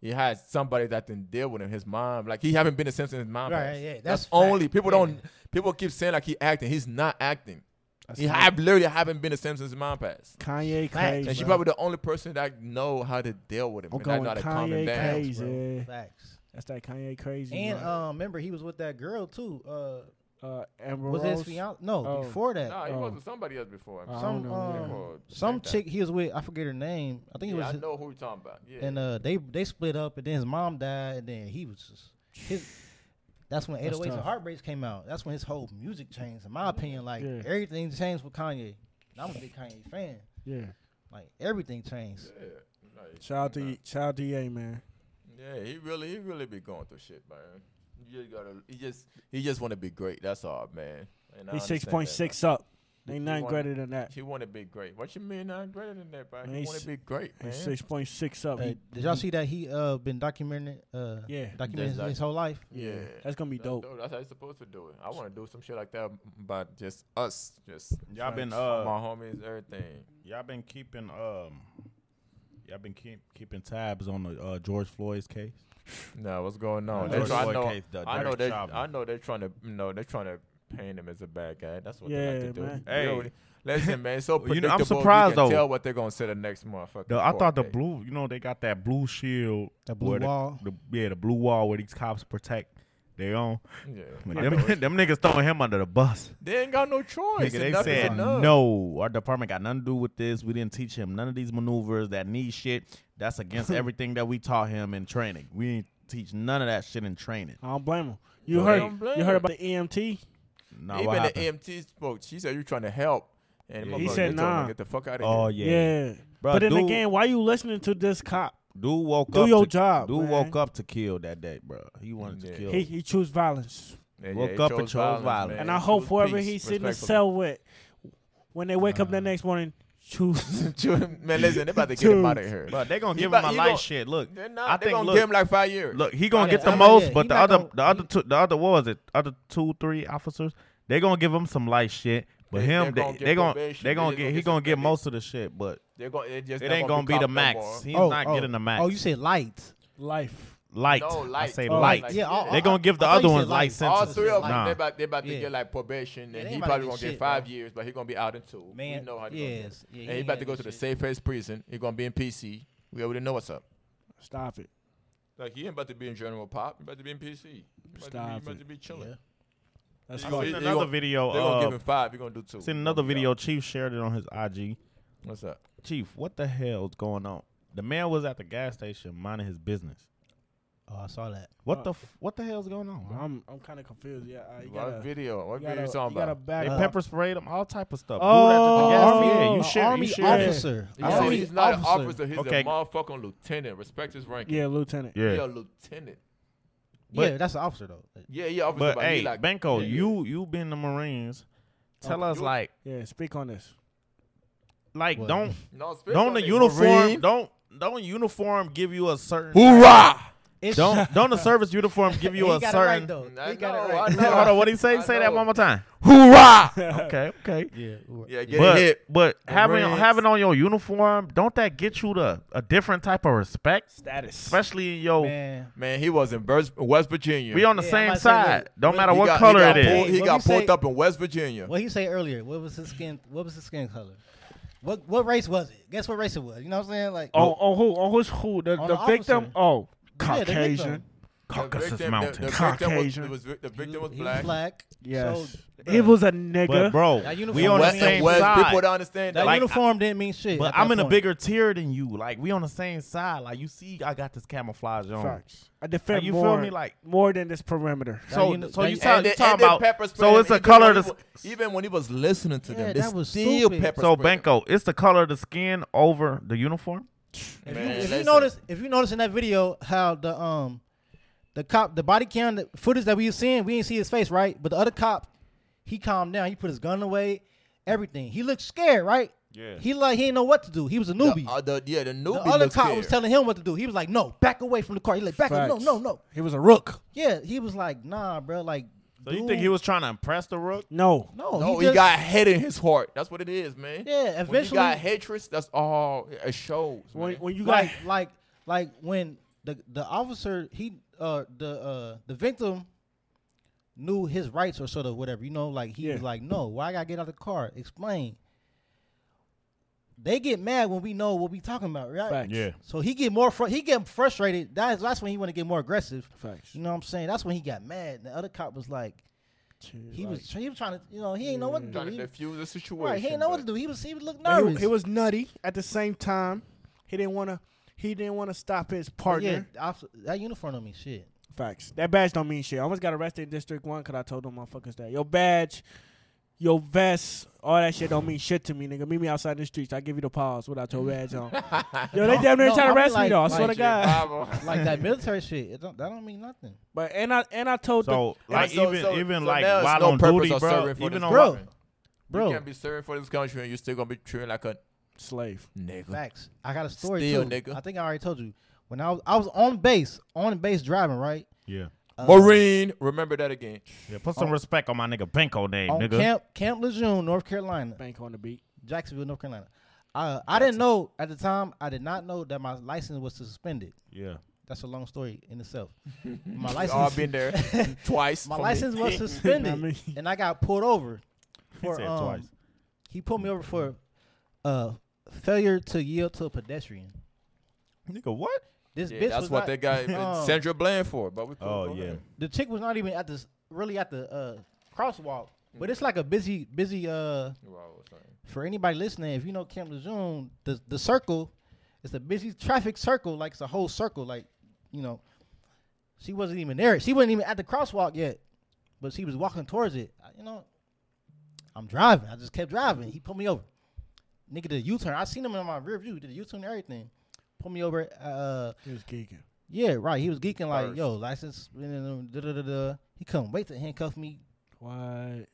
he had somebody that didn't deal with him. His mom, like he haven't been the same since his mom.
Right,
passed.
yeah, that's
that's,
fact.
only people
Yeah.
don't. People keep saying like he acting. He's not acting.
That's
he
it.
have, literally haven't been the same since his mom passed.
Kanye
Facts.
crazy.
And she
bro.
probably the only person that know how to deal with him.
I'm
and that
going
know how to calm him
Kanye
down.
Facts,
crazy.
bro. Facts.
That's that Kanye crazy.
And
bro.
um, remember he was with that girl too. Uh,
uh, Amber
was
Rose.
his fiance? No,
Oh.
before that,
Nah, he
Oh.
was with somebody else before. I'm
I
sure.
don't
some
know.
um,
Or
some
like that.
chick he was with. I forget her name. I think it
Yeah,
was.
I know who you're talking about. Yeah.
And uh, they they split up, and then his mom died, and then he was just his.
[sighs]
That's when
That's
808s and
tough.
Heartbreaks came out. That's when his whole music changed. In my opinion, like
Yeah.
everything changed with Kanye. And I'm a big Kanye fan.
Yeah.
Like everything changed.
yeah. Like,
Shout out to
nah.
Ye- shout out to Ye, man.
Yeah, he really, he really be going through shit, man. You just gotta, he just, he just want to be great. That's all, man. And I
He's
understand
six point
that,
six up.
He
Ain't nothing
wanna-
greater than that.
man. He want to be great. What you mean not greater than that, bro?
Man,
He
he's-
want to be great, man.
He's six point six up.
Hey,
He-
did y'all
he-
see that he uh been documenting uh
Yeah.
documenting his,
That's
his whole life?
Yeah,
That's gonna be
That's
dope.
That's how you supposed to do it. I want to do some shit like that, but just us, just
Y'all been
my
uh,
homies, everything.
Y'all been keeping um, y'all been keep, keeping tabs on the uh, George Floyd's case.
No, what's going on?
George
They try- I
Floyd
know,
case, the
I know
Derek
they,
Chauvin.
I know they're trying to, you know, they're trying to paint him as a bad guy. That's what they
Yeah,
like to do.
man.
Hey.
Really. listen, man, it's
[laughs]
so
You
predictable.
know, I'm
you
surprised,
can
though.
Tell what they're gonna say the next motherfucker.
The, I thought the blue, you know, they got that blue shield,
The blue
where
wall.
the, yeah, the blue wall where these cops protect They on.
Yeah.
Them, [laughs] them niggas throwing him under the bus.
They ain't got no choice.
Nigga, they
Enough is
said
enough.
no. Our department got nothing to do with this. We didn't teach him none of these maneuvers that need shit. That's
[laughs]
against everything that we taught him in training. We didn't teach none of that shit in training.
I don't blame him. You
Go
heard
ahead.
you heard about the E EMT?
Nah, what
Even the
happened?
MT spoke. She said you trying to help, and
Yeah,
motherfucker
he
said
just told her,
nah.
Get the fuck out of
Oh
here.
yeah,
Yeah.
Bruh,
but then
dude-
again, why you listening to this cop?
Dude woke
Do
up.
your
to,
job,
Dude
man.
woke up to kill that day, bro. He wanted to
Yeah.
kill.
He he choose violence.
Yeah, yeah,
Woke
it
up and
chose
chose
violence,
violence.
man.
And
It
I hope
chose
whoever
peace,
he's sitting in the
respectfully.
cell with when they wake up the next morning, choose
[laughs]
[laughs]
man, listen, they about to get him out of here.
But they gonna
He
give
about-
him a
he
life
gon-
shit. Look,
They're not.
I
they
think
gonna
look,
give him like five years.
look, he gonna
By
get
the
the
time-
most,
yeah,
but
he
the
not
other,
gonna-
the other two, the other what was it? Other two, three officers, they gonna give him some light shit. But
They-
him,
they're
they,
gonna get
they gonna
probation,
they gonna
they
get
gonna
he
get
gonna
some
get
credit.
most of the shit, but
They're gonna, it just
it
not
ain't gonna be
cop
the
no more.
max. He's
oh,
not
oh,
getting the max.
Oh, you said light.
life.
light.
No,
I
light.
say
Oh,
light.
like,
Yeah, all-
yeah.
They gonna give the
I thought
other
you
ones
said
light
light.
sentences.
All three of them,
Nah.
they about, they about to
Yeah.
get like probation,
Yeah,
and
they
he
ain't about
probably
to
gonna
get
get
shit,
five
bro.
years, but he gonna be out in two.
Man,
we know how to go.
yes. Yeah,
and
he
he
ain't
about to
got
go
that
to the
shit.
safest prison. He gonna be in PC. We already know what's up.
Stop it.
Like he ain't about to be in general pop. He about to be in PC. He about, to, be,
Stop
he
it.
about to be chilling.
Yeah.
That's
I
I
So
fucked.
he-
seen
they
another
gonna-
video.
They're gonna
Uh,
give him five. He gonna do two.
seen
He
another
gonna be
video.
out.
Chief shared it on his IG.
What's up?
Chief, what the hell's going on? The man was at the gas station minding his business.
Oh, I saw that.
What
Uh,
the f- what the hell's going on? bro?
I'm I'm kind of confused. Yeah, uh, you
What
gotta,
video? What
you
video
gotta,
you
you
talking
gotta
about?
back
They
up.
pepper sprayed him, all type of stuff.
Oh,
Dude, at the gas-
army-
yeah, you
An
share,
army
you share.
officer.
He
An
said
army
he's not an
officer.
officer. He's
Okay.
a motherfucking lieutenant. Respect his rank.
Yeah, lieutenant.
Yeah.
He a lieutenant.
But-
yeah, that's an officer though.
Yeah, yeah, officer.
But
he
hey,
like,
Benko,
yeah.
you you been the Marines. Tell
Okay.
us
You-
like
Yeah, speak on this.
like
What?
don't
No, speak
don't
on
the
it,
uniform
Marine.
don't don't uniform give you a certain
Hoorah!
It's
don't don't the service uniform give you
he
a
got
certain
it right though.
I
He got
know,
it right.
I know.
[laughs] Hold on, what he say?
I
Say that
know.
one more time.
Hoorah!
[laughs] Okay, okay.
Yeah. right.
Yeah, get
But
hit.
but having
Reds.
having on your uniform, don't that get you the a different type of respect,
Status.
especially in your
Man.
Man, he was in Vers- West Virginia.
we on the
Yeah, I
same
might say
side.
that.
Don't
He
matter
He
what
got-
color
he
it
got
is.
pulled-
Hey,
he
what
got
you
pulled
say-
up in West Virginia.
What he say earlier? What was his skin? What was his skin color? What what race was it? Guess what race it was? You know what I'm saying? Like
On on who? On who's who? The,
On
the,
the
victim?
officer.
Oh,
Yeah, the victim.
Caucasian.
Caucasus
the victim,
Mountain.
The, the victim was,
Caucasian.
it was, the
he
victim was
he
black.
Yes.
So,
he was a nigga.
But bro,
That
we
uniform
on the
was-
West,
same
and West, people
side.
don't understand
that
that.
Like,
uniform didn't mean shit.
But
at
I'm
that
in a
point.
bigger tier than you. Like we on the same side. Like you see, I got this camouflage on.
Facts. I defend
Oh. you feel
more,
me? Like-
more than this perimeter.
So,
That uni-
so
that
you
uni-
talk-
and they-
you talking
and they pepper
about?
sprayed
So
him
it's a
even
color.
when
to
he
s-
wa- even when he was listening to
Yeah,
them, they
that was
still
stupid.
pepper
so
sprayed him.
Benko, it's the color of the skin over the uniform.
If,
Man,
you, if you
listen.
notice, if you notice in that video how the um the cop the body cam the footage that we were seeing, we didn't see his face, right? But the other cop, he calmed down. He put his gun away, everything. He looked scared, right?
Yeah.
He like he didn't know what to do. He was a newbie.
The, uh, the, yeah, the
the
newbie
other
looked
cop
scared.
was telling him what to do. He was like, "No, back away from the car." He like, "Back, up. no,
Facts.
no, no."
He was a rook.
Yeah, he was like, "Nah, bro." Like,
So
dude,
you think he was trying to impress the rook?
No.
No,
No,
he,
he,
just,
got hate in his heart. That's what it is, man.
Yeah,
When you
eventually-
got hatred, that's all it shows.
When,
man.
when you got
like like like when the the officer he uh the uh the victim knew his rights or sort of whatever you know like he
Yeah.
was like no why I gotta get out of the car explain they get mad when we know what we talking about right
facts.
so he get more fr- he get frustrated that's that's when he want to get more aggressive
Facts.
you know what I'm saying that's when he got mad the other cop was like he
Like,
was he was trying to you know he ain't know what to do
trying
he,
to defuse the situation.
right he ain't know what to
but-
do he was he would look
but
nervous
He, he was nutty at the same time. He didn't want to. He didn't want to stop his
But yeah
partner.
the officer- that uniform don't mean shit
Facts. That badge don't mean shit. I almost got arrested in District One because I told them motherfuckers that your badge, your vest, all that shit don't mean shit to me, nigga. Meet me outside in the streets. I give you the pause without your badge on. Yo, they damn near
no,
trying to
I mean
arrest me
like-
though. I
like
swear to
shit,
God.
Bible.
[laughs]
like that military shit it don't, that don't mean nothing.
But and I and I told them.
[laughs] So like
so-
even
so-
even
so
like
now it's
while
no
on
purpose
duty,
of
bro.
serving for
Even
this
on
Bro.
like-
Bro.
You can't be serving for this country and you still gonna be treated like a
slave.
nigga.
Facts. I got a story
Still,
too.
nigga.
I think I already told you. When I was I was on base, on base driving, right?
yeah.
Uh,
Marine, remember that
[laughs]
again.
Yeah, put some respect on my nigga Benko name,
on
nigga.
Camp Camp Lejeune, North Carolina,
Bank on the beat.
Jacksonville, North Carolina. Uh, I didn't know at the time. I did not know that my license was suspended.
Yeah.
That's a long story
[laughs]
in itself. My
We all
license,
been
[laughs]
there twice.
my
for me. [laughs]
license
Not
was suspended,
me.
and I got pulled over.
He
For,
said
um,
twice.
He pulled me over for uh, failure to yield to a pedestrian.
Nigga, what?
This
Yeah,
bitch
that's
was
what
not-
they got
Oh. [laughs]
Sandra Bland for. But we couldn't
Oh,
go
yeah.
there.
the chick was not even at this really at the uh, crosswalk, but it's like a busy busy uh
Wow, sorry.
for anybody listening. If you know Camp Lejeune, the the circle, it's a busy traffic circle, like it's a whole circle, like you know. She wasn't even there. She wasn't even at the crosswalk yet, but she was walking towards it. I- You know, I'm driving. I just kept driving. He pulled me over. Nigga did a U-turn. I seen him in my rear view. Did a U-turn and everything. Pulled me over. Uh,
He was geeking.
yeah, right. He was geeking like,
First.
yo, license. Da, da, da, da. He couldn't wait to handcuff me.
What?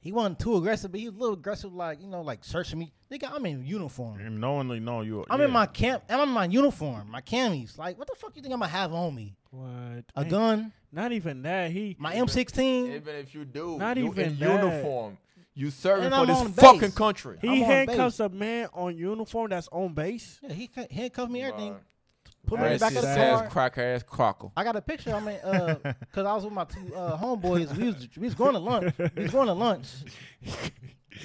He wasn't too aggressive, but he was a little aggressive, like you know, like searching me. Nigga, I'm in uniform.
And knowingly know you.
I'm in
yeah.
my camp. I'm in my uniform, my camis. Like, what the fuck you think I'm gonna have on me?
What?
A
Ain't-
gun?
Not even that. He.
My M16?
Even if you do,
Not
you
even
in
that.
uniform. You serving
And
for
I'm
this
on base.
fucking country.
I'm
He
on
handcuffs a man on uniform that's on base.
Yeah, he ca- handcuffed me, everything.
Bruh.
Put me in the
Racist
back of the
Racist
car.
ass, cracker ass, crockle.
I got a picture. I mean, uh, cause I was with my two uh, homeboys. We was we was going to lunch. We was going to lunch.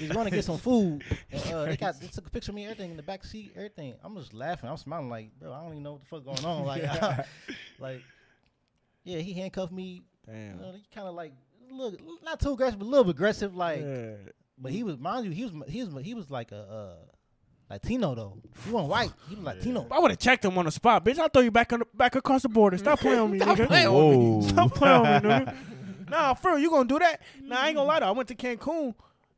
We was going to get some food. And, uh, they got they took a picture of me, everything in the back seat, everything. I'm just laughing. I'm smiling like, bro, I don't even know what the fuck going on. Like, [laughs] like, yeah, he handcuffed me. You
Damn.
know, he kind of like look not too aggressive, but a little aggressive. Like,
Yeah.
but he was mind you, he was he was he was like a uh, Latino though. He wasn't white. He was Latino.
I would have checked him on the spot, bitch. I throw you back on the, back across the border. Stop playing on me, nigga.
Whoa.
[laughs] Stop playing on me,
[laughs]
nigga. Nah, for real, you gonna do that? Nah, I ain't gonna lie though. I went to Cancun.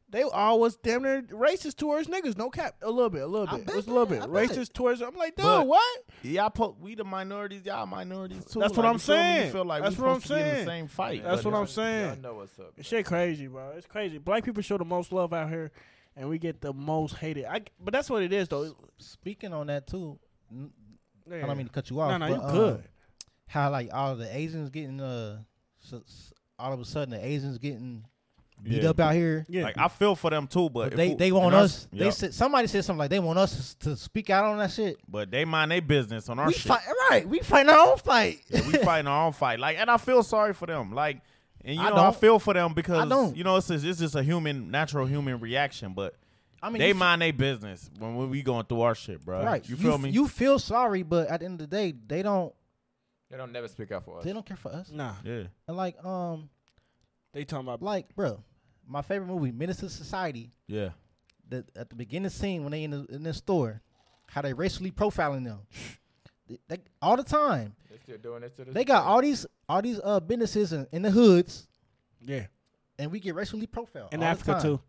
They always damn near racist towards niggas. No cap, a little bit, a little
I
bit,
bet,
it was a little bit
man, I bet.
racist towards. I'm like, dude,
But-
what?
Y'all put we the minorities, y'all minorities too.
That's what
Like,
I'm
you feel me? You
saying.
Feel like
That's
we
what I'm
supposed to be in
saying.
the same fight.
That's
but
what I'm
it's-
saying.
Y'all know what's up.
Shit, crazy, bro. It's crazy. Black people show the most love out here, and we get the most hated. I, but that's what it is though.
Speaking on that too, n- I
Yeah.
don't mean to cut you off.
No, no,
but,
you
uh,
good.
how like all the Asians getting uh s- s- all of a sudden the Asians getting beat
Yeah.
up out here.
Yeah,
Like I feel for them too, but,
But
if
they
we-
they want
and
us. They
yeah.
said somebody said something like they want us to speak out on that shit.
but they mind their business on our
we
shit.
fight right. We fighting our own fight. [laughs]
we fighting our own fight. Like, and I feel sorry for them. Like, and you
I
know, I
don't.
feel for them because
don't.
you know it's just, it's just a human, natural human reaction. But
I mean,
they
you f-
mind their business when, when we going through our shit, bro.
right.
You feel
f-
me?
You feel sorry, but at the end of the day, they don't.
They don't never speak out for us.
They don't care for us.
nah,
yeah.
And like um
they talking about
like bro, my favorite movie, Menace to Society.
Yeah.
the at the beginning scene when they in the, in the store, how they racially
[laughs]
profiling them, They- they- all the time.
They still doing this to this.
They got
day.
all these all these uh businesses in, in the hoods,
yeah,
and we get racially profiled
in
all the
Africa
time
too.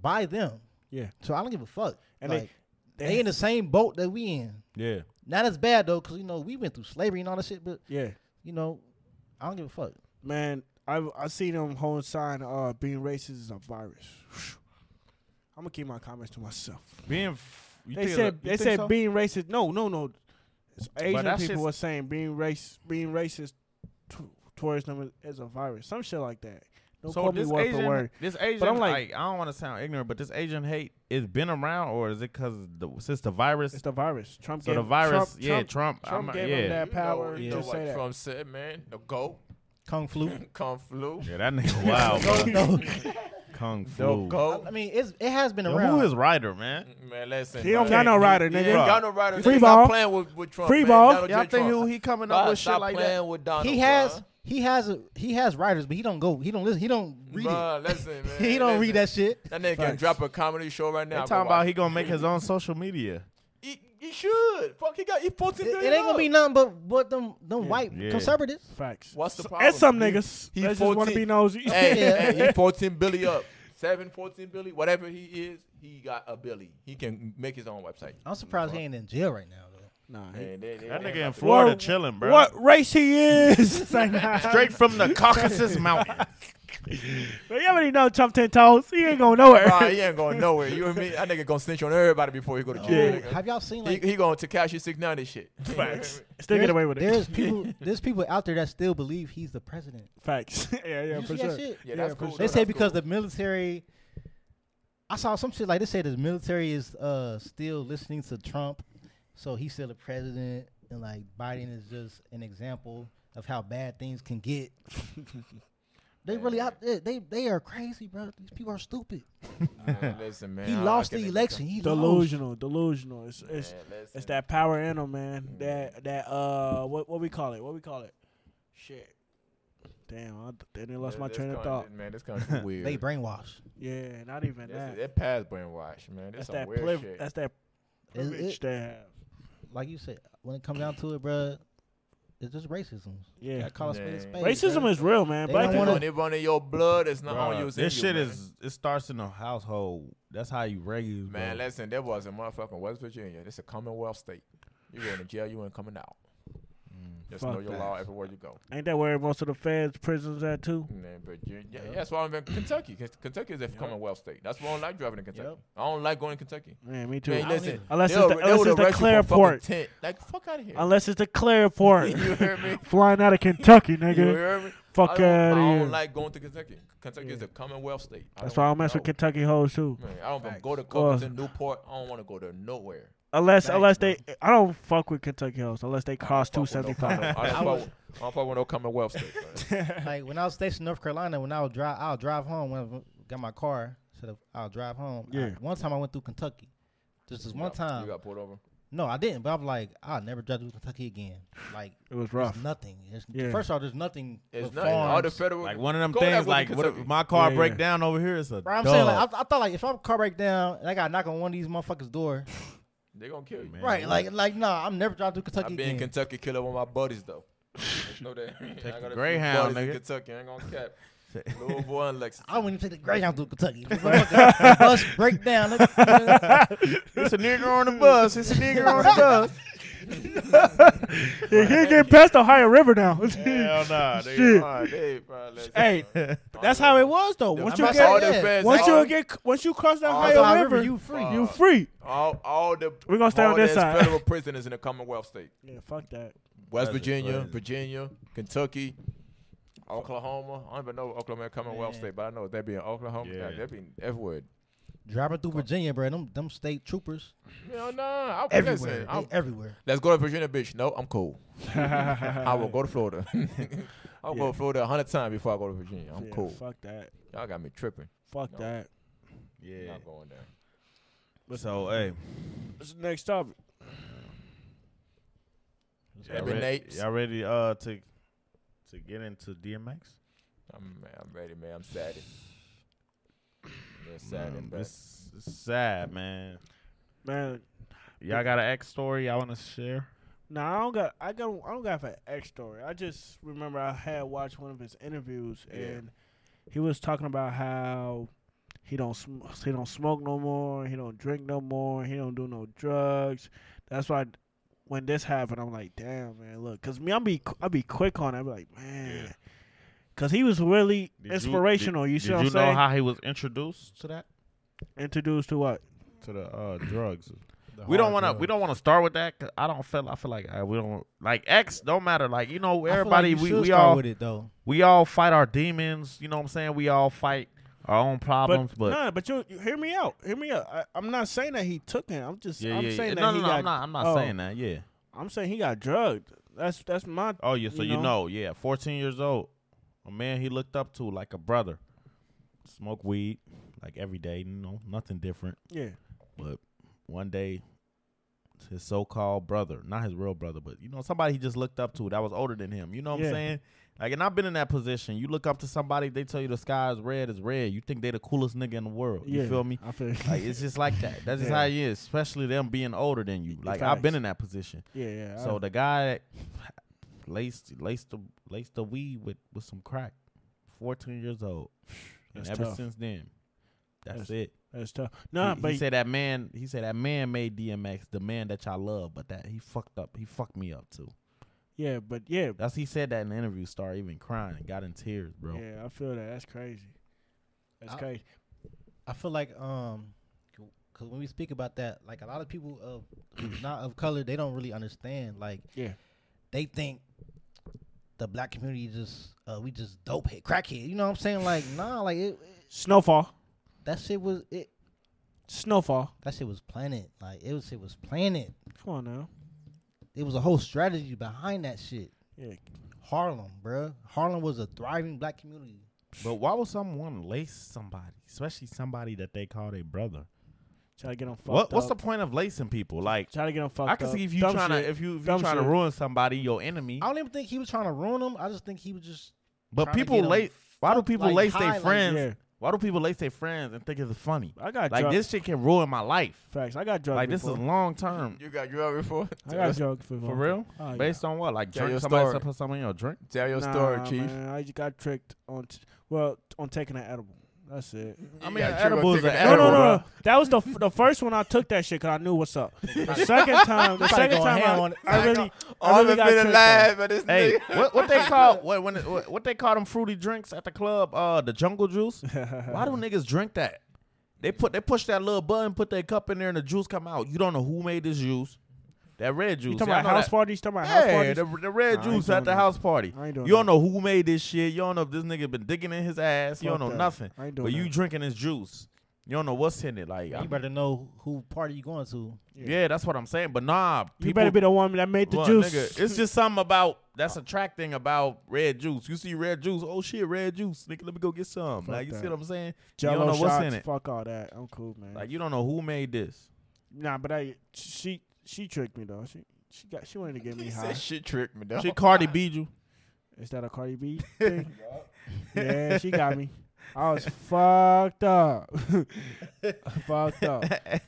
by them.
Yeah.
So I don't give a fuck.
And
like, they, in the same boat that we in.
Yeah.
Not as bad though, cause you know we went through slavery and all that shit, but
yeah.
you know I don't give a fuck.
Man, I I see them whole sign uh being racist is a virus. [sighs] I'm gonna keep my comments to myself.
Being. F- you
They
think-
said
you
they
think
said
so?
being racist. No, no, no. It's Asian
that
people
shit's-
were saying being race being racist t- towards them is a virus. Some shit like that. Don't
so
quote me
this
word
Asian,
for word.
this Asian,
I'm like-
like, I don't want to sound ignorant, but this Asian hate is been around, or is it because the since the virus?
It's the virus. Trump.
so
gave,
the virus,
Trump,
yeah,
Trump,
Trump,
Trump
I'm,
gave
yeah,
him that power
You
Yeah.
know
to
what
say that.
Trump said, man. The go,
Kung flu.
[coughs] come flu,
yeah, that nigga
[laughs]
wild,
No,
bro.
[laughs] no.
Kung
the
flu.
I
go.
mean, it's it has been
Yo,
around.
who is Ryder, man?
Man, listen.
He don't got
man.
no rider,
Yeah,
nigga.
Bruh.
got no rider.
Free
Nigga,
ball.
Stop playing with, with Trump.
Free
man.
ball.
Donald
Y'all
J.
think
Trump.
who he coming up
Stop-
with shit
stop
like
playing
that?
with Donald.
he
bruh.
has he has a he has writers, but he don't go. He don't listen. He don't read [laughs]
Bruh,
it.
listen, man.
he don't read that
listen.
shit.
That nigga can drop a comedy show right
They
now. I go
talking about
watch
he
it.
gonna make [laughs] his own social media.
He, he should. Fuck, he got he 14
It, it
billion
ain't gonna be
up.
nothing but what them them white
Yeah.
conservatives.
Facts.
What's the
S-
problem?
And some
He-
niggas
he
they just want to
14.
be nosy. [laughs]
hey,
Yeah.
hey, he 14 Billy up. 7, 14 Billy, whatever he is, he got a Billy. He can make his own website.
Oh.
I'm surprised he ain't in jail right now though.
nah, he-
Man, they- they
That
don't
nigga in
have to-
Florida
Whoa.
chilling, bro.
What race he is? [laughs] Like, nah.
[laughs] Straight from
[laughs]
the Caucasus Mountains.
But you already know Trump ten toes. He ain't going nowhere.
Nah, he ain't going nowhere. You and me, that nigga gonna snitch on everybody before he go to jail. nigga.
Have y'all seen
He,
like
he going to Takashi 690 shit.
Facts. [laughs] Still get away with it.
[laughs]
There's people there's people out there that still believe he's the president.
[laughs] Facts. [laughs] yeah, yeah,
you
for
see
sure.
that shit?
Yeah, that's
for
cool.
sure.
They
though.
say
That's
because
cool.
the military. I saw some shit like they say the military is uh still listening to Trump, so he's still the president,
[laughs]
and like Biden is just an example of how bad things can get. They really out there. They they are crazy, bro. These people are stupid.
Man, listen, man.
He
I don't
lost
like
the
that nigga.
election. He lost.
Delusional, delusional. It's it's
Man, listen.
it's that power in them, man. That that uh, what what we call it? What we call it? Shit. Damn, I then lost
This-
my
this
train of
country-
thought.
Man, this country weird.
[laughs] They brainwashed.
Yeah, not even
This
that.
is, that past brainwash, man. This
That's
some
that,
weird
priv-
shit.
that's that
Is
privilege
it-
they have.
Like you said, when it comes down to it, bro, it's just racism.
Yeah,
Gotta call a spade a
Yeah.
spade,
racism
bruh.
is real, man.
They
Black
don't
people,
wanna-
It's on in your blood. It's not on
Bruh,
you. It's in
this
you,
shit
man.
is it starts in the household. That's how you raise.
Man,
bro.
listen, there was a motherfucking West Virginia. This a Commonwealth state. You going to jail, you ain't coming out. Just
Fuck
know your
that.
law everywhere you go.
ain't that where most of the feds, prisons at too?
Man, Virginia, Mm, yeah, that's why
[clears throat]
I'm in Kentucky. Ken- Kentucky is a Commonwealth state. That's why I don't like driving in Kentucky.
Yep.
I don't like going to Kentucky.
Man, me too.
Man,
don't
listen,
either.
Unless
they'll-
it's the-
they
unless
would
it's the
arrest you for fucking
Clareport.
tent. Like fuck out of here.
Unless it's declared for it.
[laughs] you heard me?
[laughs] Flying out of Kentucky,
You
nigga.
heard me? I
Fuck
don't,
out
I
of
don't
here.
like going to Kentucky. Kentucky is
Yeah.
a Commonwealth state. I
That's
don't
why I
wanna
don't mess with
go.
Kentucky hoes too.
Man, I don't wanna go to
Well-
Covington, Newport. I don't want to go to nowhere.
Unless,
Thanks,
unless
bro.
they, I don't fuck with Kentucky hoes unless they cost
Fuck
two
with no
seventy
Commonwealth.
[laughs] five.
I
I
don't fuck
was-
with- I don't fuck with no Commonwealth state. man.
like when I was stationed in North Carolina, when I would drive, I'll drive home when I got my car. Instead of I'll drive home. I-
Yeah.
one time I went through Kentucky, just this
You
one
got-
time.
You got pulled over.
no, I didn't. But I'm like, I'll never drive through Kentucky again. Like
It [laughs] was
there's
rough.
nothing. There's,
Yeah.
First of all, there's nothing.
It's
but
nothing. All the
farms.
federal.
like one of them
Go that
things.
way
Like
to
what if
Kentucky.
my car
Yeah,
break
yeah.
down over here? It's a
Bro, I'm
dub.
saying like I, I thought like if my car break down and I got to knock on one of these motherfuckers' door,
They gonna kill you.
Man,
right?
what?
Like like nah, I'm never driving through Kentucky
I've been in
again.
Kentucky killer with my buddies though. Just
[laughs]
know that. I
the
got a few
Greyhound,
buddies in
nigga.
Kentucky. I ain't gonna cap.
[laughs]
Louisville and Lexington.
I wouldn't even take the Greyhound
[laughs]
through Kentucky. Motherfucker, Bus break down. nigga.
it's a nigger on the bus. It's a nigger [laughs] on the bus.
Yeah, he ain't getting past Ohio River now. [laughs]
Hell [laughs] nah, nigga.
Shit.
All day, bro, let's-
Hey, that's how it was though. Once you
I'm
get,
sorry.
all the
yeah.
feds,
once
all,
you get, once you cross that
Oh,
Ohio
Ohio
River,
River, you
you
free.
Fuck.
you free.
all, all the
We're gonna stay on
all
this
that's
side.
federal prisoners in the Commonwealth state.
Yeah, fuck that.
West
That's
Virginia,
crazy.
Virginia, Kentucky, Oklahoma. I don't even know Oklahoma and Commonwealth
Man.
state, but I know they be in Oklahoma.
Yeah.
they be everywhere.
Driving through Virginia, bro. Them them state troopers
Hell nah, I,
everywhere.
listen, I'm-
They everywhere.
Let's go to Virginia Beach. No, I'm cool.
[laughs]
I
Uh-huh.
will go to Florida. [laughs] I'll go to Florida a hundred times before I go to Virginia. I'm
Yeah,
cool.
Fuck that.
Y'all got me tripping.
Fuck
No.
that.
Yeah.
Not going there.
So hey,
What's the next topic?
y'all
Urban
ready,
Apes.
y'all ready uh to to get into DMX?
I'm, man, I'm ready, man. I'm sad. It's sad.
Man,
and bad.
It's it's sad, man.
Man,
Y'all got an X story y'all want to share?
No, I don't got. I got. I don't got an X story. I just remember I had watched one of his interviews,
Yeah.
and he was talking about how he don't sm- he don't smoke no more. He don't drink no more. He don't do no drugs. That's why when this happened, I'm like, damn man, look, cause me, I'm be I be quick on. it. I be like, man, cause he was really
Did you-
inspirational. You,
did
see what I'm
you know
saying?
how he was introduced to that
Introduced to what?
to the [clears throat] uh, drugs? we don't want to. We don't want to start with that. 'cause I don't feel. I feel like uh, we don't like X. Don't matter. Like you know, everybody. we we all
with it though.
we all fight our demons. You know what I'm saying? We all fight our own problems. But,
nah, but you, you hear me out. Hear me out. I, I'm not saying that he took it. I'm just
yeah,
I'm
yeah,
saying
yeah.
that
no,
he
no, no.
got
I'm not. I'm not
oh.
saying that. Yeah.
I'm saying he got drugged. That's that's my.
Oh yeah. So
You
you know.
know?
yeah. 14 years old, a man he looked up to like a brother. Smoke weed like every day. You know, nothing different.
Yeah,
But one day, his so-called brother, not his real brother, but you know, somebody he just looked up to that was older than him. You know what
Yeah.
I'm saying? Like, and I've been in that position. You look up to somebody, they tell you the sky is red is red. You think they the coolest nigga in the world.
Yeah,
You feel me?
I feel. [laughs]
Like it's just like that. That's just
Yeah.
how it is, especially them being older than you. Like I've been
Facts.
in that position.
yeah, yeah.
So
So
the guy laced laced the laced the weed with with some crack. Fourteen years old, and
That's
ever
tough.
since then, that's,
That's-
it.
that's tough. Nah,
he,
but
he said that man. He said that man made DMX the man that y'all love, but that he fucked up. He fucked me up too.
yeah, but yeah,
That's he said that in the interview. Started even crying, and got in tears, bro. Uh,
yeah. I feel that. That's crazy. That's
I-
crazy.
I feel like um, cause when we speak about that, like a lot of people of
[clears throat]
who's not of color, they don't really understand. Like
Yeah.
they think the black community just uh, we just dope hit crackhead. You know what I'm saying?
[laughs]
Like nah, like it, it-
Snowfall.
that shit was it.
Snowfall.
That shit was planet. Like it was it was planet.
Come on now.
It was a whole strategy behind that shit.
Yeah.
Harlem, bruh. Harlem was a thriving black community.
But why would someone lace somebody, especially somebody that they call their brother?
Try to get them fucked
What What's the
up.
point of lacing people? Like,
Try to get them fucked
I can
up.
see if you
Dumb
trying to
shit.
if you if you
Dumb
trying to
shit.
ruin somebody, your enemy.
I don't even think he was trying to ruin him. I just think he was just.
But
trying to
people
get 'em
lace. Why do
fucked,
people
like,
lace
high,
their
like,
friends?
yeah.
Why do people lace their friends and think it's funny?
I got
Like
drugged.
this shit can ruin my life.
Facts. I got drugged.
Like this is
before.
long term.
You got drugged before?
I got drugged for
For real?
Oh, yeah.
Based on what? Like
Tell your
drink somebody
story.
to put something in your drink?
Tell your
nah,
story, Chief.
Man, I just got tricked on. T- well, t- on taking an edible. That's it.
I
You
mean, an
got tricked on
edible is
taking
an
an
No,
edible,
no,
bro.
no. That was the f- the first one I took that shit because I knew what's up.
[laughs]
The second time, the
Probably
second
going
time
ham on it.
I, I really, I
All of
really
it
got tricked.
been
on.
alive, but this
Hey,
[laughs]
nigga.
what what they call what when it- what, what they call them fruity drinks at the club? Uh, the jungle
[laughs]
juice. [laughs] Why do niggas drink that? They put they push that little button, put their cup in there, and the juice come out. You don't know who made this juice. That red juice.
You talking
Yeah, I
about
know
house
that.
parties? Talking about house
Yeah,
parties?
the, the red
Nah, I ain't
juice at
doing
the
that.
house party.
I ain't
You
doing
don't
that.
know who made this shit. You don't know if this nigga been digging in his ass. You
Fuck
don't know
that.
nothing.
I ain't doing
But you
that.
drinking this juice. You don't know what's in it. Like,
You
I'm-
better know who party you going to.
yeah, that's what I'm saying. But nah, people,
You better be the woman that made the
Look,
juice.
nigga, it's just something about that's attracting about red juice. You see red juice, oh shit, red juice, nigga. Let me go get some.
Fuck
like you see
that.
what I'm saying?
Jello
you don't know what's
shots,
in it.
Fuck all that. I'm cool, man.
Like you don't know who made this.
nah, but I she she tricked me though. She she got she wanted to
[laughs]
get me
He
high.
said she tricked me, though.
Shit,
[laughs]
Cardi beat you.
Is that a Cardi
[laughs]
B thing? yeah, she got me. I was fucked up. [laughs] fucked
Oh.
up.
[laughs]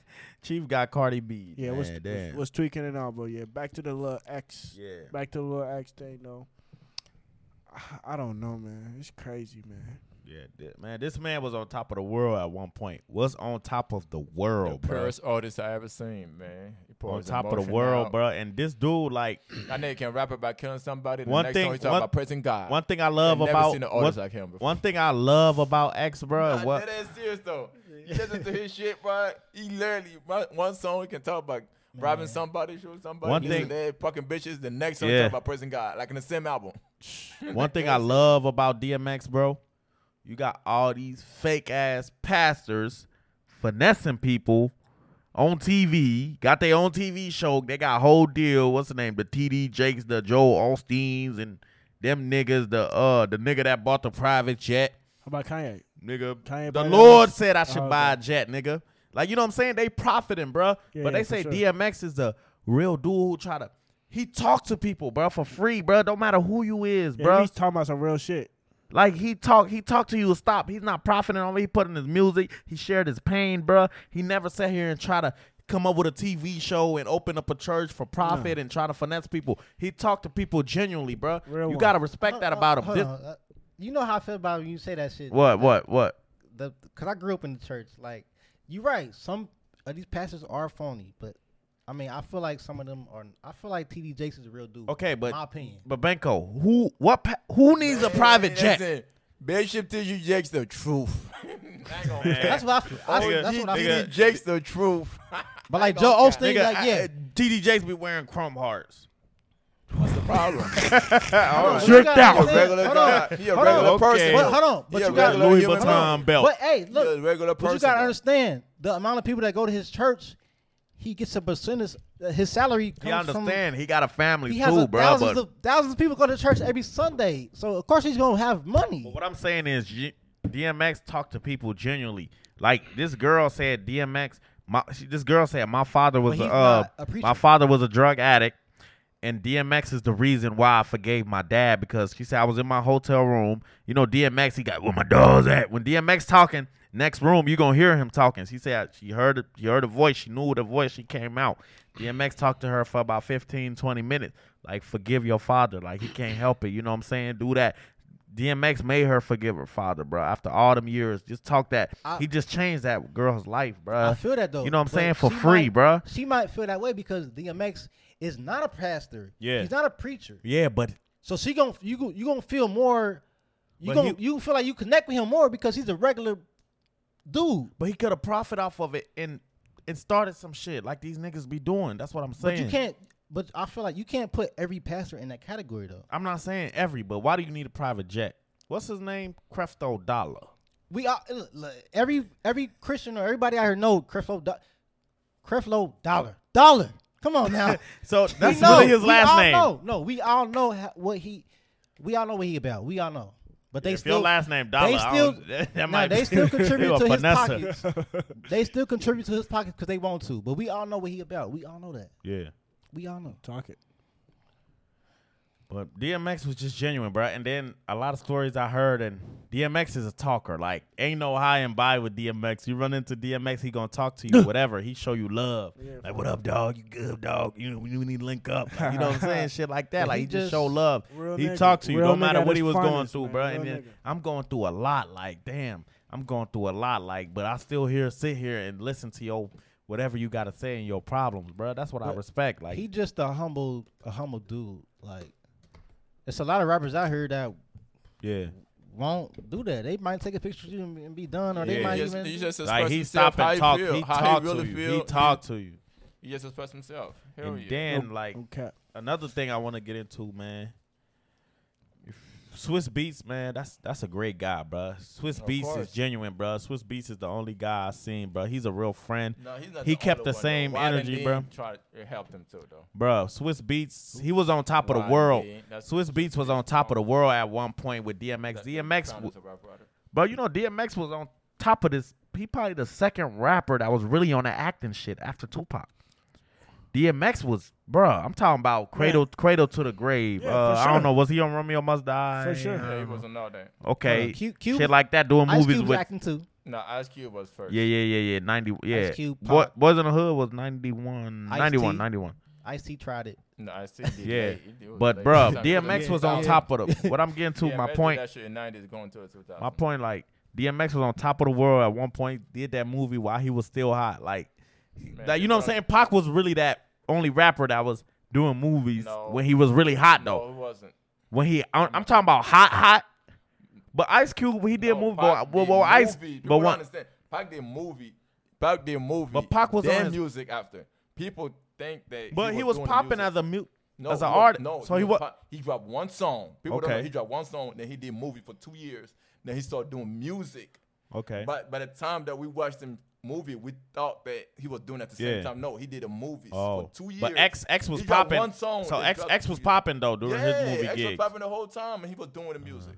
Chief got Cardi B.
Yeah,
man,
was, was
damn.
was tweaking and all, but yeah, back to the little X.
yeah.
Back to the little X thing though. [sighs] I- I don't know, man. It's crazy, man.
Yeah, thi- man, this man was on top of the world at one point. Was on top of the world,
the
bro.
purest Oh, artist I ever seen, man. He
On
pours
top of the
emotion
world,
out.
bro. And this dude, like,
That nigga can rap about killing somebody. The
One
next
thing-
song he talking
one-
about praising God.
one thing I love
never
about
seen an
one,
artist like him before.
one thing I love about X, bro.
Nah,
what?
That is serious though. You listen to his shit, bro. He literally one- one song he can talk about robbing somebody, shooting somebody,
One
using
thing-
their fucking bitches. The next song he
Yeah.
talk about praising God, like in the same album.
One thing I love about DMX, bro, you got all these fake ass pastors finessing people on TV. Got their own TV show. They got whole deal. What's the name? The TD Jakes, the Joe Austeens, and them niggas. The uh, the nigga that bought the private jet,
How about Kanye?
nigga.
Kanye
the
bought
Lord
that?
said I should
Oh,
buy a jet, nigga. Like you know what I'm saying? They profiting, bro.
Yeah,
but
yeah,
they
for
say
sure.
DMX is the real dude who try to. He talk to people, bro, for free, bro. Don't matter who you is,
Yeah,
bro.
he's talking about some real shit.
Like he talk, he talked to you. Stop. He's not profiting on it. He put in his music. He shared his pain, bruh. He never sat here and try to come up with a TV show and open up a church for profit and try to finesse people. He talked to people genuinely, bruh.
Real
you
one.
gotta respect that
Uh, uh,
about him.
hold
This-
on. Uh, You know how I feel about when you say that shit.
what? What? What?
the because I grew up in the church. Like you're right, some of these pastors are phony, but I mean I feel like some of them are. I feel like TD Jakes is a real dude.
Okay, but
my opinion.
but Benko, who what? pa- Who needs
[laughs]
a private
That's
jet?
it. Bishop T.G. Jakes the truth. I ain't gonna
That's what I feel. I,
[laughs] Nigga,
that's what I
nigga.
feel.
T.D. Jakes the truth.
But like Joe Osteen,
Nigga,
like yeah,
TD Jakes be wearing chrome hearts.
What's the
[laughs]
problem?
Oh,
But you
Jerked
gotta
out.
understand-
regular
hold
guy.
on,
He a
hold
regular
on.
person.
But hold on, but
He a
you gotta
regular
Louis
human
Vuitton
being.
belt.
But hey,
He
look,
a regular
But you
person,
gotta
though.
understand the amount of people that go to his church. He gets a percentage. uh, His salary
He
comes from.
understand. He got a family
He has
too,
a
bruh.
thousands
But
of thousands of people go to church every Sunday, so of course he's gonna have money.
But what I'm saying is, G- DMX talked to people genuinely. Like this girl said, DMX. My she, this girl said my father was a,
he's
uh,
not a preacher.
my father was a drug addict, and DMX is the reason why I forgave my dad because she said I was in my hotel room. You know, DMX he got where my dog's at. When DMX talking next room, you gonna hear him talking. She said she heard it, she heard a voice. She knew the voice. She came out. DMX talked to her for about 15, 20 minutes. Like forgive your father. Like he can't help it. You know what I'm saying? Do that. DMX made her forgive her father, bro. After all them years, just talk that
I-
he just changed that girl's life, bro.
I feel that though.
You know what I'm
but
saying? For
she
free,
might-
bro.
She might feel that way because DMX is not a pastor.
Yeah.
he's not a preacher.
Yeah, but
So she gon' you gon- you gonna feel more. You
But
gonna
he-
you feel like you connect with him more because he's a regular dude.
but he could have profit off of it and and started some shit like these niggas be doing. That's what I'm saying.
But you can't. But I feel like you can't put every pastor in that category though.
I'm not saying every, but why do you need a private jet? What's his name? Crefto Dollar.
We all look, look, every every Christian or everybody out here know Creflo Do- Creflo Dollar Dollar. Come on now.
So
We
[laughs] that's
know.
really his
We
last
all
name.
know. No, we all know how, what he. We all know what he about. We all know. But they
if
still
your last name Dollar,
they
I
still-
don't- [laughs] that
nah,
might
they
be-
still contribute
you [laughs] a
to his
finesser.
pockets.
[laughs]
They still contribute to his pockets because they want to. But we all know what he about. We all know that.
Yeah.
We all know.
Talk it.
But DMX was just genuine, bro. And then a lot of stories I heard, and DMX is a talker. Like, ain't no high and by with DMX. You run into DMX, he gonna
[laughs]
talk to you, whatever. He show you love. Like, what up, dog? You good, dog? You know, we need to link up. Like, you know what
[laughs]
I'm saying? Shit like that.
Yeah,
Like,
he
he just
just-
show love.
Real
He
nigga.
talked to you,
Real
no matter
nigga at
what
his
he was going
finest,
through,
man.
bro.
Real
And then
nigga.
I'm going through a lot. Like, damn, I'm going through a lot. Like, but I still here, sit here and listen to your whatever you gotta say and your problems, bro. That's what I
But
respect. Like,
he just a humble, a humble dude. Like, it's a lot of rappers out here that
yeah.
won't do that. They might take a picture of you and, and be done, or they
Yeah.
might
You
even.
just, you just express
Like he
himself
stopped
how
and
he
talked.
feel,
He
how
talked
he really
to you.
feel.
He talked to you.
He just expressed himself. Hell
And
yeah.
then like
Okay.
another thing I want to get into, man. Swiss Beats, man, that's that's a great guy, bro. Swiss
Of
Beats
course.
is genuine, bro. Swiss Beats is the only guy I seen, bro. He's a real friend,
no, he's not
he
the
kept
only
the
one,
same
though. Why
energy,
didn't
bro.
Dean Try to help him too, though.
bro. Swiss Beats, he was on top of the
Why
world.
Dean? That's-
Swiss Beats was on top of the world at one point with DMX. DMX,
Sound
w-
as a rap writer.
bro, you know DMX was on top of this. He probably the second rapper that was really on the acting shit after Tupac. DMX was, bro. I'm talking about cradle, cradle to the grave.
Yeah,
uh,
for
I
sure.
don't know. Was he on Romeo Must Die?
For sure.
Yeah, he was on all that.
Okay,
Uh, Q- Q-
shit like that doing
Ice
movies
Cube
with.
acting too.
No, Ice Cube was first.
Yeah, yeah, yeah, yeah. Ninety, yeah.
Cube,
What
Pac.
was in the hood was 91,
Ice-T.
91, 91.
Ice T tried it.
No, I see. Did
[laughs] Yeah.
late. He was
But
late.
bro,
Sound good.
DMX was
Yeah,
on
yeah.
top of the. What I'm getting to,
Yeah,
my
Mel did
point.
That shit in '90s going to 2000.
My point, like DMX was on top of the world at one point. Did that movie while he was still hot, like, like you know what I'm saying. Pac was really that only rapper that was doing movies
No.
when he was really hot though.
No, it wasn't.
When he, I'm, I'm talking about hot, hot. But Ice Cube, he did
no,
move.
Pac
But well,
did
well, Ice,
movie. People
but
don't
one,
understand. Pac did movie. Pac did movie.
But Pac was
then
on his-
music after. People think that.
but he was
doing
popping
music.
as a mute,
No,
as an
he was-
artist.
No,
so he was.
pop- He dropped one song. People don't know.
Okay.
He dropped one song. Then he did movie for two years. Then he started doing music.
Okay.
But by the time that we watched him movie, we thought that he was doing it at the same
Yeah.
time. No, he did a movie
Oh,
for two years.
but X X was
He dropped
popping.
One song.
So
then
X
dropped
X
two
was
years.
popping though during
yeah,
his movie
X was
gigs. Uh-huh.
popping the whole time, and he was doing the music.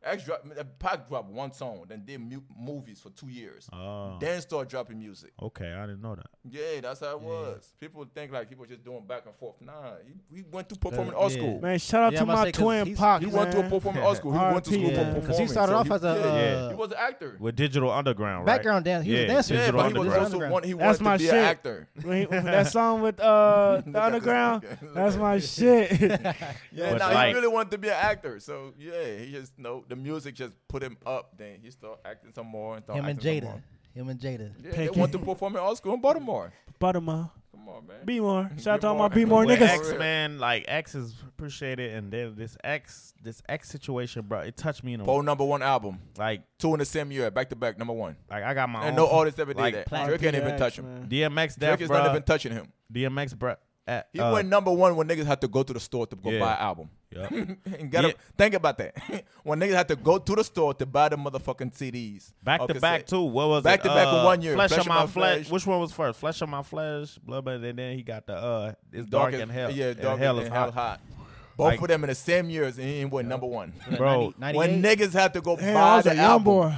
X dropped, Pac dropped one song, then did mu- movies for two years.
Oh,
Then started dropping music.
okay, I didn't know that.
Yeah, that's how it was. People think like he was just doing back and forth. Nah, he, he went through performing art
yeah.
school.
Man, shout out
Yeah,
to
I'm about
my
to say, 'cause
twin
he's-
Pac.
He
you
went to a
man.
performing art school. He went to
R.I.P.,
school
yeah.
for
'Cause he
performing.
started off
he,
as a,
yeah,
uh,
he was an actor.
With Digital Underground, right?
Background dance. He was
Yeah,
a dancer.
yeah,
Digital
but he was
Underground.
also one. He
That's
wanted
my
to be
shit.
an actor.
[laughs]
When he- when that song with uh
Look at
the
this
underground,
nigga.
that's
Look
my
at
shit. [laughs]
Yeah,
But
now
like-
he really wanted to be an actor. So yeah, he just no. The music just put him up. Then he started acting some more. And started
Him and
acting some
Jada.
more.
Him and Jada.
Yeah, they went to perform in art school in Baltimore.
Buttermore,
Come on, man.
B
[laughs]
more. Shout out to all my
more.
B more
Where
With
Niggas.
X
niggas.
man, like X is appreciated, and then this X, this X situation, bro, it touched me in a
Poll number one album,
like,
two in the same year, back to back, number one.
like I got my
And
own.
no
Oh,
artist ever did
like,
that.
Platinum
Drake ain't even
PX,
touch him.
man.
DMX
Drake
death,
is not
bro.
even touching him.
DMX, bro. At,
He
uh,
went number one when niggas had to go to the store to go
Yeah.
buy an album. [clears throat]
yeah.
and gotta
Yeah.
think about that. [laughs] when niggas had to go to the store to buy the motherfucking CDs.
Back
or
to back
cassette.
too. What was
Back
it?
to back
Uh,
in one year.
Flesh, of my flesh. Which one was first? Flesh of my flesh. Blah blah. And then he got the uh, it's dark,
as-
and hell.
Yeah,
and
dark and
hell
hell
is
hot.
hot.
Both
Like-
of them in the same years, and he went
[laughs]
number one.
Bro,
90,
When
98,
niggas had to go
Damn,
buy
I was
the
a young
album,
boy.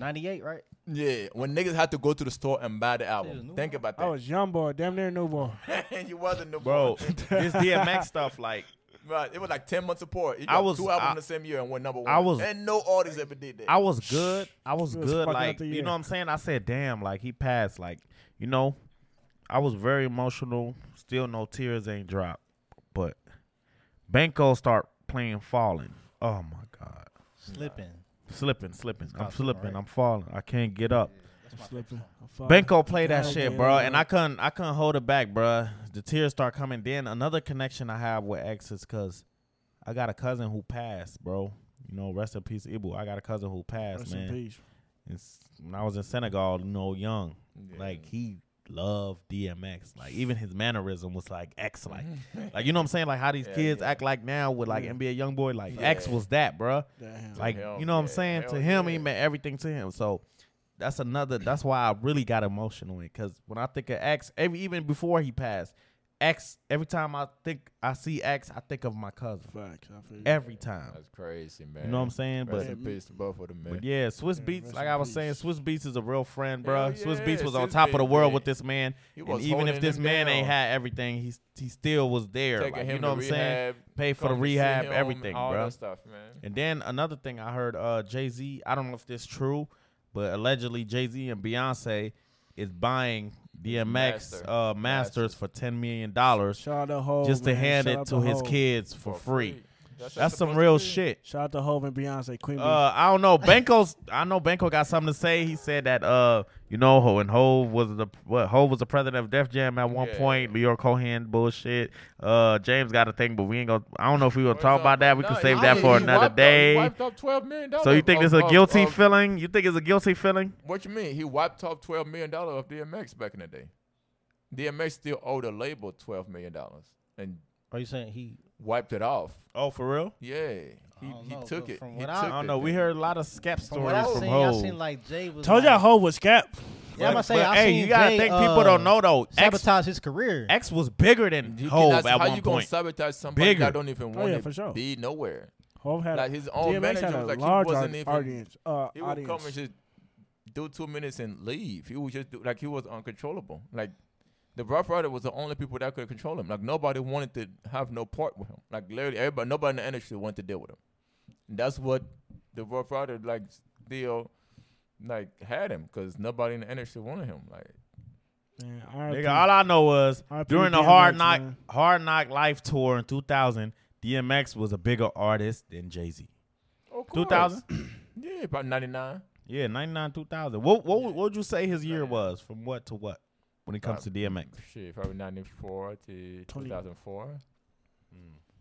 ninety-eight, right?
yeah. When niggas had to go to the store and buy the
was
album,
new.
think about that.
I was young boy, damn near new boy.
[laughs] you wasn't no
bro, this DMX stuff like
Right, it was like ten months apart. He
I
dropped
was-
two albums
I-
in the same year and went number one.
I was-
and no artist ever did that.
I was good. I was
It was
good.
fucking up
Like
the
you
year.
know what I'm saying? I said, damn, like he passed. Like, you know, I was very emotional. Still no tears ain't dropped. But Banco start playing falling. Oh my God.
Slipping.
Slipping, slipping. I'm
Stop slipping,
slipping.
right?
I'm falling. I can't get up.
I'm slipping. I'm falling.
Benko play that
God
shit,
damn
bro,
it.
and I couldn't I couldn't hold it back, bro. The tears start coming. Then another connection I have with X is cause I got a cousin who passed, bro. You know, rest in peace, Ibu. I got a cousin who passed,
Rest
man.
in peace.
It's, when I was in Senegal, you know, young,
Yeah.
like he loved DMX. Like even his mannerism was like X,
[laughs]
like, um, like you know what I'm saying? Like how these
Mm-hmm. Yeah,
kids
yeah.
act like now with like
Yeah.
NBA YoungBoy, like X
Yeah.
was that, bruh.
Damn.
Like
him,
you know what I'm
yeah.
saying?
Hell
to him, he
yeah.
meant everything to him. So that's another. That's why I really got emotional because when I think of X, every even before he passed, X. Every time I think I see X, I think of my cousin.
Facts. I feel you.
Every time.
That's crazy, man.
You know what I'm saying? But
Rest in peace to both of them, man.
But yeah, Swiss
Yeah,
Beats,
rest
like
in
I was
peace.
saying, Swiss Beats is a real friend,
Hell
bro. Swiss
yeah,
Beats was on
Swiss
top of the
Beats,
world
man.
with this man,
He
and
was
even
holding
if this
him
man ain't
down.
had everything, he he still was there.
Taking
Like,
him
you know
to
what I'm saying?
rehab,
Pay for the
come to see
rehab,
him,
everything,
all
bro.
that stuff, man.
And then another thing I heard, uh, Jay Z. I don't know if this true, but allegedly Jay Z and Beyonce is buying DMX
Master.
uh, masters
Masters.
for ten million dollars
Shout out to Hov.
just to
man.
hand
Shout
it
out
to his
Hov.
kids for, free.
That's,
That's some real shit.
Shout out to Hov and Beyonce. Queen Bee.
Uh, I don't know. Banko's. I know Banko got something to say. He said that uh, you know, Ho and Hove was the what Hove was the president of Def Jam at one
Yeah.
point. Leo Cohen bullshit. Uh, James got a thing, but we ain't gonna. I don't know if we gonna talk about that. We can save that for another day. So you think this is a guilty feeling? You think it's a guilty feeling?
What you mean? He wiped off twelve million dollars of DMX back in the day. DMX still owed a label twelve million dollars and
Are you saying he?
wiped it off.
Oh, for real?
Yeah, he,
don't
he
know,
took
but
it.
from
He
what
took
I-
I don't
it
know. We
then.
heard a lot of scap
From what I
stories from
seen, I
Hove.
seen like Jay was.
Told
like,
y'all Hov was cap.
Yeah, I'm gonna say
But,
I
hey,
seen
you gotta
Jay,
think people don't
uh,
know though. X,
Sabotage his career.
X was bigger than
You
Hove
cannot-
at
how
one
you gonna
point.
sabotage somebody
Bigger.
that don't even want
yeah,
to
for sure.
be nowhere?
Hov had
Like his own
DMX
manager
had a
was like he
large
wasn't
audi-
even-
audience. Uh,
He would
audience.
come and just do two minutes and leave. He was just do, like he was uncontrollable. Like the Rough Rider was the only people that could control him. Like nobody wanted to have no part with him. Like literally everybody, nobody in the industry wanted to deal with him. And that's what the Rough Rider like still like had him because nobody in the industry wanted him. Like
Man,
Nigga,
RIP.
all I know was
RIP
during the
DMX,
Hard Knock
man.
Hard Knock Life tour in 2000, DMX was a bigger artist than Jay Z.
of course.
2000,
[coughs] yeah, about ninety nine.
yeah, 99, 2000. What what would- what would you say his year was from what to what when it comes to DMX?
Shit, probably ninety four to two
Twenty.
thousand four,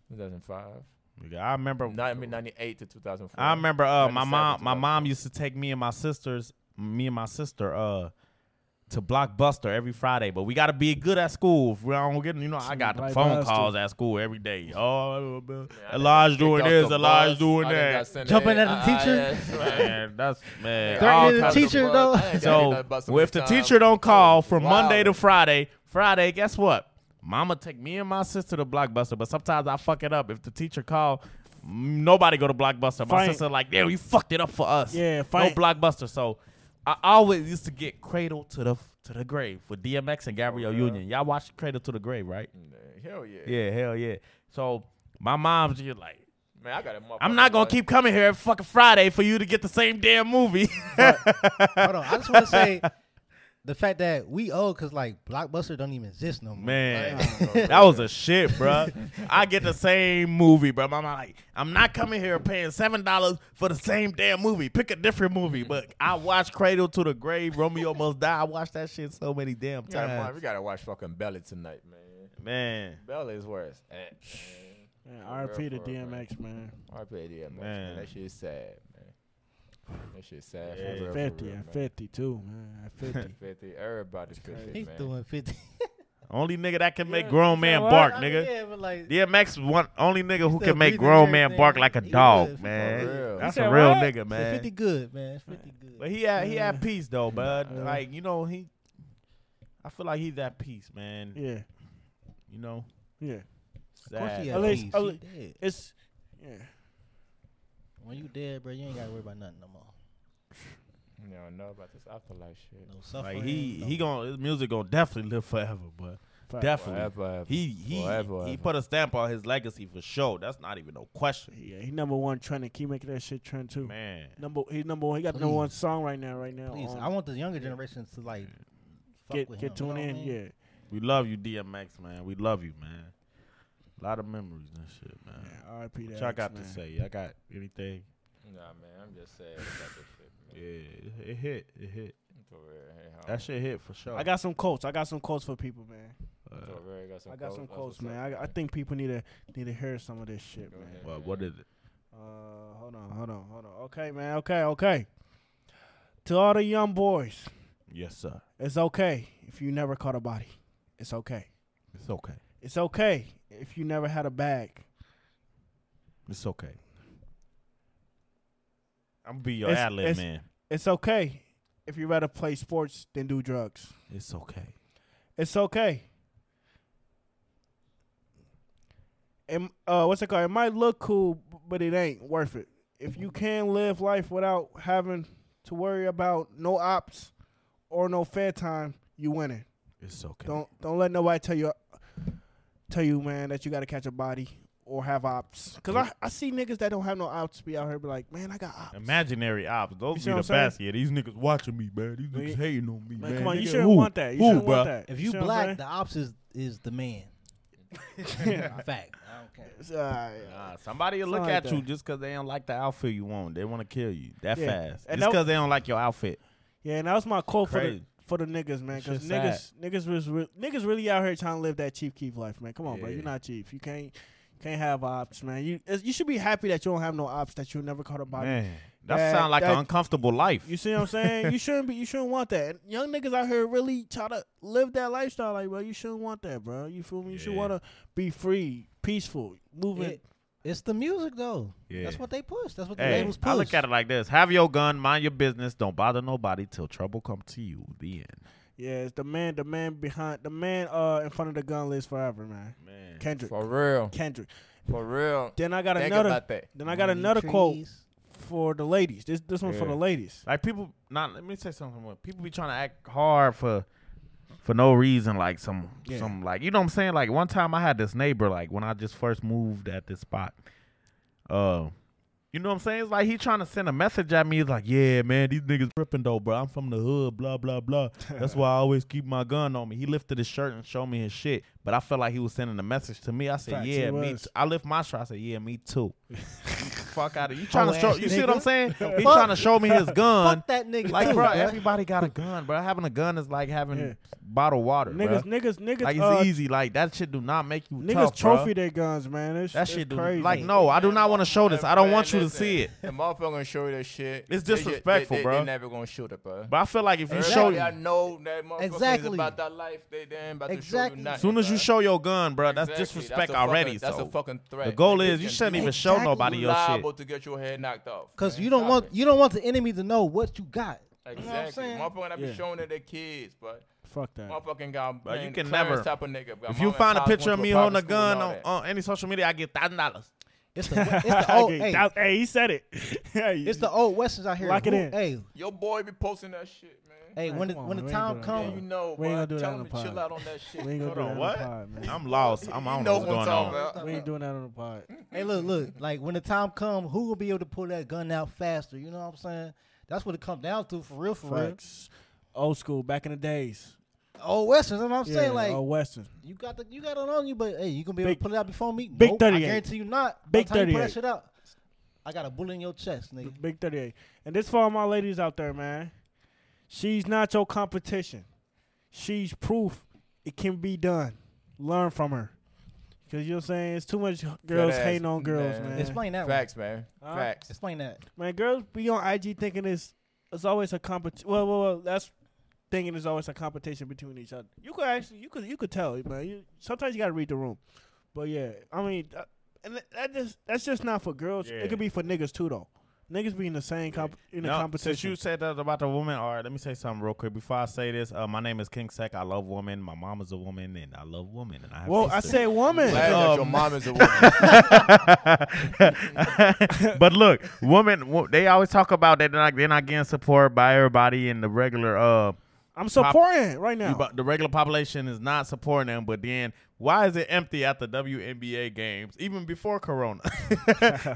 two thousand five.
Nigga, I remember
Not I mean ninety eight to two thousand four.
I remember uh my
97,
mom my
2000.
mom used to take me and my sisters me and my sister uh to Blockbuster every Friday, but we gotta be good at school. If we don't get, you know, I got the phone
Blockbuster.
calls at school every day. Oh,
I
Elijah doing
Kicked off
this,
the
Elijah
bus.
doing
I done
that.
got sent
Jumping
that.
at the
I- I-
teacher?
yeah, that's right.
Uh, Man, that's man.
Threatening
all
the
kinds
kinds
of-
of
teacher,
bus.
though.
I ain't got hit
So
nothing but some
well, if the
time.
teacher don't call from
Wow.
Monday to Friday, Friday, guess what? Mama take me and my sister to Blockbuster, but sometimes I fuck it up. If the teacher call, m- nobody go to Blockbuster. My
Fight.
sister like, yeah, you fucked it up for us.
Yeah, fight.
no Blockbuster. So I always used to get Cradle to the to the Grave with DMX and Gabrielle
Oh, yeah.
Union. Y'all watched Cradle to the Grave, right?
hell yeah.
Yeah, hell yeah. So my mom's just like.
man, I got a
I'm
motherfucking
not gonna
bus.
keep coming here every fucking Friday for you to get the same damn movie.
Hold on, I just want to say the fact that we owe because like Blockbuster don't even exist no more.
Man,
Like-
that was a shit, bruh. I get the same movie, bro. I'm like, I'm not coming here paying seven dollars for the same damn movie. Pick a different movie. But I watched Cradle to the Grave, Romeo Must Die. I watched that shit so many damn
Tell my mom,
times.
we gotta watch fucking Belly tonight, man.
Man,
Belly is worse. Eh,
Man, RIP to
Real for real, man.
DMX, man.
RIP to DMX,
Man.
man. That shit is sad, man. That shit is
Yeah.
sad. For real, for
Fifty
real,
and
man.
fifty too, man. At
[laughs]
Fifty.
50. Everybody's 50,
he's
man.
doing fifty.
only nigga that can make
Yeah,
grown man
[laughs]
bark,
I mean,
nigga.
yeah, but like,
DMX one only nigga who
Still
can make
breathing
grown
and
man bark
everything.
like a
He
dog,
good, for
real.
man.
He
That's
said
a real
what?
nigga,
man.
man.
fifty good, man. It's Fifty good.
But he had he had
Yeah.
peace though, bud.
Yeah.
Like you know he, I feel like he's at peace, man.
Yeah,
You know,
yeah.
of course
sad.
he
At
had
least-
peace.
at
He
least-
dead.
It's yeah.
When you dead, bro, you ain't gotta worry about nothing no more.
You don't know about this afterlife shit.
No suffering.
Like he
no
he gon' his music gonna definitely live forever, but
Fact.
definitely
Forever.
he he
Forever,
he
ever.
put a stamp on his legacy for sure. That's not even no question,
Yeah, he number one trending. Keep making that shit trend too.
man.
Number he's number one. He got the number one
Please.
song right now. Right now.
Please,
on-
I want the younger generations to like fuck
get
with
get
him, you
tuned
know what I
in.
mean?
Yeah.
We love you, DMX, man. We love you, man. A lot of memories and shit, man.
Uh,
yeah. R.I.P.
What
to
y'all
X,
got
man.
to say? Y'all got anything?
Nah, man. I'm just sad about this shit, man.
Yeah, it- it hit, it hit.
For real. Hey, how-
That shit hit for sure.
I got some quotes. I got some quotes for people, man.
Uh,
for real, got some
I got some
that's
quotes,
what's
man.
up,
I, I think people need to need to hear some of this shit,
Go
man.
ahead.
what, what is it?
Uh, hold on, hold on, hold on. Okay, man. Okay, okay. To all the young boys,
Yes, sir.
it's okay if you never caught a body. It's okay.
It's okay.
It's okay if you never had a bag.
It's okay. I'm gonna be your
It's-
ad lib
it's-
man.
It's okay if you rather play sports than do drugs.
It's okay.
It's okay and uh, what's it called? It might look cool, b- but it ain't worth it. If you can live life without having to worry about no ops or no fair time, you winning.
It's okay.
Don't don't let nobody tell you tell you man that you got to catch a body or have ops. Cause I, I see niggas that don't have no ops be out here be like, man, I got ops.
Imaginary ops. Those
see
be
what
the
I'm saying?
best. Yeah, these niggas watching me, man. These
Man,
niggas hating on me, man.
Man, come on, you
Nigga,
shouldn't
who?
want that. You
who,
shouldn't
bruh?
want that.
If you
see what I'm
black,
saying?
the ops is, is
[laughs]
the man. [laughs] Fact. I don't care.
It's, uh,
Nah, somebody will
Something
look
like
at you
that.
just because they don't like the outfit you want. They want to kill you that
Yeah.
fast.
And that-
just because they don't like your outfit.
Yeah, and that was my quote for the
Crazy.
for the niggas, man. Cause
Shit's
niggas, niggas was re- niggas really out here trying to live that Chief Keef life, man. Come on, bro,
Yeah.
you're not Chief. You can't you can't have ops, man. You it's- you should be happy that you don't have no ops, that you never caught a body.
Man, that,
That-
sound like
that-
an uncomfortable life.
You see what I'm saying? you shouldn't be. You shouldn't want that. And young niggas out here really try to live that lifestyle, like bro. You shouldn't want that, bro. You feel me? You should
Yeah.
want to be free, peaceful, moving.
It- it's the music though.
Yeah.
That's what they push. That's what the
hey,
labels push.
I look at it like this: Have your gun, mind your business, don't bother nobody till trouble come to you. The end.
Yeah, it's the man, the man behind, the man uh in front of the gun lives forever, man.
Man,
Kendrick,
For real.
Kendrick.
For real.
Then I got
Think
another.
about that.
Then I got
Money,
another quote
trees.
for the ladies. This this one for
Yeah.
the ladies.
like people. Not let me say something. More. People be trying to act hard for for no reason. Like some
Yeah.
some like you know what I'm saying. Like one time I had this neighbor. Like when I just first moved at this spot. Uh, you know what I'm saying? It's like he trying to send a message at me. He's like, "Yeah, man, these niggas ripping though, bro. I'm from the hood, blah
[laughs]
blah blah. That's why I always keep my gun on me." He lifted his shirt and showed me his shit, but I felt like he was sending a message to me. I said,
Facts, he
"Yeah, me."
was.
T-. I lift my shirt. I said, "Yeah, me
[laughs]
too." Fuck out of you trying to show.
Hoe-ass
You see what I'm
nigga.
saying? He
Fuck.
trying to show
[laughs]
me his gun.
Fuck that nigga.
Like,
too,
bro,
bruh.
everybody got a gun, bro. Having a gun is like having
Yeah.
bottled water,
Niggas,
bruh.
niggas, niggas,
Like, it's
uh,
easy. Like, that shit do not make you
niggas
tough,
trophy
bruh.
their guns, man. It's,
That
it's
shit do
crazy.
like no. Oh, I do not want to show this. I don't want you to see it.
The motherfucker gonna show you that shit.
It's
They ju- they-
disrespectful,
they, they,
bro.
never gonna shoot it, bro.
But I feel like if you
Everybody
show,
I
as
know that motherfucker is
Exactly.
about that life. They, they ain't about to show
Exactly.
you nothing.
soon as you
bruh.
show your gun, bro, that's
Exactly.
disrespect
a
already.
Fucking, that's
so
a fucking threat.
the goal
Niggas
is you
can
shouldn't
be
even show
Exactly.
nobody your shit.
liable to get your head knocked off.
Cause
man.
you don't
Stop
want
it.
you don't want the enemy to know what you got.
Exactly.
know what I'm saying?
Motherfucker that be
Yeah.
showing to their kids, but
Fuck that. [laughs]
motherfucking got
Bro, you
man,
can
Clarence
never-
type of nigga. Got
If you
mom and
find a
pops
picture of
went to
me
private
holding a
school
gun
and all
on,
that.
on any social media, I get thousand dollars.
It's the
[laughs]
it's the old
Okay,
hey,
that- he said it. [laughs] hey,
it's the old westerns out here.
Lock it
Who-
in.
Hey
Your boy be posting that shit, man.
hey
Man,
when the,
come on,
when the
man, we ain't
time
doing
comes
Yeah, you know,
We ain't
bro.
gonna do that
Tell
on
him
the
to chill
pod.
out on that shit.
we ain't gonna
Hold
do that
on.
on
what?
the pod, man.
I'm lost. I'm I don't
You know
know
what
what's going
I'm talking
on.
about.
we ain't doing that on the pod.
Hey, look, look. Like when the time come, who will be able to pull that gun out faster? You know what I'm saying? That's what it comes down to, for real, for
Facts. Old school, back in the days. uh,
real. Old westerns. You know what I'm saying? Like
old Western.
you got the you got it on you, but hey, you gonna be able
Big-
to pull it out before me?
Big
Nope,
38.
I guarantee you not. By
Big
the time you pull that
38.
shit out, I got a bullet in your chest, nigga.
Big 38. And this for all my ladies out there, man. She's not your competition. She's proof it can be done. Learn from her. Cause you're saying it's too much girls
ass,
hating on girls,
man.
man.
Explain that. One.
Facts, man.
Huh?
Facts.
Explain that.
Man, girls be on IG thinking it's it's always a competition. Well, well, well, that's thinking it's always a competition between each other. You could actually, you could, you could tell, man. You sometimes you gotta read the room, but yeah, I mean, uh, and that- that just that's just not for girls.
Yeah.
It could be for niggas too, though. Niggas be in the same comp in the
Now, Since
competition.
you said that about the woman, all right, let me say something real quick before I say this. Uh, my name is King Sec. I love women. My mom is a woman, and I love women. And I have
well, I
sisters.
say woman. Uh,
Glad that your
Um,
mom
[laughs]
is a
[laughs]
woman.
but look, women, wo- they always talk about that they're not, they're not getting support by everybody in the regular uh
I'm supporting right now.
you bu- the regular population is not supporting them. But then, why is it empty at the WNBA games even before Corona?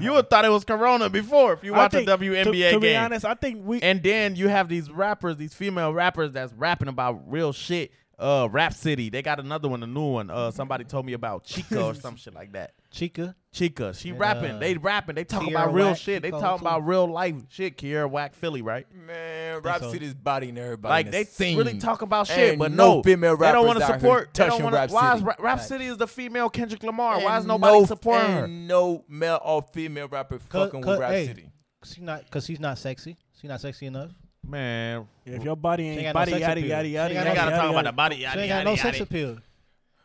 [laughs] you would thought it was Corona before if you
I
watch the
think,
WNBA
to, to
game.
be honest, I think we
And then you have these rappers, these female rappers that's rapping about real shit. Uh, Rap City. They got another one, a new one. Uh, somebody told me about Chica
[laughs]
or some shit like that.
Chica.
Chica, she
And,
rapping.
uh,
they rapping. They talking
Kiara
about real
Wack,
shit. They
Chico,
talking
too.
about real life shit. Kiera Wack, Philly, right?
Man, Rob
so.
City's bodying everybody.
Like
in
they
the scene.
really talk about shit,
Ain't
but
no
no,
female
they don't
rappers
wanna
out here
support. They don't
touching
want to.
Rap
Why is
City.
Ra- Rap
Facts.
City is the female Kendrick Lamar? why is
Ain't
nobody
no,
supporting
ain't
her?
No male or female rapper fucking
cut-
with Rap
hey.
City.
She not cause she's not sexy. She's not sexy enough.
Man,
if your body
ain't
ain't
got no
body
sex
yada
appeal.
yada
She
yada
ain't
they
got no-
gotta
yada
talk about the
yada.
body.
she
Yada,
ain't got
yada,
no
yada.
sex appeal.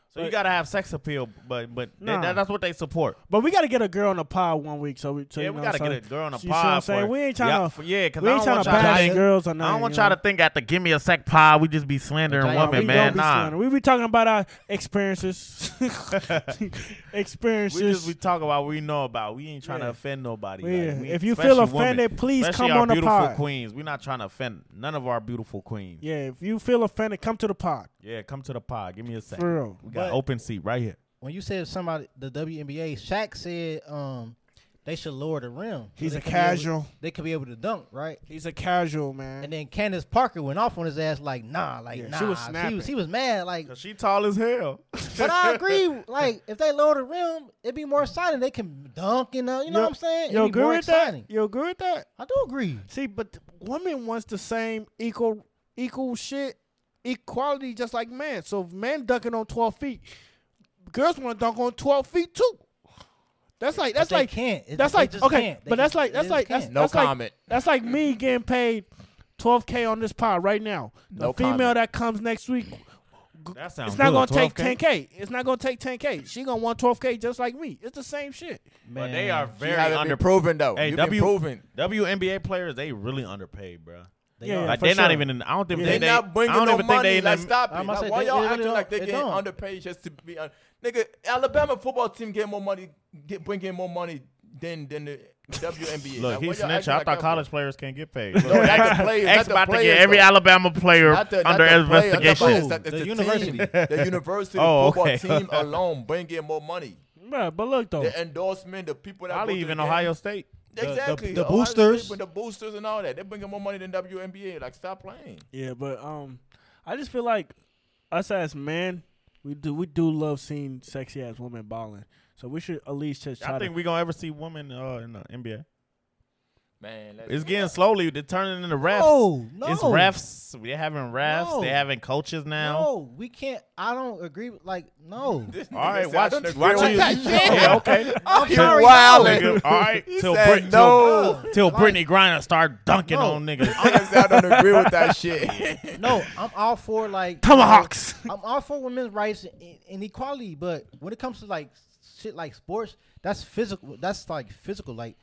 So you gotta have sex appeal, but but they-
Nah.
that, that's what they support.
But we gotta get a girl on the pod one week, so we. So
yeah,
you
we
know,
gotta
so
get a girl on a
you see what I'm
pod.
saying?
for-
We ain't tryna-
yeah, for- yeah, cause
We
I
ain't
don't
trying
want
to
y'all to
bash
think-
girls or
I
nothing.
don't want
you
y'all
know?
to think at the give me a sec pod. We just be slandering
Nah,
women,
we
man.
Don't be
Nah,
slandering. We be talking about our
[laughs]
experiences. [laughs] experiences.
we just we talk about what we know about. We ain't trying
Yeah.
to offend nobody.
Yeah.
Like, we-
if you
especially
feel
women.
offended, please
Especially
come
our
on the
beautiful
pod.
queens. We're not trying to offend none of our beautiful queens. Yeah,
Yeah, if you feel offended, come to the pod.
come to the pod. Give me a sec.
For real.
We got
But-
open seat right here.
When you said somebody the WNBA, Shaq said um they should lower the rim. so
He's
they
a
could be able-
casual.
they could be able to dunk, right?
He's a casual man.
And then Candace Parker went off on his ass like, nah, like
Yeah,
nah.
she was
She
snapping.
was, she was
[laughs]
mad, like.
Cause she tall as hell.
But I agree, like if they lower the rim, it'd be more exciting. They can dunk, uh, you know, you know
Yo-
what I'm saying?
You
it'd be
agree
more
with
exciting.
that? You agree with that?
I do agree.
See, but th- women wants the same equal equal shit equality just like men. So if men dunking on twelve feet, girls want to dunk on twelve feet too. That's like that's
they
like
can't. It-
that's
they
like
just
okay,
can't. They
but that's
just-
like
they
that's
just
like that's,
can't.
No
that's
comment.
Like, that's like me getting paid twelve k on this pod right now. The
No
female
comment.
that comes next week, g-
[laughs] That sounds
it's not gonna
good.
take
12K?
ten k. It's not gonna take ten k. She gonna want twelve k just like me. It's the same shit.
But they are
Man,
You
very
haven't been
underpaid.
proven though.
Hey,
You've
W-
been proven.
WNBA players, they really underpaid, bro.
They
Yeah,
are.
Like
for
they're not
sure.
even. In, I don't think
Yeah.
they.
They
they
not
I
bringing
don't
no
even
money.
Think they in
like,
the-
stop it.
I'm about
Like,
to say,
why
they-
y'all
they
acting
really
like they
don't-
getting
they don't.
underpaid just to be on? Nigga, Alabama football team get more money, get bring in more money than than the WNBA.
[laughs] Look,
Like,
he
why y'all acting
snitched. I
like that
thought
for?
college players can't get paid.
No, not
[laughs]
the players.
X
not the
about to
players,
get every
though.
Alabama player
Not the- not
under
the player, not the player,
investigation.
it's
The
team.
[laughs]
university.
the university
Oh, [laughs]
football
okay.
team alone bring in more money.
Bruh, but look though,
The endorsement, the people that
Probably
go to
even
the game.
Ohio State.
Oh. the-
Exactly.
the
Ohio State,
boosters.
but the boosters and all that. They bringing more money than WNBA. Like, stop playing.
Yeah, but um, I just feel like us as men, we do we do love seeing sexy ass women balling. So we should at least just try
I think
to.
we gonna ever see women uh, in the NBA.
Man, let's
It's getting slowly they're turning into refs.
No, no.
It's refs. They're having refs.
No.
They're having coaches now.
No, we can't. I don't agree. with Like,
[laughs]
no.
All
[laughs]
right,
They said I
watch,
shouldn't agree
watch
with
you.
that shit.
Yeah,
[laughs]
okay.
[laughs]
I'm
Till-
sorry.
wild.
No.
Nigga, all right, till,
said
Brit-
no.
till, till Brittany Griner start dunking
No.
on
[laughs]
niggas.
Honestly, I don't agree with that
[laughs]
shit.
No, I'm all for like
Tomahawks.
I'm all for women's rights and, and equality, but when it comes to like shit like sports, that's physical. That's like physical. Like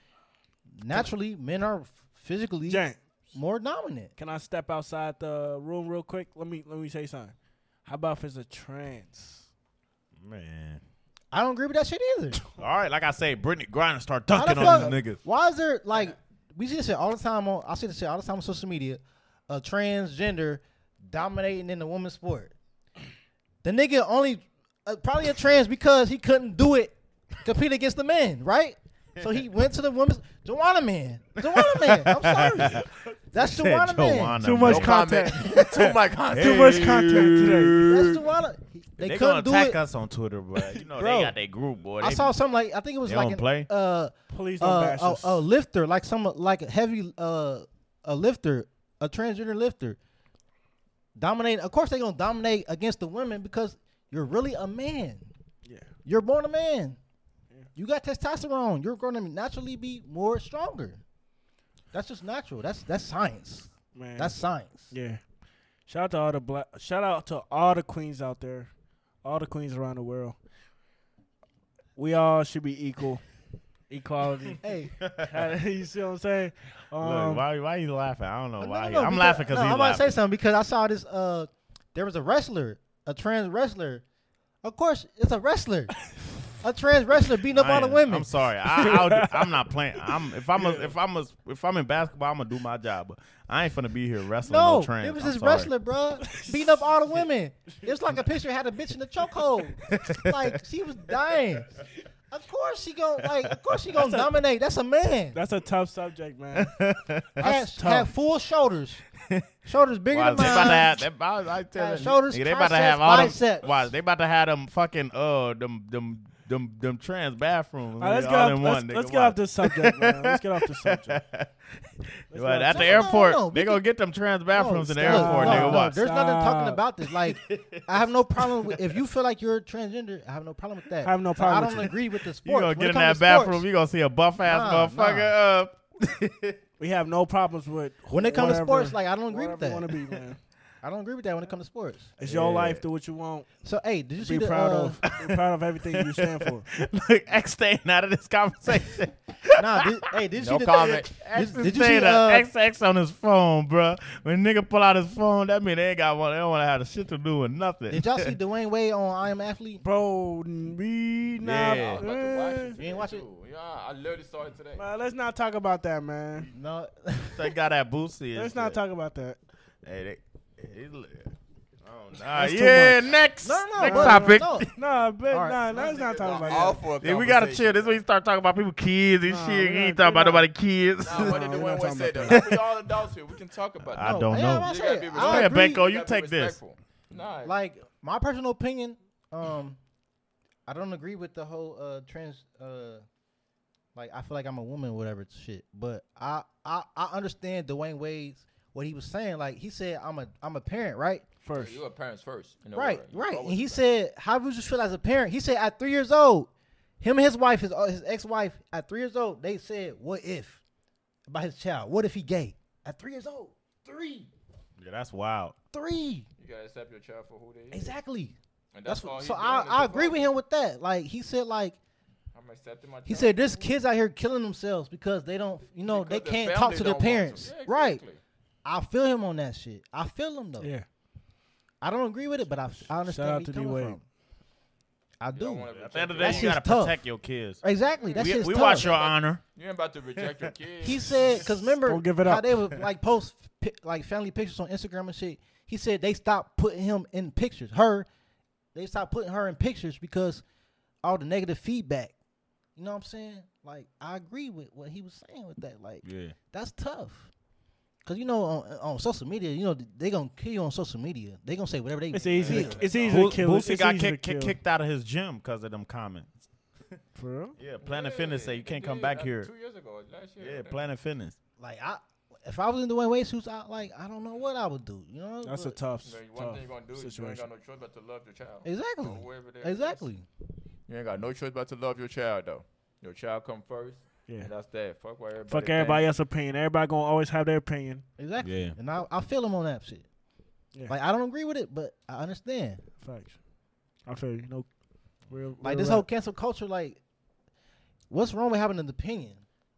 naturally, men are physically
Jane,
more dominant.
can I step outside the room real quick? Let me let me say something. How about if it's a trans?
Man.
I don't agree with that shit
[laughs]
either.
All right, like I say, Brittany Griner start
How the
dunking
fuck-
on these niggas.
Why is there like we see this shit all the time on I see this shit all the time on social media, a transgender dominating in the women's sport. The nigga only uh, probably a trans because he couldn't do it compete against the men, right?
[laughs]
So he went to the women's Joanna man. Joanna man. I'm sorry. That's
Said
Joanna man.
Joanna,
Too
man.
much
No comment. [laughs] Too much content.
Too much contact today.
That's Joanna. He- They,
They, gonna
couldn't do
attack
it.
us on Twitter, but you know
Bro.
they got their group, boy.
I
They-
saw something like I think it was
They
like
don't
an,
play?
uh
Please don't
uh,
bash
a,
us.
a lifter, like some like a heavy uh a lifter, a transgender lifter. Dominate. Of course, they gonna dominate against the women because you're really a man.
Yeah.
You're born a man. You got testosterone. You're gonna naturally be more stronger. That's just natural. That's that's science.
man.
That's science.
yeah. Shout out to all the black. Shout out to all the queens out there, all the queens around the world. We all should be
[laughs]
equal. Equality. [laughs]
Hey,
you see what I'm saying?
Look,
Um,
why why you laughing? Oh, I don't know
no,
why.
no, no,
I'm
because-
laughing because
no,
he's
I'm about to
laughing.
say something because I saw this. Uh, there was a wrestler, a trans wrestler. Of course, it's
[laughs]
a wrestler. a trans wrestler beating up
I
all the
am-
women.
I'm sorry. I, I'll,
[laughs]
do- I'm not playing. I'm if I'm a, if I'm a, if I'm in basketball, I'm gonna do my job. But I ain't finna be here wrestling no,
No,
trans.
it was
I'm
this
sorry.
wrestler, bro, beating up all
[laughs]
the women. It was like a picture had a bitch in the chokehold, like she was dying. Of course she gonna like, of course she gonna dominate. That's a man.
That's a tough subject,
[laughs]
man.
Had,
tough.
had full shoulders, shoulders bigger
Watch,
than
they about to
mine.
have they about, I tell
Got
you,
shoulders,
they about to have
triceps,
all
biceps.
them. Watch, they about to have them fucking uh them them them them trans bathrooms.
All right, let's
nigga,
get
all
off,
in
let's,
one,
let's
nigga,
get off
watch.
this subject,
[laughs]
man. Let's get off this subject. Let's
But
get
at
off this-
the
No, no,
airport,
no,
they
we
gonna get them trans bathrooms in the
stop.
airport,
No,
nigga.
no,
Watch.
There's nothing talking
Stop.
about this. Like, I have no problem with if you feel like you're transgender. I have no problem with that.
I have no
Like,
problem
I
with
don't
it.
agree with
[laughs]
the
You
sport.
gonna get in that bathroom? You gonna see a buff
Nah,
ass motherfucker up.
we have no problems with
When it comes to
whatever-
sports, like, I don't agree with
whatever you
that. [laughs]
wanna be, man.
I don't agree with that when it comes to sports.
It's your life. Do what you want.
So hey, did you see
Be
the,
proud
uh,
of. Be proud of everything you stand for.
Look, uh, [laughs] X staying out of this
[laughs]
conversation.
[laughs] Nah, did, hey, did you
No
see the
comment.
Did,
Did
did you see uh,
XX on his phone, bro? When nigga pull out his phone, that mean they ain't got one. They don't want to have the shit to do with nothing.
Did y'all see Dwayne Wade on I Am Athlete?
Bro, me
Yeah.
not.
I
I was about to watch it.
You ain't watch it?
too. Yeah, I literally saw it today.
Man, let's not talk about that, man.
[laughs] No.
[laughs] they got that Boosie? and
Let's not
shit.
talk about that.
Hey, they, hey, he li- I don't know.
That's too
yeah, next.
No, no,
next
but-
[laughs]
topic.
no.
Nah, but
All right.
nah, let's not talk about
All
that.
for a
Yeah, we gotta
conversation.
chill. This is when you start talking about people, kids and
Nah, we
shit. You ain't
not-
talking
we not-
about nobody kids. [laughs]
Nah,
[laughs]
what did
No,
the
we're
one
not talking
was said?
about
though? we all adults here. We can talk about
I
that.
don't
yeah,
know.
I'm about to
You gotta
say,
be
I
Go ahead,
agree.
Benko.
You
You
gotta be
take this.
respectful. Nah,
Like my personal opinion, um, I don't agree with the whole uh trans uh, like I feel like I'm a woman, whatever shit. But I I I understand Dwayne Wade's what he was saying. Like he said, I'm a I'm a parent, right?
First,
you a parents first. You know,
Right,
whatever.
right. And
Always
he
respect.
said, "How would you feel as a parent?" He said, "At three years old, him and his wife, his uh, his ex wife, at three years old, they said, what if about his child? What if he gay? At three years old, three,
Yeah, that's wild.
three,
you gotta accept your child for who they is.
exactly."
And
That's,
that's, all
what.
he
So
doing
I
is
I
just
agree with
like,
him with that. Like he said, like
I'm accepting my child.
he said, "There's kids out here killing themselves because they don't, you know, they
Because their
can't talk
family
to their
don't want to.
parents."
Yeah,
Right.
exactly.
I feel him on that shit. I feel him though.
yeah.
I don't agree with it, but I I understand
out
where he's
to
coming
D-Wade.
from. I
You don't
do.
wanna
At
reject
the end of the
your
day,
That's
you
just
gotta
tough.
protect your kids.
Exactly. That's
we
just
we
tough.
watch your honor.
You ain't about to reject
[laughs]
your kids.
He said, because remember
Don't give it
how
up.
they would like post pi- like family pictures on Instagram and shit. He said they stopped putting him in pictures. Her, they stopped putting her in pictures because all the negative feedback. You know what I'm saying? Like I agree with what he was saying with that. Like
Yeah.
that's tough. Cause you know on, on social media, you know they gonna kill you on social media. They gonna say whatever they.
It's easy.
feel.
To, it's easy
Bo-
to kill.
Boosie
it's
got
easy to
kicked, kick-
kill.
kicked out of his gym because of them comments.
For real?
Yeah, Planet
Yeah,
Fitness say
they
you can't
did
come
it,
back
uh,
here.
Two years ago, last year.
Yeah,
They-
Planet Fitness.
Like I, if I was in Dwayne Wade's shoes, I like I don't know what I would do. You know,
That's a
but-
tough,
you know, One
tough
thing you gonna do is you ain't
situation.
got no choice but to love your child.
exactly,
Or wherever they-
exactly.
You ain't got no choice but to love your child though. Your child come first.
Yeah.
And that's that. Fuck what everybody.
Fuck
think.
everybody else's opinion. Everybody gonna always have their opinion.
Exactly.
Yeah.
And I, I feel him on that shit.
Yeah.
Like I don't agree with it, but I understand.
Facts. I feel you. No, real,
Like
real
this
rap.
whole cancel culture, like, what's wrong with having an opinion?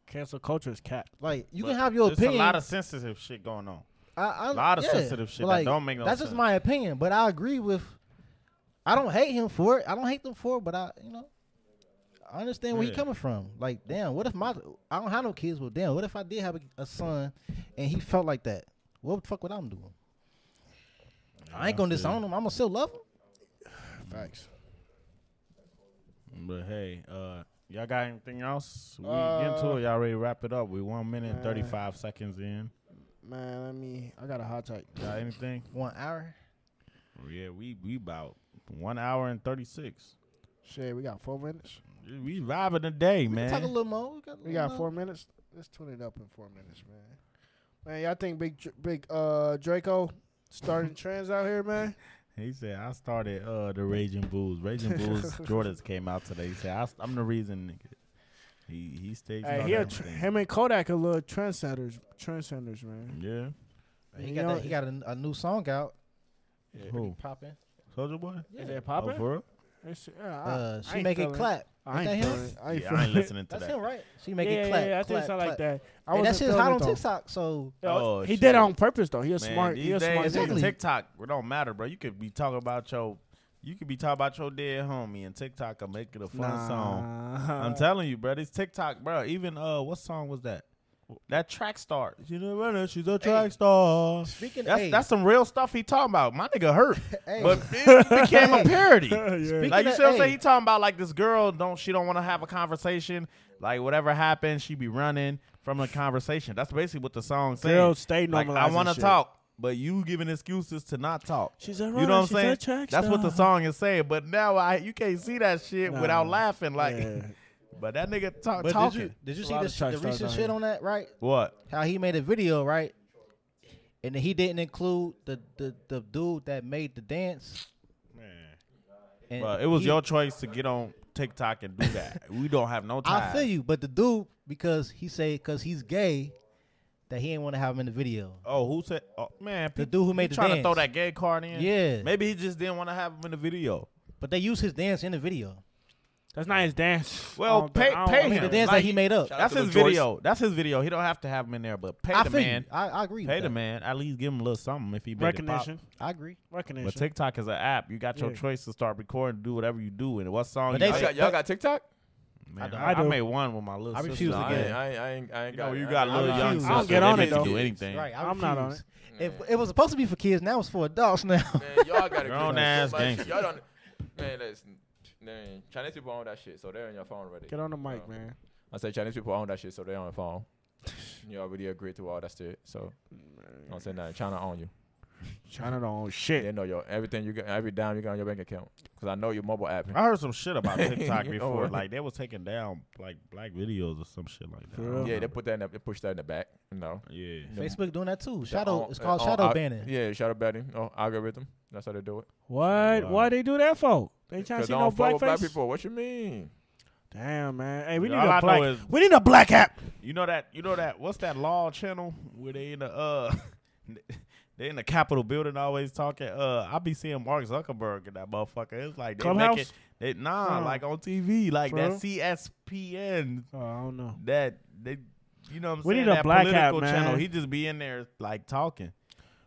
cancel culture is cat.
Like you
But
can have your
There's
opinion.
a lot of sensitive shit going on.
I, I,
a lot of
yeah,
sensitive shit
but,
that
like,
don't make no
That's just
sense.
my opinion, but I agree with. I don't hate him for it. I don't hate them for it, but I, you know, I understand where
Yeah.
he's coming from. Like, damn, what if my I don't have no kids, but damn, what if I did have a, a son and he felt like that? What the fuck would I'm doing? I ain't gonna disown him. I'm gonna still love him.
Facts.
But hey, uh, y'all got anything else? We get into it. Y'all ready to wrap it up? We one minute and
uh,
thirty five seconds in.
Man, let me. I got a hot take.
Got anything?
One hour.
Yeah, we we about one hour and thirty six.
Shit, we got four minutes.
We vibing today,
We can Talk a
man.
little more. We got, a
We
little
got four
more.
minutes. Let's tune it up in four minutes, man. Man, y'all think big, Dr- big uh Draco [laughs] starting trends out here, man?
He said, "I started uh the Raging Bulls.
[laughs]
Raging Bulls Jordans came out today. He said, I, am the reason. nigga." He he stays.
Hey, he a tr- him and Kodak are little trendsetters, trendsetters, man.
yeah.
He
You
got,
know-
that, he got a, a new song out.
Who?
Popping.
Soldier Boy.
Is that
Oh,
popping?
for real?
yeah, I,
Uh,
Ah, I
she
ain't
make it
feeling
clap.
I
Is
ain't
that him?
feeling. it. I ain't
Yeah, I ain't
feeling. it. [laughs]
listening to
That's
that.
him, right? She make
yeah,
it
yeah, yeah,
clap.
I think
clap,
it's like
clap.
that. I
Hey, that
wasn't
shit's
feeling
hot
it
on
though.
TikTok. So
Yeah,
Oh,
he
shit.
did it on purpose though. He a
Man,
smart.
these
He a
days,
smart.
nigga,
Exactly.
Exactly.
TikTok, it don't matter, bro. You could be talking about your, you could be talking about your dead homie, and TikTok will make it a fun song. I'm telling you, bro. This TikTok, bro. Even uh, what song was that? That track star. You know what? She's a track star.
speaking
That's
hey,
that's some real stuff he talking about. My nigga hurt,
[laughs] hey,
but it became a
Hey. [laughs]
parody.
[laughs]
yeah.
Speak-
Like you
of-
see what I'm saying?
hey.
He talking about like this girl don't she don't want to have a conversation. Like whatever happened, she be running from a conversation. That's basically what the song says.
Girls stay
Like,
normalizing
I want to
shit.
talk, but you giving excuses to not talk.
She's a
You
runner,
know what I'm
she's a
saying?
track
That's what the
star.
song is saying. But now I you can't see that shit
Nah.
without laughing. Like,
Yeah.
[laughs] but that nigga talk,
but did
talking.
you did you
A
see
lot of
this
track
the
stars
recent
out
shit
here.
on that right?
what?
How he made a video right, and he didn't include the the, the dude that made the dance. And
But it was
he-
your choice to get on TikTok and do
[laughs]
that. we don't have no time.
I feel you, but the dude because he say because he's gay, that he didn't want to have him in the video.
Oh, who said? Oh, man,
The
pe-
dude who made
he
the
trying to throw
dance.
that gay card in.
Yeah.
maybe he just didn't want to have him in the video.
But they used his dance in the video.
That's not his
[laughs]
dance.
Well,
I don't think-
pay-
I don't-
pay
I mean,
him.
The dance
like-
that he made up.
Shout out
That's
to
his
Lil Joyce.
video. That's his video. He don't have to have him in there, but pay
I
the
feel you.
man.
I, I agree.
Pay
with
the
that.
man. At least give him a little something if he made it pop.
Recognition.
I agree.
Recognition.
But TikTok is an app. You got your
Yeah.
choice to start recording, do whatever you do, and what song
But
you
they
Y'all
like.
said-
got, y'all got TikTok?
Man, I,
do.
I,
I do.
made one with my little
I
sister.
refuse to
Nah, I
get
ain't,
it.
I ain't, I ain't, I ain't
You
got
know,
it.
you
I-
got
I-
little
I-
young
I don't
sister.
get
they
on it,
need to
though.
do anything.
Right. I
I'm not on
refuse. If it was supposed to be for kids, now it's for adults.
[laughs]
Now
Man, y'all gotta
Grown
get
ass
so
gangster.
much. Y'all don't. Man, listen. Man, Chinese people own that shit, so they're on your phone already.
Get on the mic,
Oh.
man.
I say Chinese people own that shit, so they're on the phone. [laughs] you already agreed to all that shit, so don't say nothing. China own you.
China don't own shit.
They know your everything you got, every dime you got on your bank account. Cause I know your mobile app.
I heard some
[laughs]
shit about TikTok
You know
before.
what?
Like they was taking down like black videos or some shit like that.
For
I
real?
don't
Yeah, they
remember.
put that in. The, they push that in the back. No.
yeah.
[laughs] Facebook doing that too. Shadow.
On-
uh,
It's called
on
shadow
al-
banning.
Yeah, shadow banning. Oh, algorithm. That's how they do it.
What? Why they do that for? They trying to
Cause
see
they
no
don't fuck
black
with black
face.
people. What you mean?
Damn, man. Hey, we
Yeah,
need
all I
a
know
black.
is-
we need a black app.
You know that you know that what's that law channel where they in the uh [laughs] they in the Capitol building always talking. Uh I be seeing Mark Zuckerberg and that motherfucker. It's like they make
Clubhouse?
it they nah,
Hmm.
like on TV, like
For
that
real?
CSPN
Oh, I don't know.
that they you know what I'm
We
saying?
need a
that
black hat,
political channel.
man.
He just be in there like talking.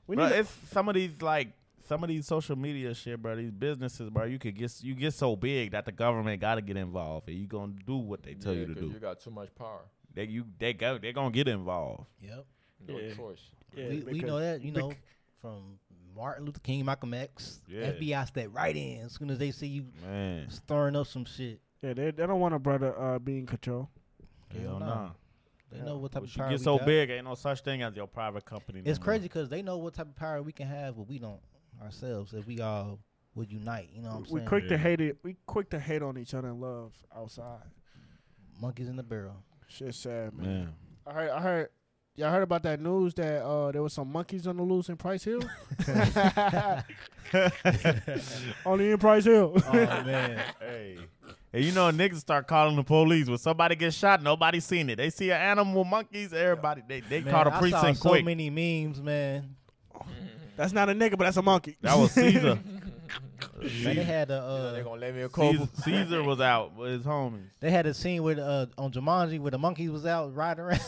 We
Bro,
need.
it's some of these like some of these social media shit, bro. These businesses, bro. You could get you get so big that the government got to get involved, and you gonna do what they tell
Yeah,
you to
'cause
do.
You got too much power.
they you they go they gonna get involved.
Yep.
No
Yeah.
choice.
a, yeah,
we, we
because-
know that. You
bec-
know from Martin Luther King, Malcolm X.
Yeah.
FBI step right in as soon as they see you
Man,
stirring up some shit.
Yeah, they, they don't want a brother uh, be in control.
hell
Hell
no.
nah. They know what type
Once
of
you
power
get
we
so
got.
big, ain't no such thing as your private company. no
It's
more.
crazy because they know what type of power we can have, but we don't ourselves. If we all would unite, you know what I'm
we
saying?
quick
Yeah.
to hate it. We quick to hate on each other and love outside.
Monkeys in the barrel.
Shit's sad, man.
man.
I heard. I heard. Y'all heard about that news that uh, there was some monkeys on the loose in Price Hill. [laughs]
[laughs]
[laughs]
Only in Price Hill. [laughs]
Oh man,
Hey. And you know niggas start calling the police when somebody gets shot. Nobody seen it. They see an animal, monkeys, everybody. They they
man
call the
I saw
precinct
so
quick.
many memes, man.
that's not a nigga, but that's a monkey.
That was
[laughs]
Caesar.
man they had a
You know they
uh,
gonna let me
Caesar,
a cold.
[laughs] Caesar was out with his homies.
they had a scene with uh on Jumanji where the monkeys was out riding around.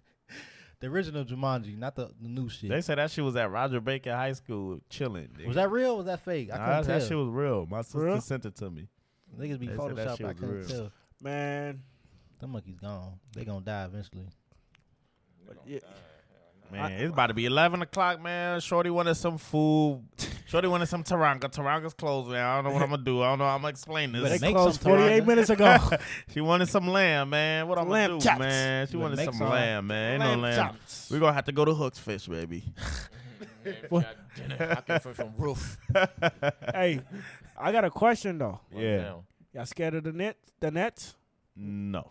[laughs] the original Jumanji, not the, the new shit.
They said that shit was at Roger Bacon High School chilling. nigga.
was that real? or Was that fake? I
Nah,
couldn't
that, that
tell.
shit was real. My sister
real?
sent it to me.
Niggas be
they said that
photoshopped.
shit
I
was
couldn't
real.
tell.
Man,
The monkeys gone. They gonna die eventually.
yeah,
Man, it's about to be eleven o'clock, man. Shorty wanted some food.
[laughs]
Shorty wanted some Taranga. Taranga's closed, man. I don't know what I'm gonna do. I don't know. how I'm gonna explain this.
Better
they
make
closed
some Taranga.
48 minutes ago. [laughs]
She wanted some lamb, man. What I'm
Lamb
gonna do,
chops.
man? She
But
wanted
make
some
some
lamb, man. [laughs] Ain't no lamb.
chops.
We're gonna have to go to Hooks Fish, baby. [laughs]
I can feel from roof.
[laughs] hey, I got a question though.
Yeah.
Y'all scared of the Nets? The Nets?
No,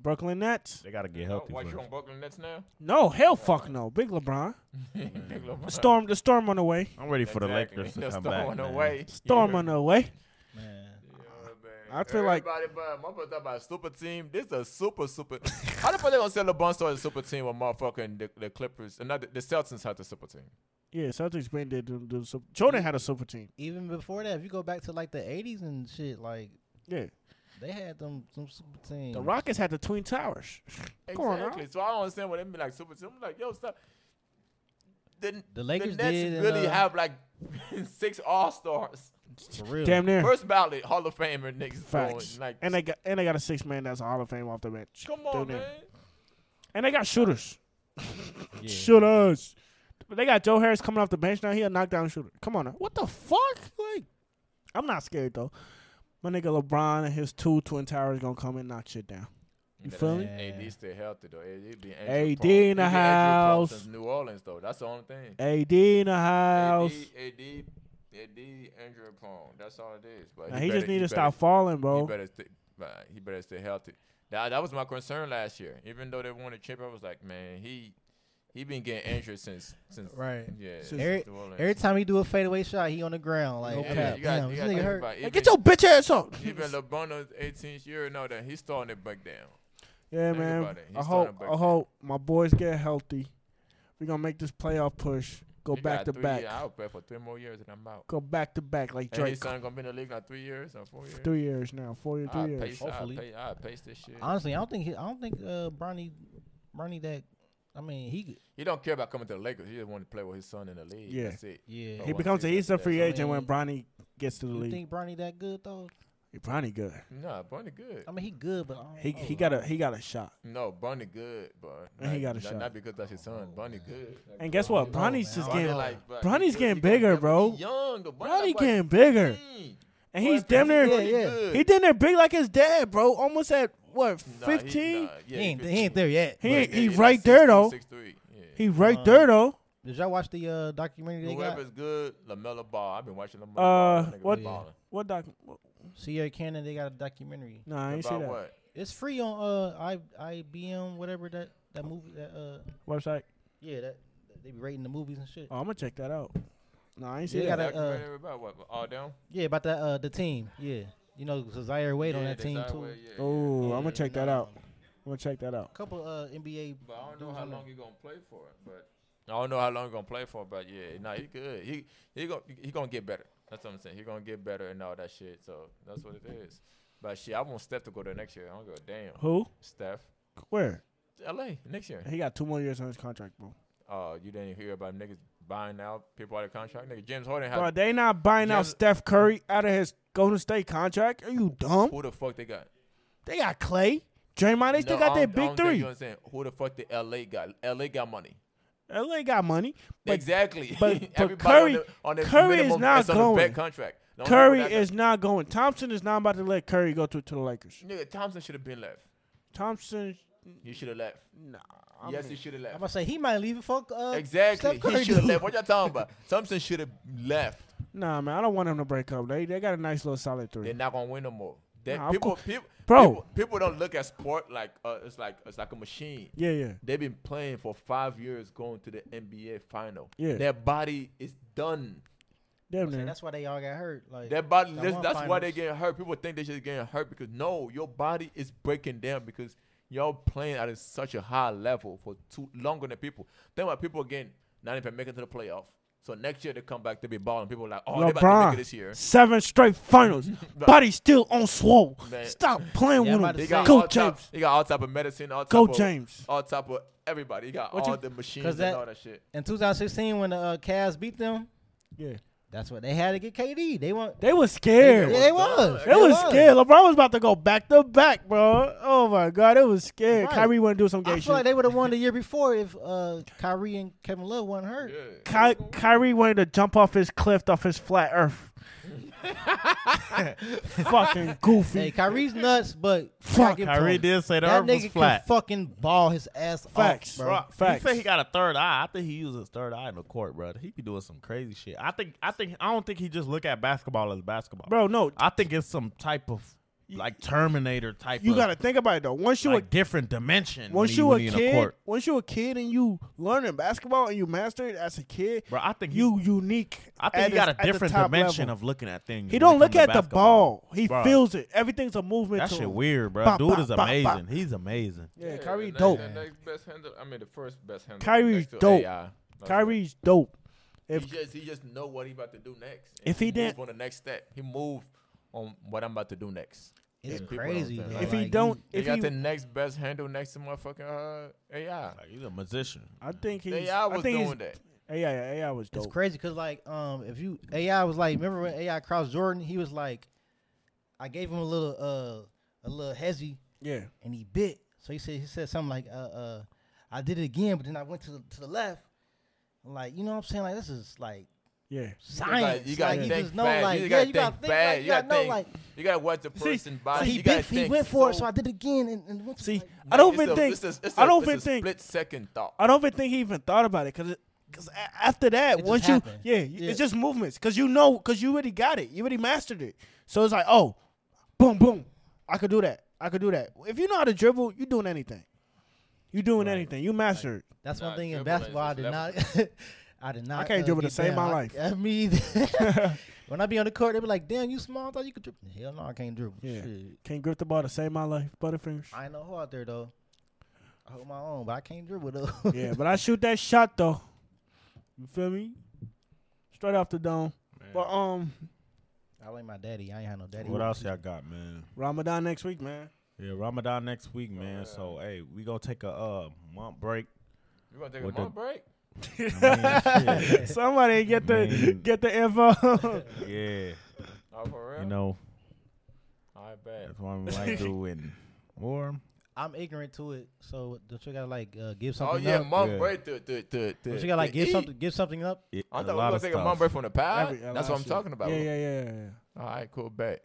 Brooklyn Nets?
they gotta get
Oh,
healthy.
what you
first.
on Brooklyn Nets now? [laughs]
No, hell, fuck no. Big LeBron.
Mm.
Storm. The storm on the way.
I'm ready for the
Exactly.
Lakers to
Just
come
throwing
back. man.
away.
Storm
Yeah.
on the way.
Man,
Yeah,
I feel like-
everybody, but my talking about super team. This a super super. [laughs] How the fuck they gonna sell LeBron started a super team with motherfucking the, the Clippers? And not the, the Celtics had the super team.
Yeah, Celtics been there. Do, do, sup- Jordan had a super team.
even before that, if you go back to like the '80s and shit, like
Yeah,
They had them some super teams.
Mm.
the Rockets had the Twin Towers. Come on now.
Exactly. so I don't understand what they mean like super team. I'm like, yo, stop. The,
The Lakers
Nets
did, and,
really
uh,
have like [laughs] six All Stars,
For real.
Damn near
first ballot Hall of Famer niggas.
facts.
Going, like,
and they got and they got a six man that's a Hall of Fame off the bench.
come
Damn
on,
near.
man.
And they got
[laughs]
shooters.
Yeah.
Shooters. They got Joe Harris coming off the bench now. He a knockdown shooter. Come on now. What the fuck? Like, I'm not scared though. My nigga LeBron and his two twin towers gonna come and knock shit down. You feel me?
AD still healthy though. AD be
AD
injury
in the
prone. He been injury prone
house.
since New Orleans though. That's the only thing.
AD in the
AD,
house.
AD, AD injury prone. That's all it is. But
Now, he, just
better-
need to
better-
stop falling,
He
bro.
better, stay, but he better stay healthy. That that was my concern last year. Even though they won the chip, I was like, man, he he been getting injured since since
Right.
Yeah,
Since-
since
Every,
New Orleans.
every time he do a fadeaway shot, he on the ground. Like,
No
okay,
cap.
you gotta- you
damn, this
gotta
nigga
think
hurt.
about
Hey, [laughs]
even-
get your bitch ass up.
even LeBron on his 18th year now that he's starting to break down.
Yeah,
Think
man.
about it. He's
I
starting
hope
back
I hope my boys get healthy. We're gonna make this playoff push. Go
He
back
got
to
three
back.
year- I'll play for three more years and I'm out.
Go back to back like
And his
Drake.
son gonna be in the league now three years or four years.
Three years now. Four years,
I
three years.
pace, I
Hopefully.
pace, I pace this shit.
Honestly, I don't think he, I don't think uh, Bronny Bronny that. I mean, he
He don't care about coming to the Lakers. He just want to play with his son in the league.
Yeah.
That's it.
yeah.
Oh,
He
I
becomes a
see.
he's a free
I
agent when
mean,
Bronny gets to the
You
league.
think Bronny that good though?
He Bronny good.
Nah, Bunny good.
I mean, he good, but I don't
He
know,
he
though.
got a he got a shot.
No, Bunny good, but
And he
not-
got a
not-
shot.
Not because that's his son. Bunny good.
And guess what?
Oh,
Bronny's
man.
just
Bronny
Oh, Bunny
getting
like, bro,
Bronny's
he good,
getting
he got-
bigger,
he
bro.
Younger.
Bronny
like
getting bigger.
18.
And he's
Boy,
damn
Bronny
near
good, he
yeah.
good.
he damn near big like his dad, bro. Almost at what
Nah, he-
fifteen?
nah,
He
yeah,
ain't, he
15.
ain't there yet.
He
But
he
yeah, like
right there
6'2",,
though.
6'3", yeah.
He right
Uh,
there though.
Did y'all watch the uh, documentary they got?
Whoever's good, Lamella Ball. I've been watching Lamella
Uh,
Ball. That nigga
what-
been balling.
What doc? what-
Sierra Cannon, they got a documentary.
Nah, I ain't see
About
that
what?
It's free on uh I IBM whatever that that movie that uh
website.
yeah that, that they be rating the movies and shit.
Oh, I'm gonna check that out. Nah, I ain't see
Yeah,
that.
gotta, uh,
Documentary about what? All down.
Yeah, about that uh the team. Yeah, you know Zaire Wade on
Yeah,
that
they
team
side
too.
way, yeah, yeah.
Oh,
Yeah,
I'm gonna check that
nah.
out. I'm gonna check that out.
A couple uh NBA.
But I don't know
dudes
how
on
long
there.
he gonna play for it. But I don't know how long he gonna play for. But yeah, nah, he good. He he gonna he gonna get better. That's what I'm saying. He gonna get better and all that shit. So that's what it is. But shit, I want Steph to go there next year. I don't give a damn.
Who?
Steph,
Where?
L.A. next year.
He got two more years on his contract, bro.
Oh, you didn't hear about niggas buying out people out of contract. Nigga, James Harden
Bro,
had
they not buying out
Jalen-
Steph Curry out of his Golden State contract. Are you dumb?
who the fuck they got?
They got Clay, Draymond. They still
No,
got their
I don't- I
big
don't think
three.
You understand who the fuck the L.A. got? L.A. got money.
LA got money, but
exactly. [laughs]
but- but
Everybody
Curry-
on the, on the
Curry is
minimum
not
that's on the
going.
back contract. The only
Curry
people that
is not going. Thompson is not about to let Curry go to, to the Lakers.
got- nigga. Thompson should have been left.
Thompson,
You should have left.
nah. I
yes,
mean-
he should have
I'm
left.
about to say he might leave it for uh,
[laughs] Exactly.
Steph Curry
He should have
do.
left. What y'all talking
[laughs]
about? Thompson should have left.
Nah, man, I don't want him to break up. They they got a nice little solid
They're
three.
not gonna win no more. That
Nah, of
people,
course.
people,
Bro.
people, people don't look at sport like uh, it's like it's like a machine.
Yeah, yeah.
They've been playing for five years, going to the NBA final.
Yeah.
Their body is done.
Damn
Say,
near.
that's why they all got hurt. Like
Their body.
that
That's,
one
that's why
finals.
they getting hurt. People think they just getting hurt because no, your body is breaking down because y'all playing at a, such a high level for too longer than people. Then why people again not even making to the playoff. So next year they come back to be balling. People are like, oh, they about to make it this year.
LeBron, seven straight finals. Body still on swole.
Man.
Stop playing
Yeah, I'm
with
about to
They
him.
say-
got
Go
all type.
James.
He got all type of medicine. All type
Go
of,
James.
All type of everybody. He got
What
all
you-
the machines
'cause that-
and all that shit.
in 2016 when the uh, Cavs beat them,
Yeah.
that's what they had to get KD. They want.
They was scared.
Yeah,
was
they
done.
was.
They was scared. LeBron was about to go back to back, bro. Oh my God, it was scared.
Right.
Kyrie want to do some
I
gay
feel
shit.
like they would have won the year before if uh, Kyrie and Kevin Love weren't hurt.
Yeah.
Ky- Kyrie wanted to jump off his cliff, off his flat
[laughs]
Earth. Fucking goofy.
Hey, Kyrie's nuts, but
Fuck,
give it to
Kyrie
him.
did say the
that
earth
nigga
was flat.
can fucking ball his ass
Facts,
off, bro.
Bro,
Facts.
He said he got a third eye. I think he uses his third eye in the court, bro. He be doing some crazy shit. I think. I think. I don't think he just look at basketball as basketball,
Bro, no,
I think it's some type of like Terminator type.
you
of,
got to think about it though. Once you
like different dimension.
a once
when
you a
he, when he in the
kid,
court.
once you a kid and you learning basketball and you master it as a kid,
bro. I think he-
you unique.
I
at
think he
his-
got a
at the
different
top
dimension
level.
of looking at things.
He
when
don't
it
look
come
at
to
the
basketball.
ball. He
Bro,
feels it. Everything's a movement.
That
to
shit
him.
weird, bro.
Bop,
Dude
bop,
is
bop, bop.
amazing. He's amazing.
Yeah, Kyrie
the next-
dope.
the next best handler- I mean, the first best handler.
Kyrie's
next to
dope.
AI. That's
Kyrie's dope.
He
If
just he just know what he about to do next.
If he
move
didn't-
on the next step, he move on what I'm about to do next.
It's
Yeah, people don't
crazy.
think
Though.
like
if he
Like,
don't,
He
if
got
he,
the next best handle next to motherfucking uh, AI.
Like he's a musician.
I think he's.
AI
I
was
think
doing
he's,
that.
AI, AI was
It's
dope.
crazy because like um if you AI was like remember when AI crossed Jordan he was like I gave him a little uh a little hezzy
Yeah.
and he bit so he said he said something like uh uh I did it again but then I went to the, to the left like you know what I'm saying like this is like
Yeah.
science
you gotta
like,
think
just know
fast.
like
You
yeah
gotta
you gotta
think
think like,
fast.
you
You
gotta
gotta
know
think.
like
You gotta watch the
See,
person by.
so he
you gotta
bit he
think
went for it
so-
so I did it again and, and went to,
See,
like,
I don't
It's
even
a-
think.
it's a- it's
I
a-
don't
it's a
even think.
Split second thought.
I don't even think he even thought about it because because after that
It just
once you
happened.
yeah,
Yeah.
it's just movements because you know because you already got it you already mastered it so it's like oh boom boom I could do that I could do that if you know how to dribble you doing anything you doing anything you mastered
That's one
Nah,
thing in
dribbling is
basketball. I
just
did not. [laughs]
level.
I did not.
can't
uh,
dribble to
get
save my
down.
life.
[laughs] I, I mean,
[laughs]
either. [laughs] when I be on the court, they be like, "Damn, you small. I thought you could dribble." Hell no, I can't dribble.
Yeah.
Shit.
[laughs] can't grip the ball to save my life butterfingers
I ain't no who out there though. I hold my own, but I can't dribble though.
yeah, but I shoot that shot though. You feel me? Straight off the dome. But um,
[laughs] I like my daddy. I ain't had no daddy.
What else y'all got, man?
Ramadan next week,
[laughs]
man.
Yeah, Ramadan next week, man. So hey, we gonna take a uh, month
[laughs]
break.
You gonna take
With
a month break?
I mean, shit,
Somebody get the
Man.
get the
[laughs]
info. [laughs]
yeah,
Oh, for real?
you know
I bet.
that's what
[laughs]
I'm like doing. Or
I'm ignorant to it, so don't you gotta like uh, give
Oh
something
yeah,
up?
month
Yeah.
break. To, to, to, to,
Don't you gotta like
to
give
eat.
something give something up?
it,
I
a
thought we
lot
were
of
taking a
stuff.
month break from the pad.
Every- a lot
That's
of
what I'm
shit.
talking about.
yeah, yeah, yeah, yeah. yeah.
All right, cool, bet.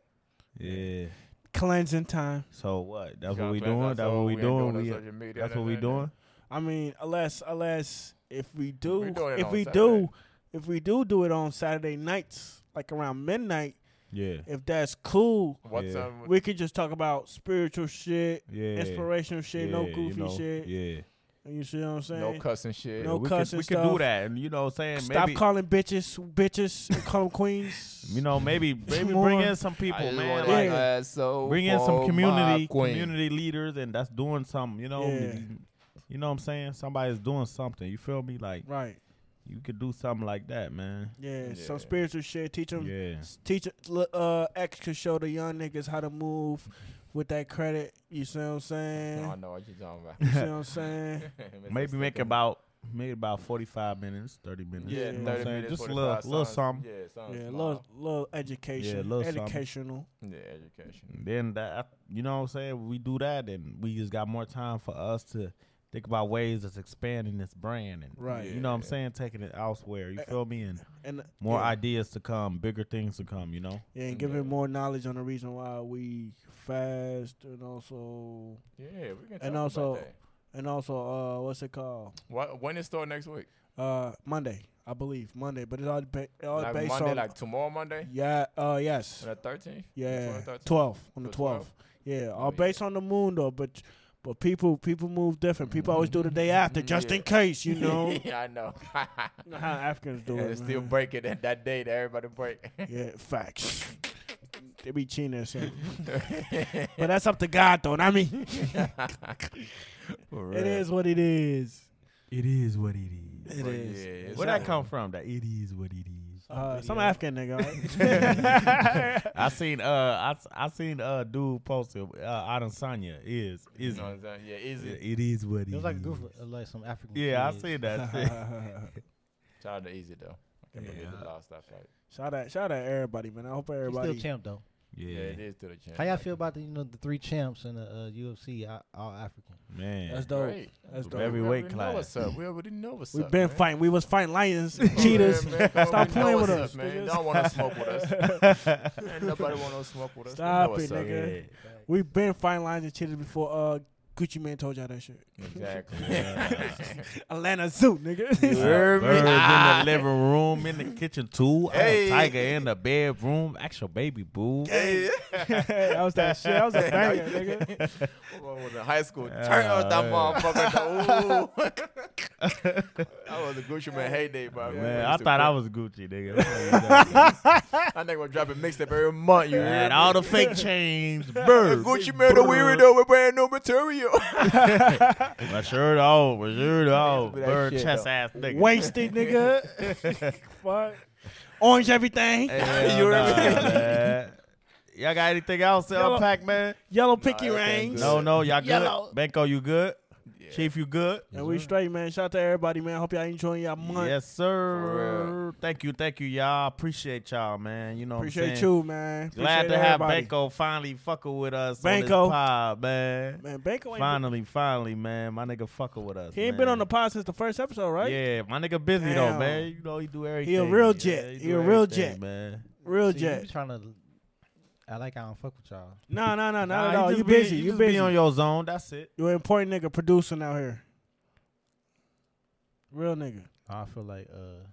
Yeah.
Cleansing time.
So what? That's
Y'all
what we
plans
doing.
out,
That's
so
what we
ain't doing
doing.
no
We
social media,
that's what we
nothing,
doing.
I mean, unless unless if we do
We doing it
if
on
we
Saturday.
do if we do do it on Saturday nights, like around midnight,
Yeah.
if that's cool,
What's
Yeah.
up? with-
we could just talk about spiritual shit,
Yeah.
inspirational shit, no
Yeah, you
goofy
know,
shit.
Yeah.
You see what I'm saying?
No cussing shit.
No
we
cussing
could, we could
stuff.
do that, and you know, what I'm saying
Stop
maybe
calling bitches bitches.
[laughs]
and call them queens.
you
[laughs]
know maybe maybe bring
more.
in some people, man.
wanna
Like,
Yeah.
uh, so
bring in some
for
community
my queen.
community leaders, and that's doing something. You know,
Yeah.
you know what I'm saying. Somebody's doing something. You feel me? Like
right?
you could do something like that, man.
Yeah,
Yeah.
Some spiritual shit. Teach them.
Yeah.
Teach uh X could show the young niggas how to move with that credit. You see what I'm
I [laughs]
saying?
know what you're talking about.
You see what I'm
[laughs]
saying?
Mr.
Maybe make
Stickin'.
about maybe about 45 minutes, 30 minutes.
yeah,
you know what I'm
30
saying?
minutes,
Just a
45
little- little
something.
something.
Yeah, something.
Yeah, a
small.
little, little education,
little something.
educational.
Yeah, education.
And then that you know what I'm saying, we do that and we just got more time for us to think about ways of expanding this brand and
Right.
you know what I'm saying, taking it elsewhere. You feel me? And
And uh,
more
yeah,
ideas to come, bigger things to come, you know?
yeah, and giving more knowledge on the reason why we fast, and also,
Yeah, we can talk
and also,
about that.
and also, uh, what's it called?
What, when it start next week?
Uh, Monday, I believe Monday, but it all, dep- it all
Like
based
Monday,
on
like tomorrow Monday?
yeah, uh, yes,
On the 13th?
yeah,
12th,
twelve on the
The 12th?
twelfth, yeah,
Oh,
all based on the moon though, but. But people, people move different. People always do the day after, just
Mm-hmm. Yeah.
in case, you
[laughs]
know. You
yeah, I know.
know how Africans do
and
it.
it's still
man.
breaking that, that day that everybody break.
Yeah, facts. they be cheating or something. but that's up to God, though, not me. It is what it is.
It is what it is.
It
But
is.
yeah, it's
Where that
all-
come from? That it is what it is.
Uh, some African nigga. [laughs] right?
[laughs] I seen uh I, s- I seen uh dude posted uh Adam Sonya is
You
is
know what I'm saying? Yeah, easy.
it is what it
It
is.
was like a goof uh, like some African.
Yeah, I
kids.
seen
[laughs]
that. shit.
Shout out to easy, though. I can't believe they lost that fight.
shout out, shout out everybody, man. I hope
He's
everybody.
still champ though.
Yeah,
[laughs] yeah.
it is to the champ.
How y'all feel about the you know the three champs in the uh, UFC all, all African?
That's
Man.
dope.
Great.
That's dope.
Every
We
weight
already know
class.
what's up. We already know what's
We've
up,
been
man. [laughs]
fighting. We was fighting lions,
Come on,
cheeters.
man, man. Come on,
Stop
we know
playing with
what's
us,
up, man.
niggas.
Don't want to smoke with
[laughs]
us.
[laughs]
Ain't nobody want to smoke with us. They
Stop
know what's
it,
up.
nigga. We've been fighting lions and cheetahs before. Uh, Gucci man told y'all that shit.
Exactly. [laughs]
Atlanta Zoo, nigga. [laughs]
You heard
[laughs]
me?
Birds in
Ah.
the living room, in the kitchen too. I'm a
Hey.
tiger in the bedroom. Actual baby boo.
Hey.
that was that shit. That was a banger, nigga.
When I was in high school, turn up that
[laughs]
motherfucker. though. Ooh. [laughs] that was a Gucci Man heyday, bro.
Man, I thought I was Gucci, nigga.
That nigga was dropping mixtape every month. You heard
Man,
me?
all the fake chains, bird.
Gucci Man, the weirdo though, with brand new material. [laughs]
My shirt off, my shirt off,
be that
bird
shit,
chest
though.
ass nigga.
Wasted, nigga.
[laughs]
Fuck. Orange everything. [laughs]
Hell
You
nah,
heard me?
man. Y'all got anything else to
Yellow-
unpack, man?
Yellow picky
everything
rings.
No, no, y'all good.
Yellow.
Benko, you good?
[laughs] Yeah.
Chief, you good?
And we straight, man. Shout out to everybody, man. Hope y'all enjoying y'all month.
Yes,
For
sir. Thank you, thank you, y'all. Appreciate y'all, man. You know, what I'm
Appreciate
saying?
you, man.
Glad
Appreciate
to have
everybody.
Banco finally fucking with us on
Banco.
this pod, man.
Man, Banco ain't
Finally, finally, man. My nigga fucking with us.
he ain't
man.
been on the pod since the first episode, right?
Yeah, my nigga busy though,
Damn.
man. You know he do everything.
real
yeah,
jet.
do
He a real
everything,
jet.
man.
Real
See, You
jet.
be trying to. I like I don't fuck with y'all.
No, no, no,
Nah,
not at
he
all.
just
You
be-
busy.
he
You
just
busy.
Be on your zone. That's it.
you an important nigga producing out here. Real nigga.
I feel like uh,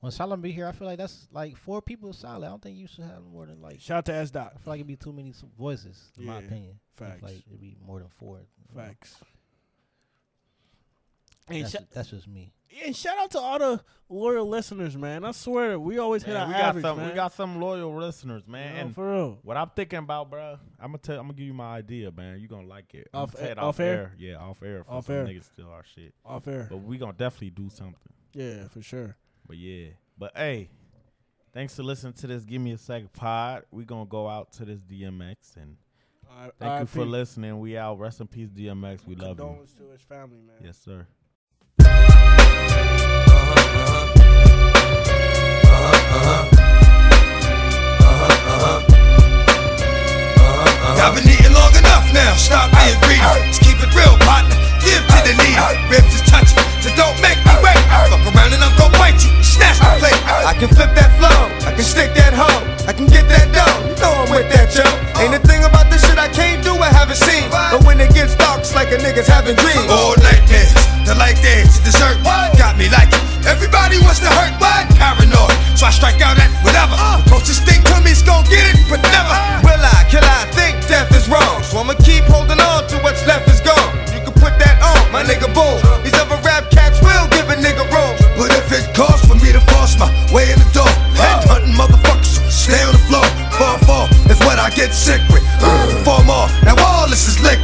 when Solomon be here, I feel like that's like four people solid. I don't think you should have more than like.
Shout out to S
I
Dot.
feel like it'd be too many s- voices, in my
Yeah,
opinion. If,
facts.
Like it'd be more than four. you know.
Facts. And
That's,
shout
ju- that's just me.
And shout out to all the loyal listeners, man. I swear we always hit
Man,
our
we got
average,
some.
man.
We got some loyal listeners, man.
No,
and
for real.
what I'm thinking about, bro, I'm gonna tell. I'm gonna give you my idea, man. You gonna like it. I'ma
Off
tell
air-
it
off air?
Yeah, off air. For
Off
some
air.
Niggas still our shit,
Off air.
but we gonna definitely do something.
Yeah, for sure.
But yeah. But hey, thanks for listening to this. Give me a second pod. We gonna go out to this DMX and thank you for listening. We out. Rest in peace, DMX. We love you.
Condolence to his family, man.
Yes, sir.
I've been eating long enough now. Stop being greedy. Just keep it real, partner. Give to the needy. Ribs is touching, so don't make me wait. Fuck around and I'm gonna bite you. Snatch the plate. I can flip that flow. I can stick that hoe. I can get that dough. You know I'm with that, yo. Ain't a thing about this shit I can't do. I haven't seen. But when it gets dark, it's like a nigga's having dreams. All night dance, the light dance, the dessert. Got me like it. Everybody wants to hurt, but paranoid. So I strike out at whatever. The closest thing to me is gon' get it, but never Uh. will I. Kill I think death is wrong, so I'ma keep holding on to what's left is gone. You can put that on, my nigga. Boom. These other rap cats will give a nigga room, but if it costs for me to force my way in the door, head hunting motherfuckers, stay on the floor. Fall, fall is what I get sick with. Form off. Now all this is liquid.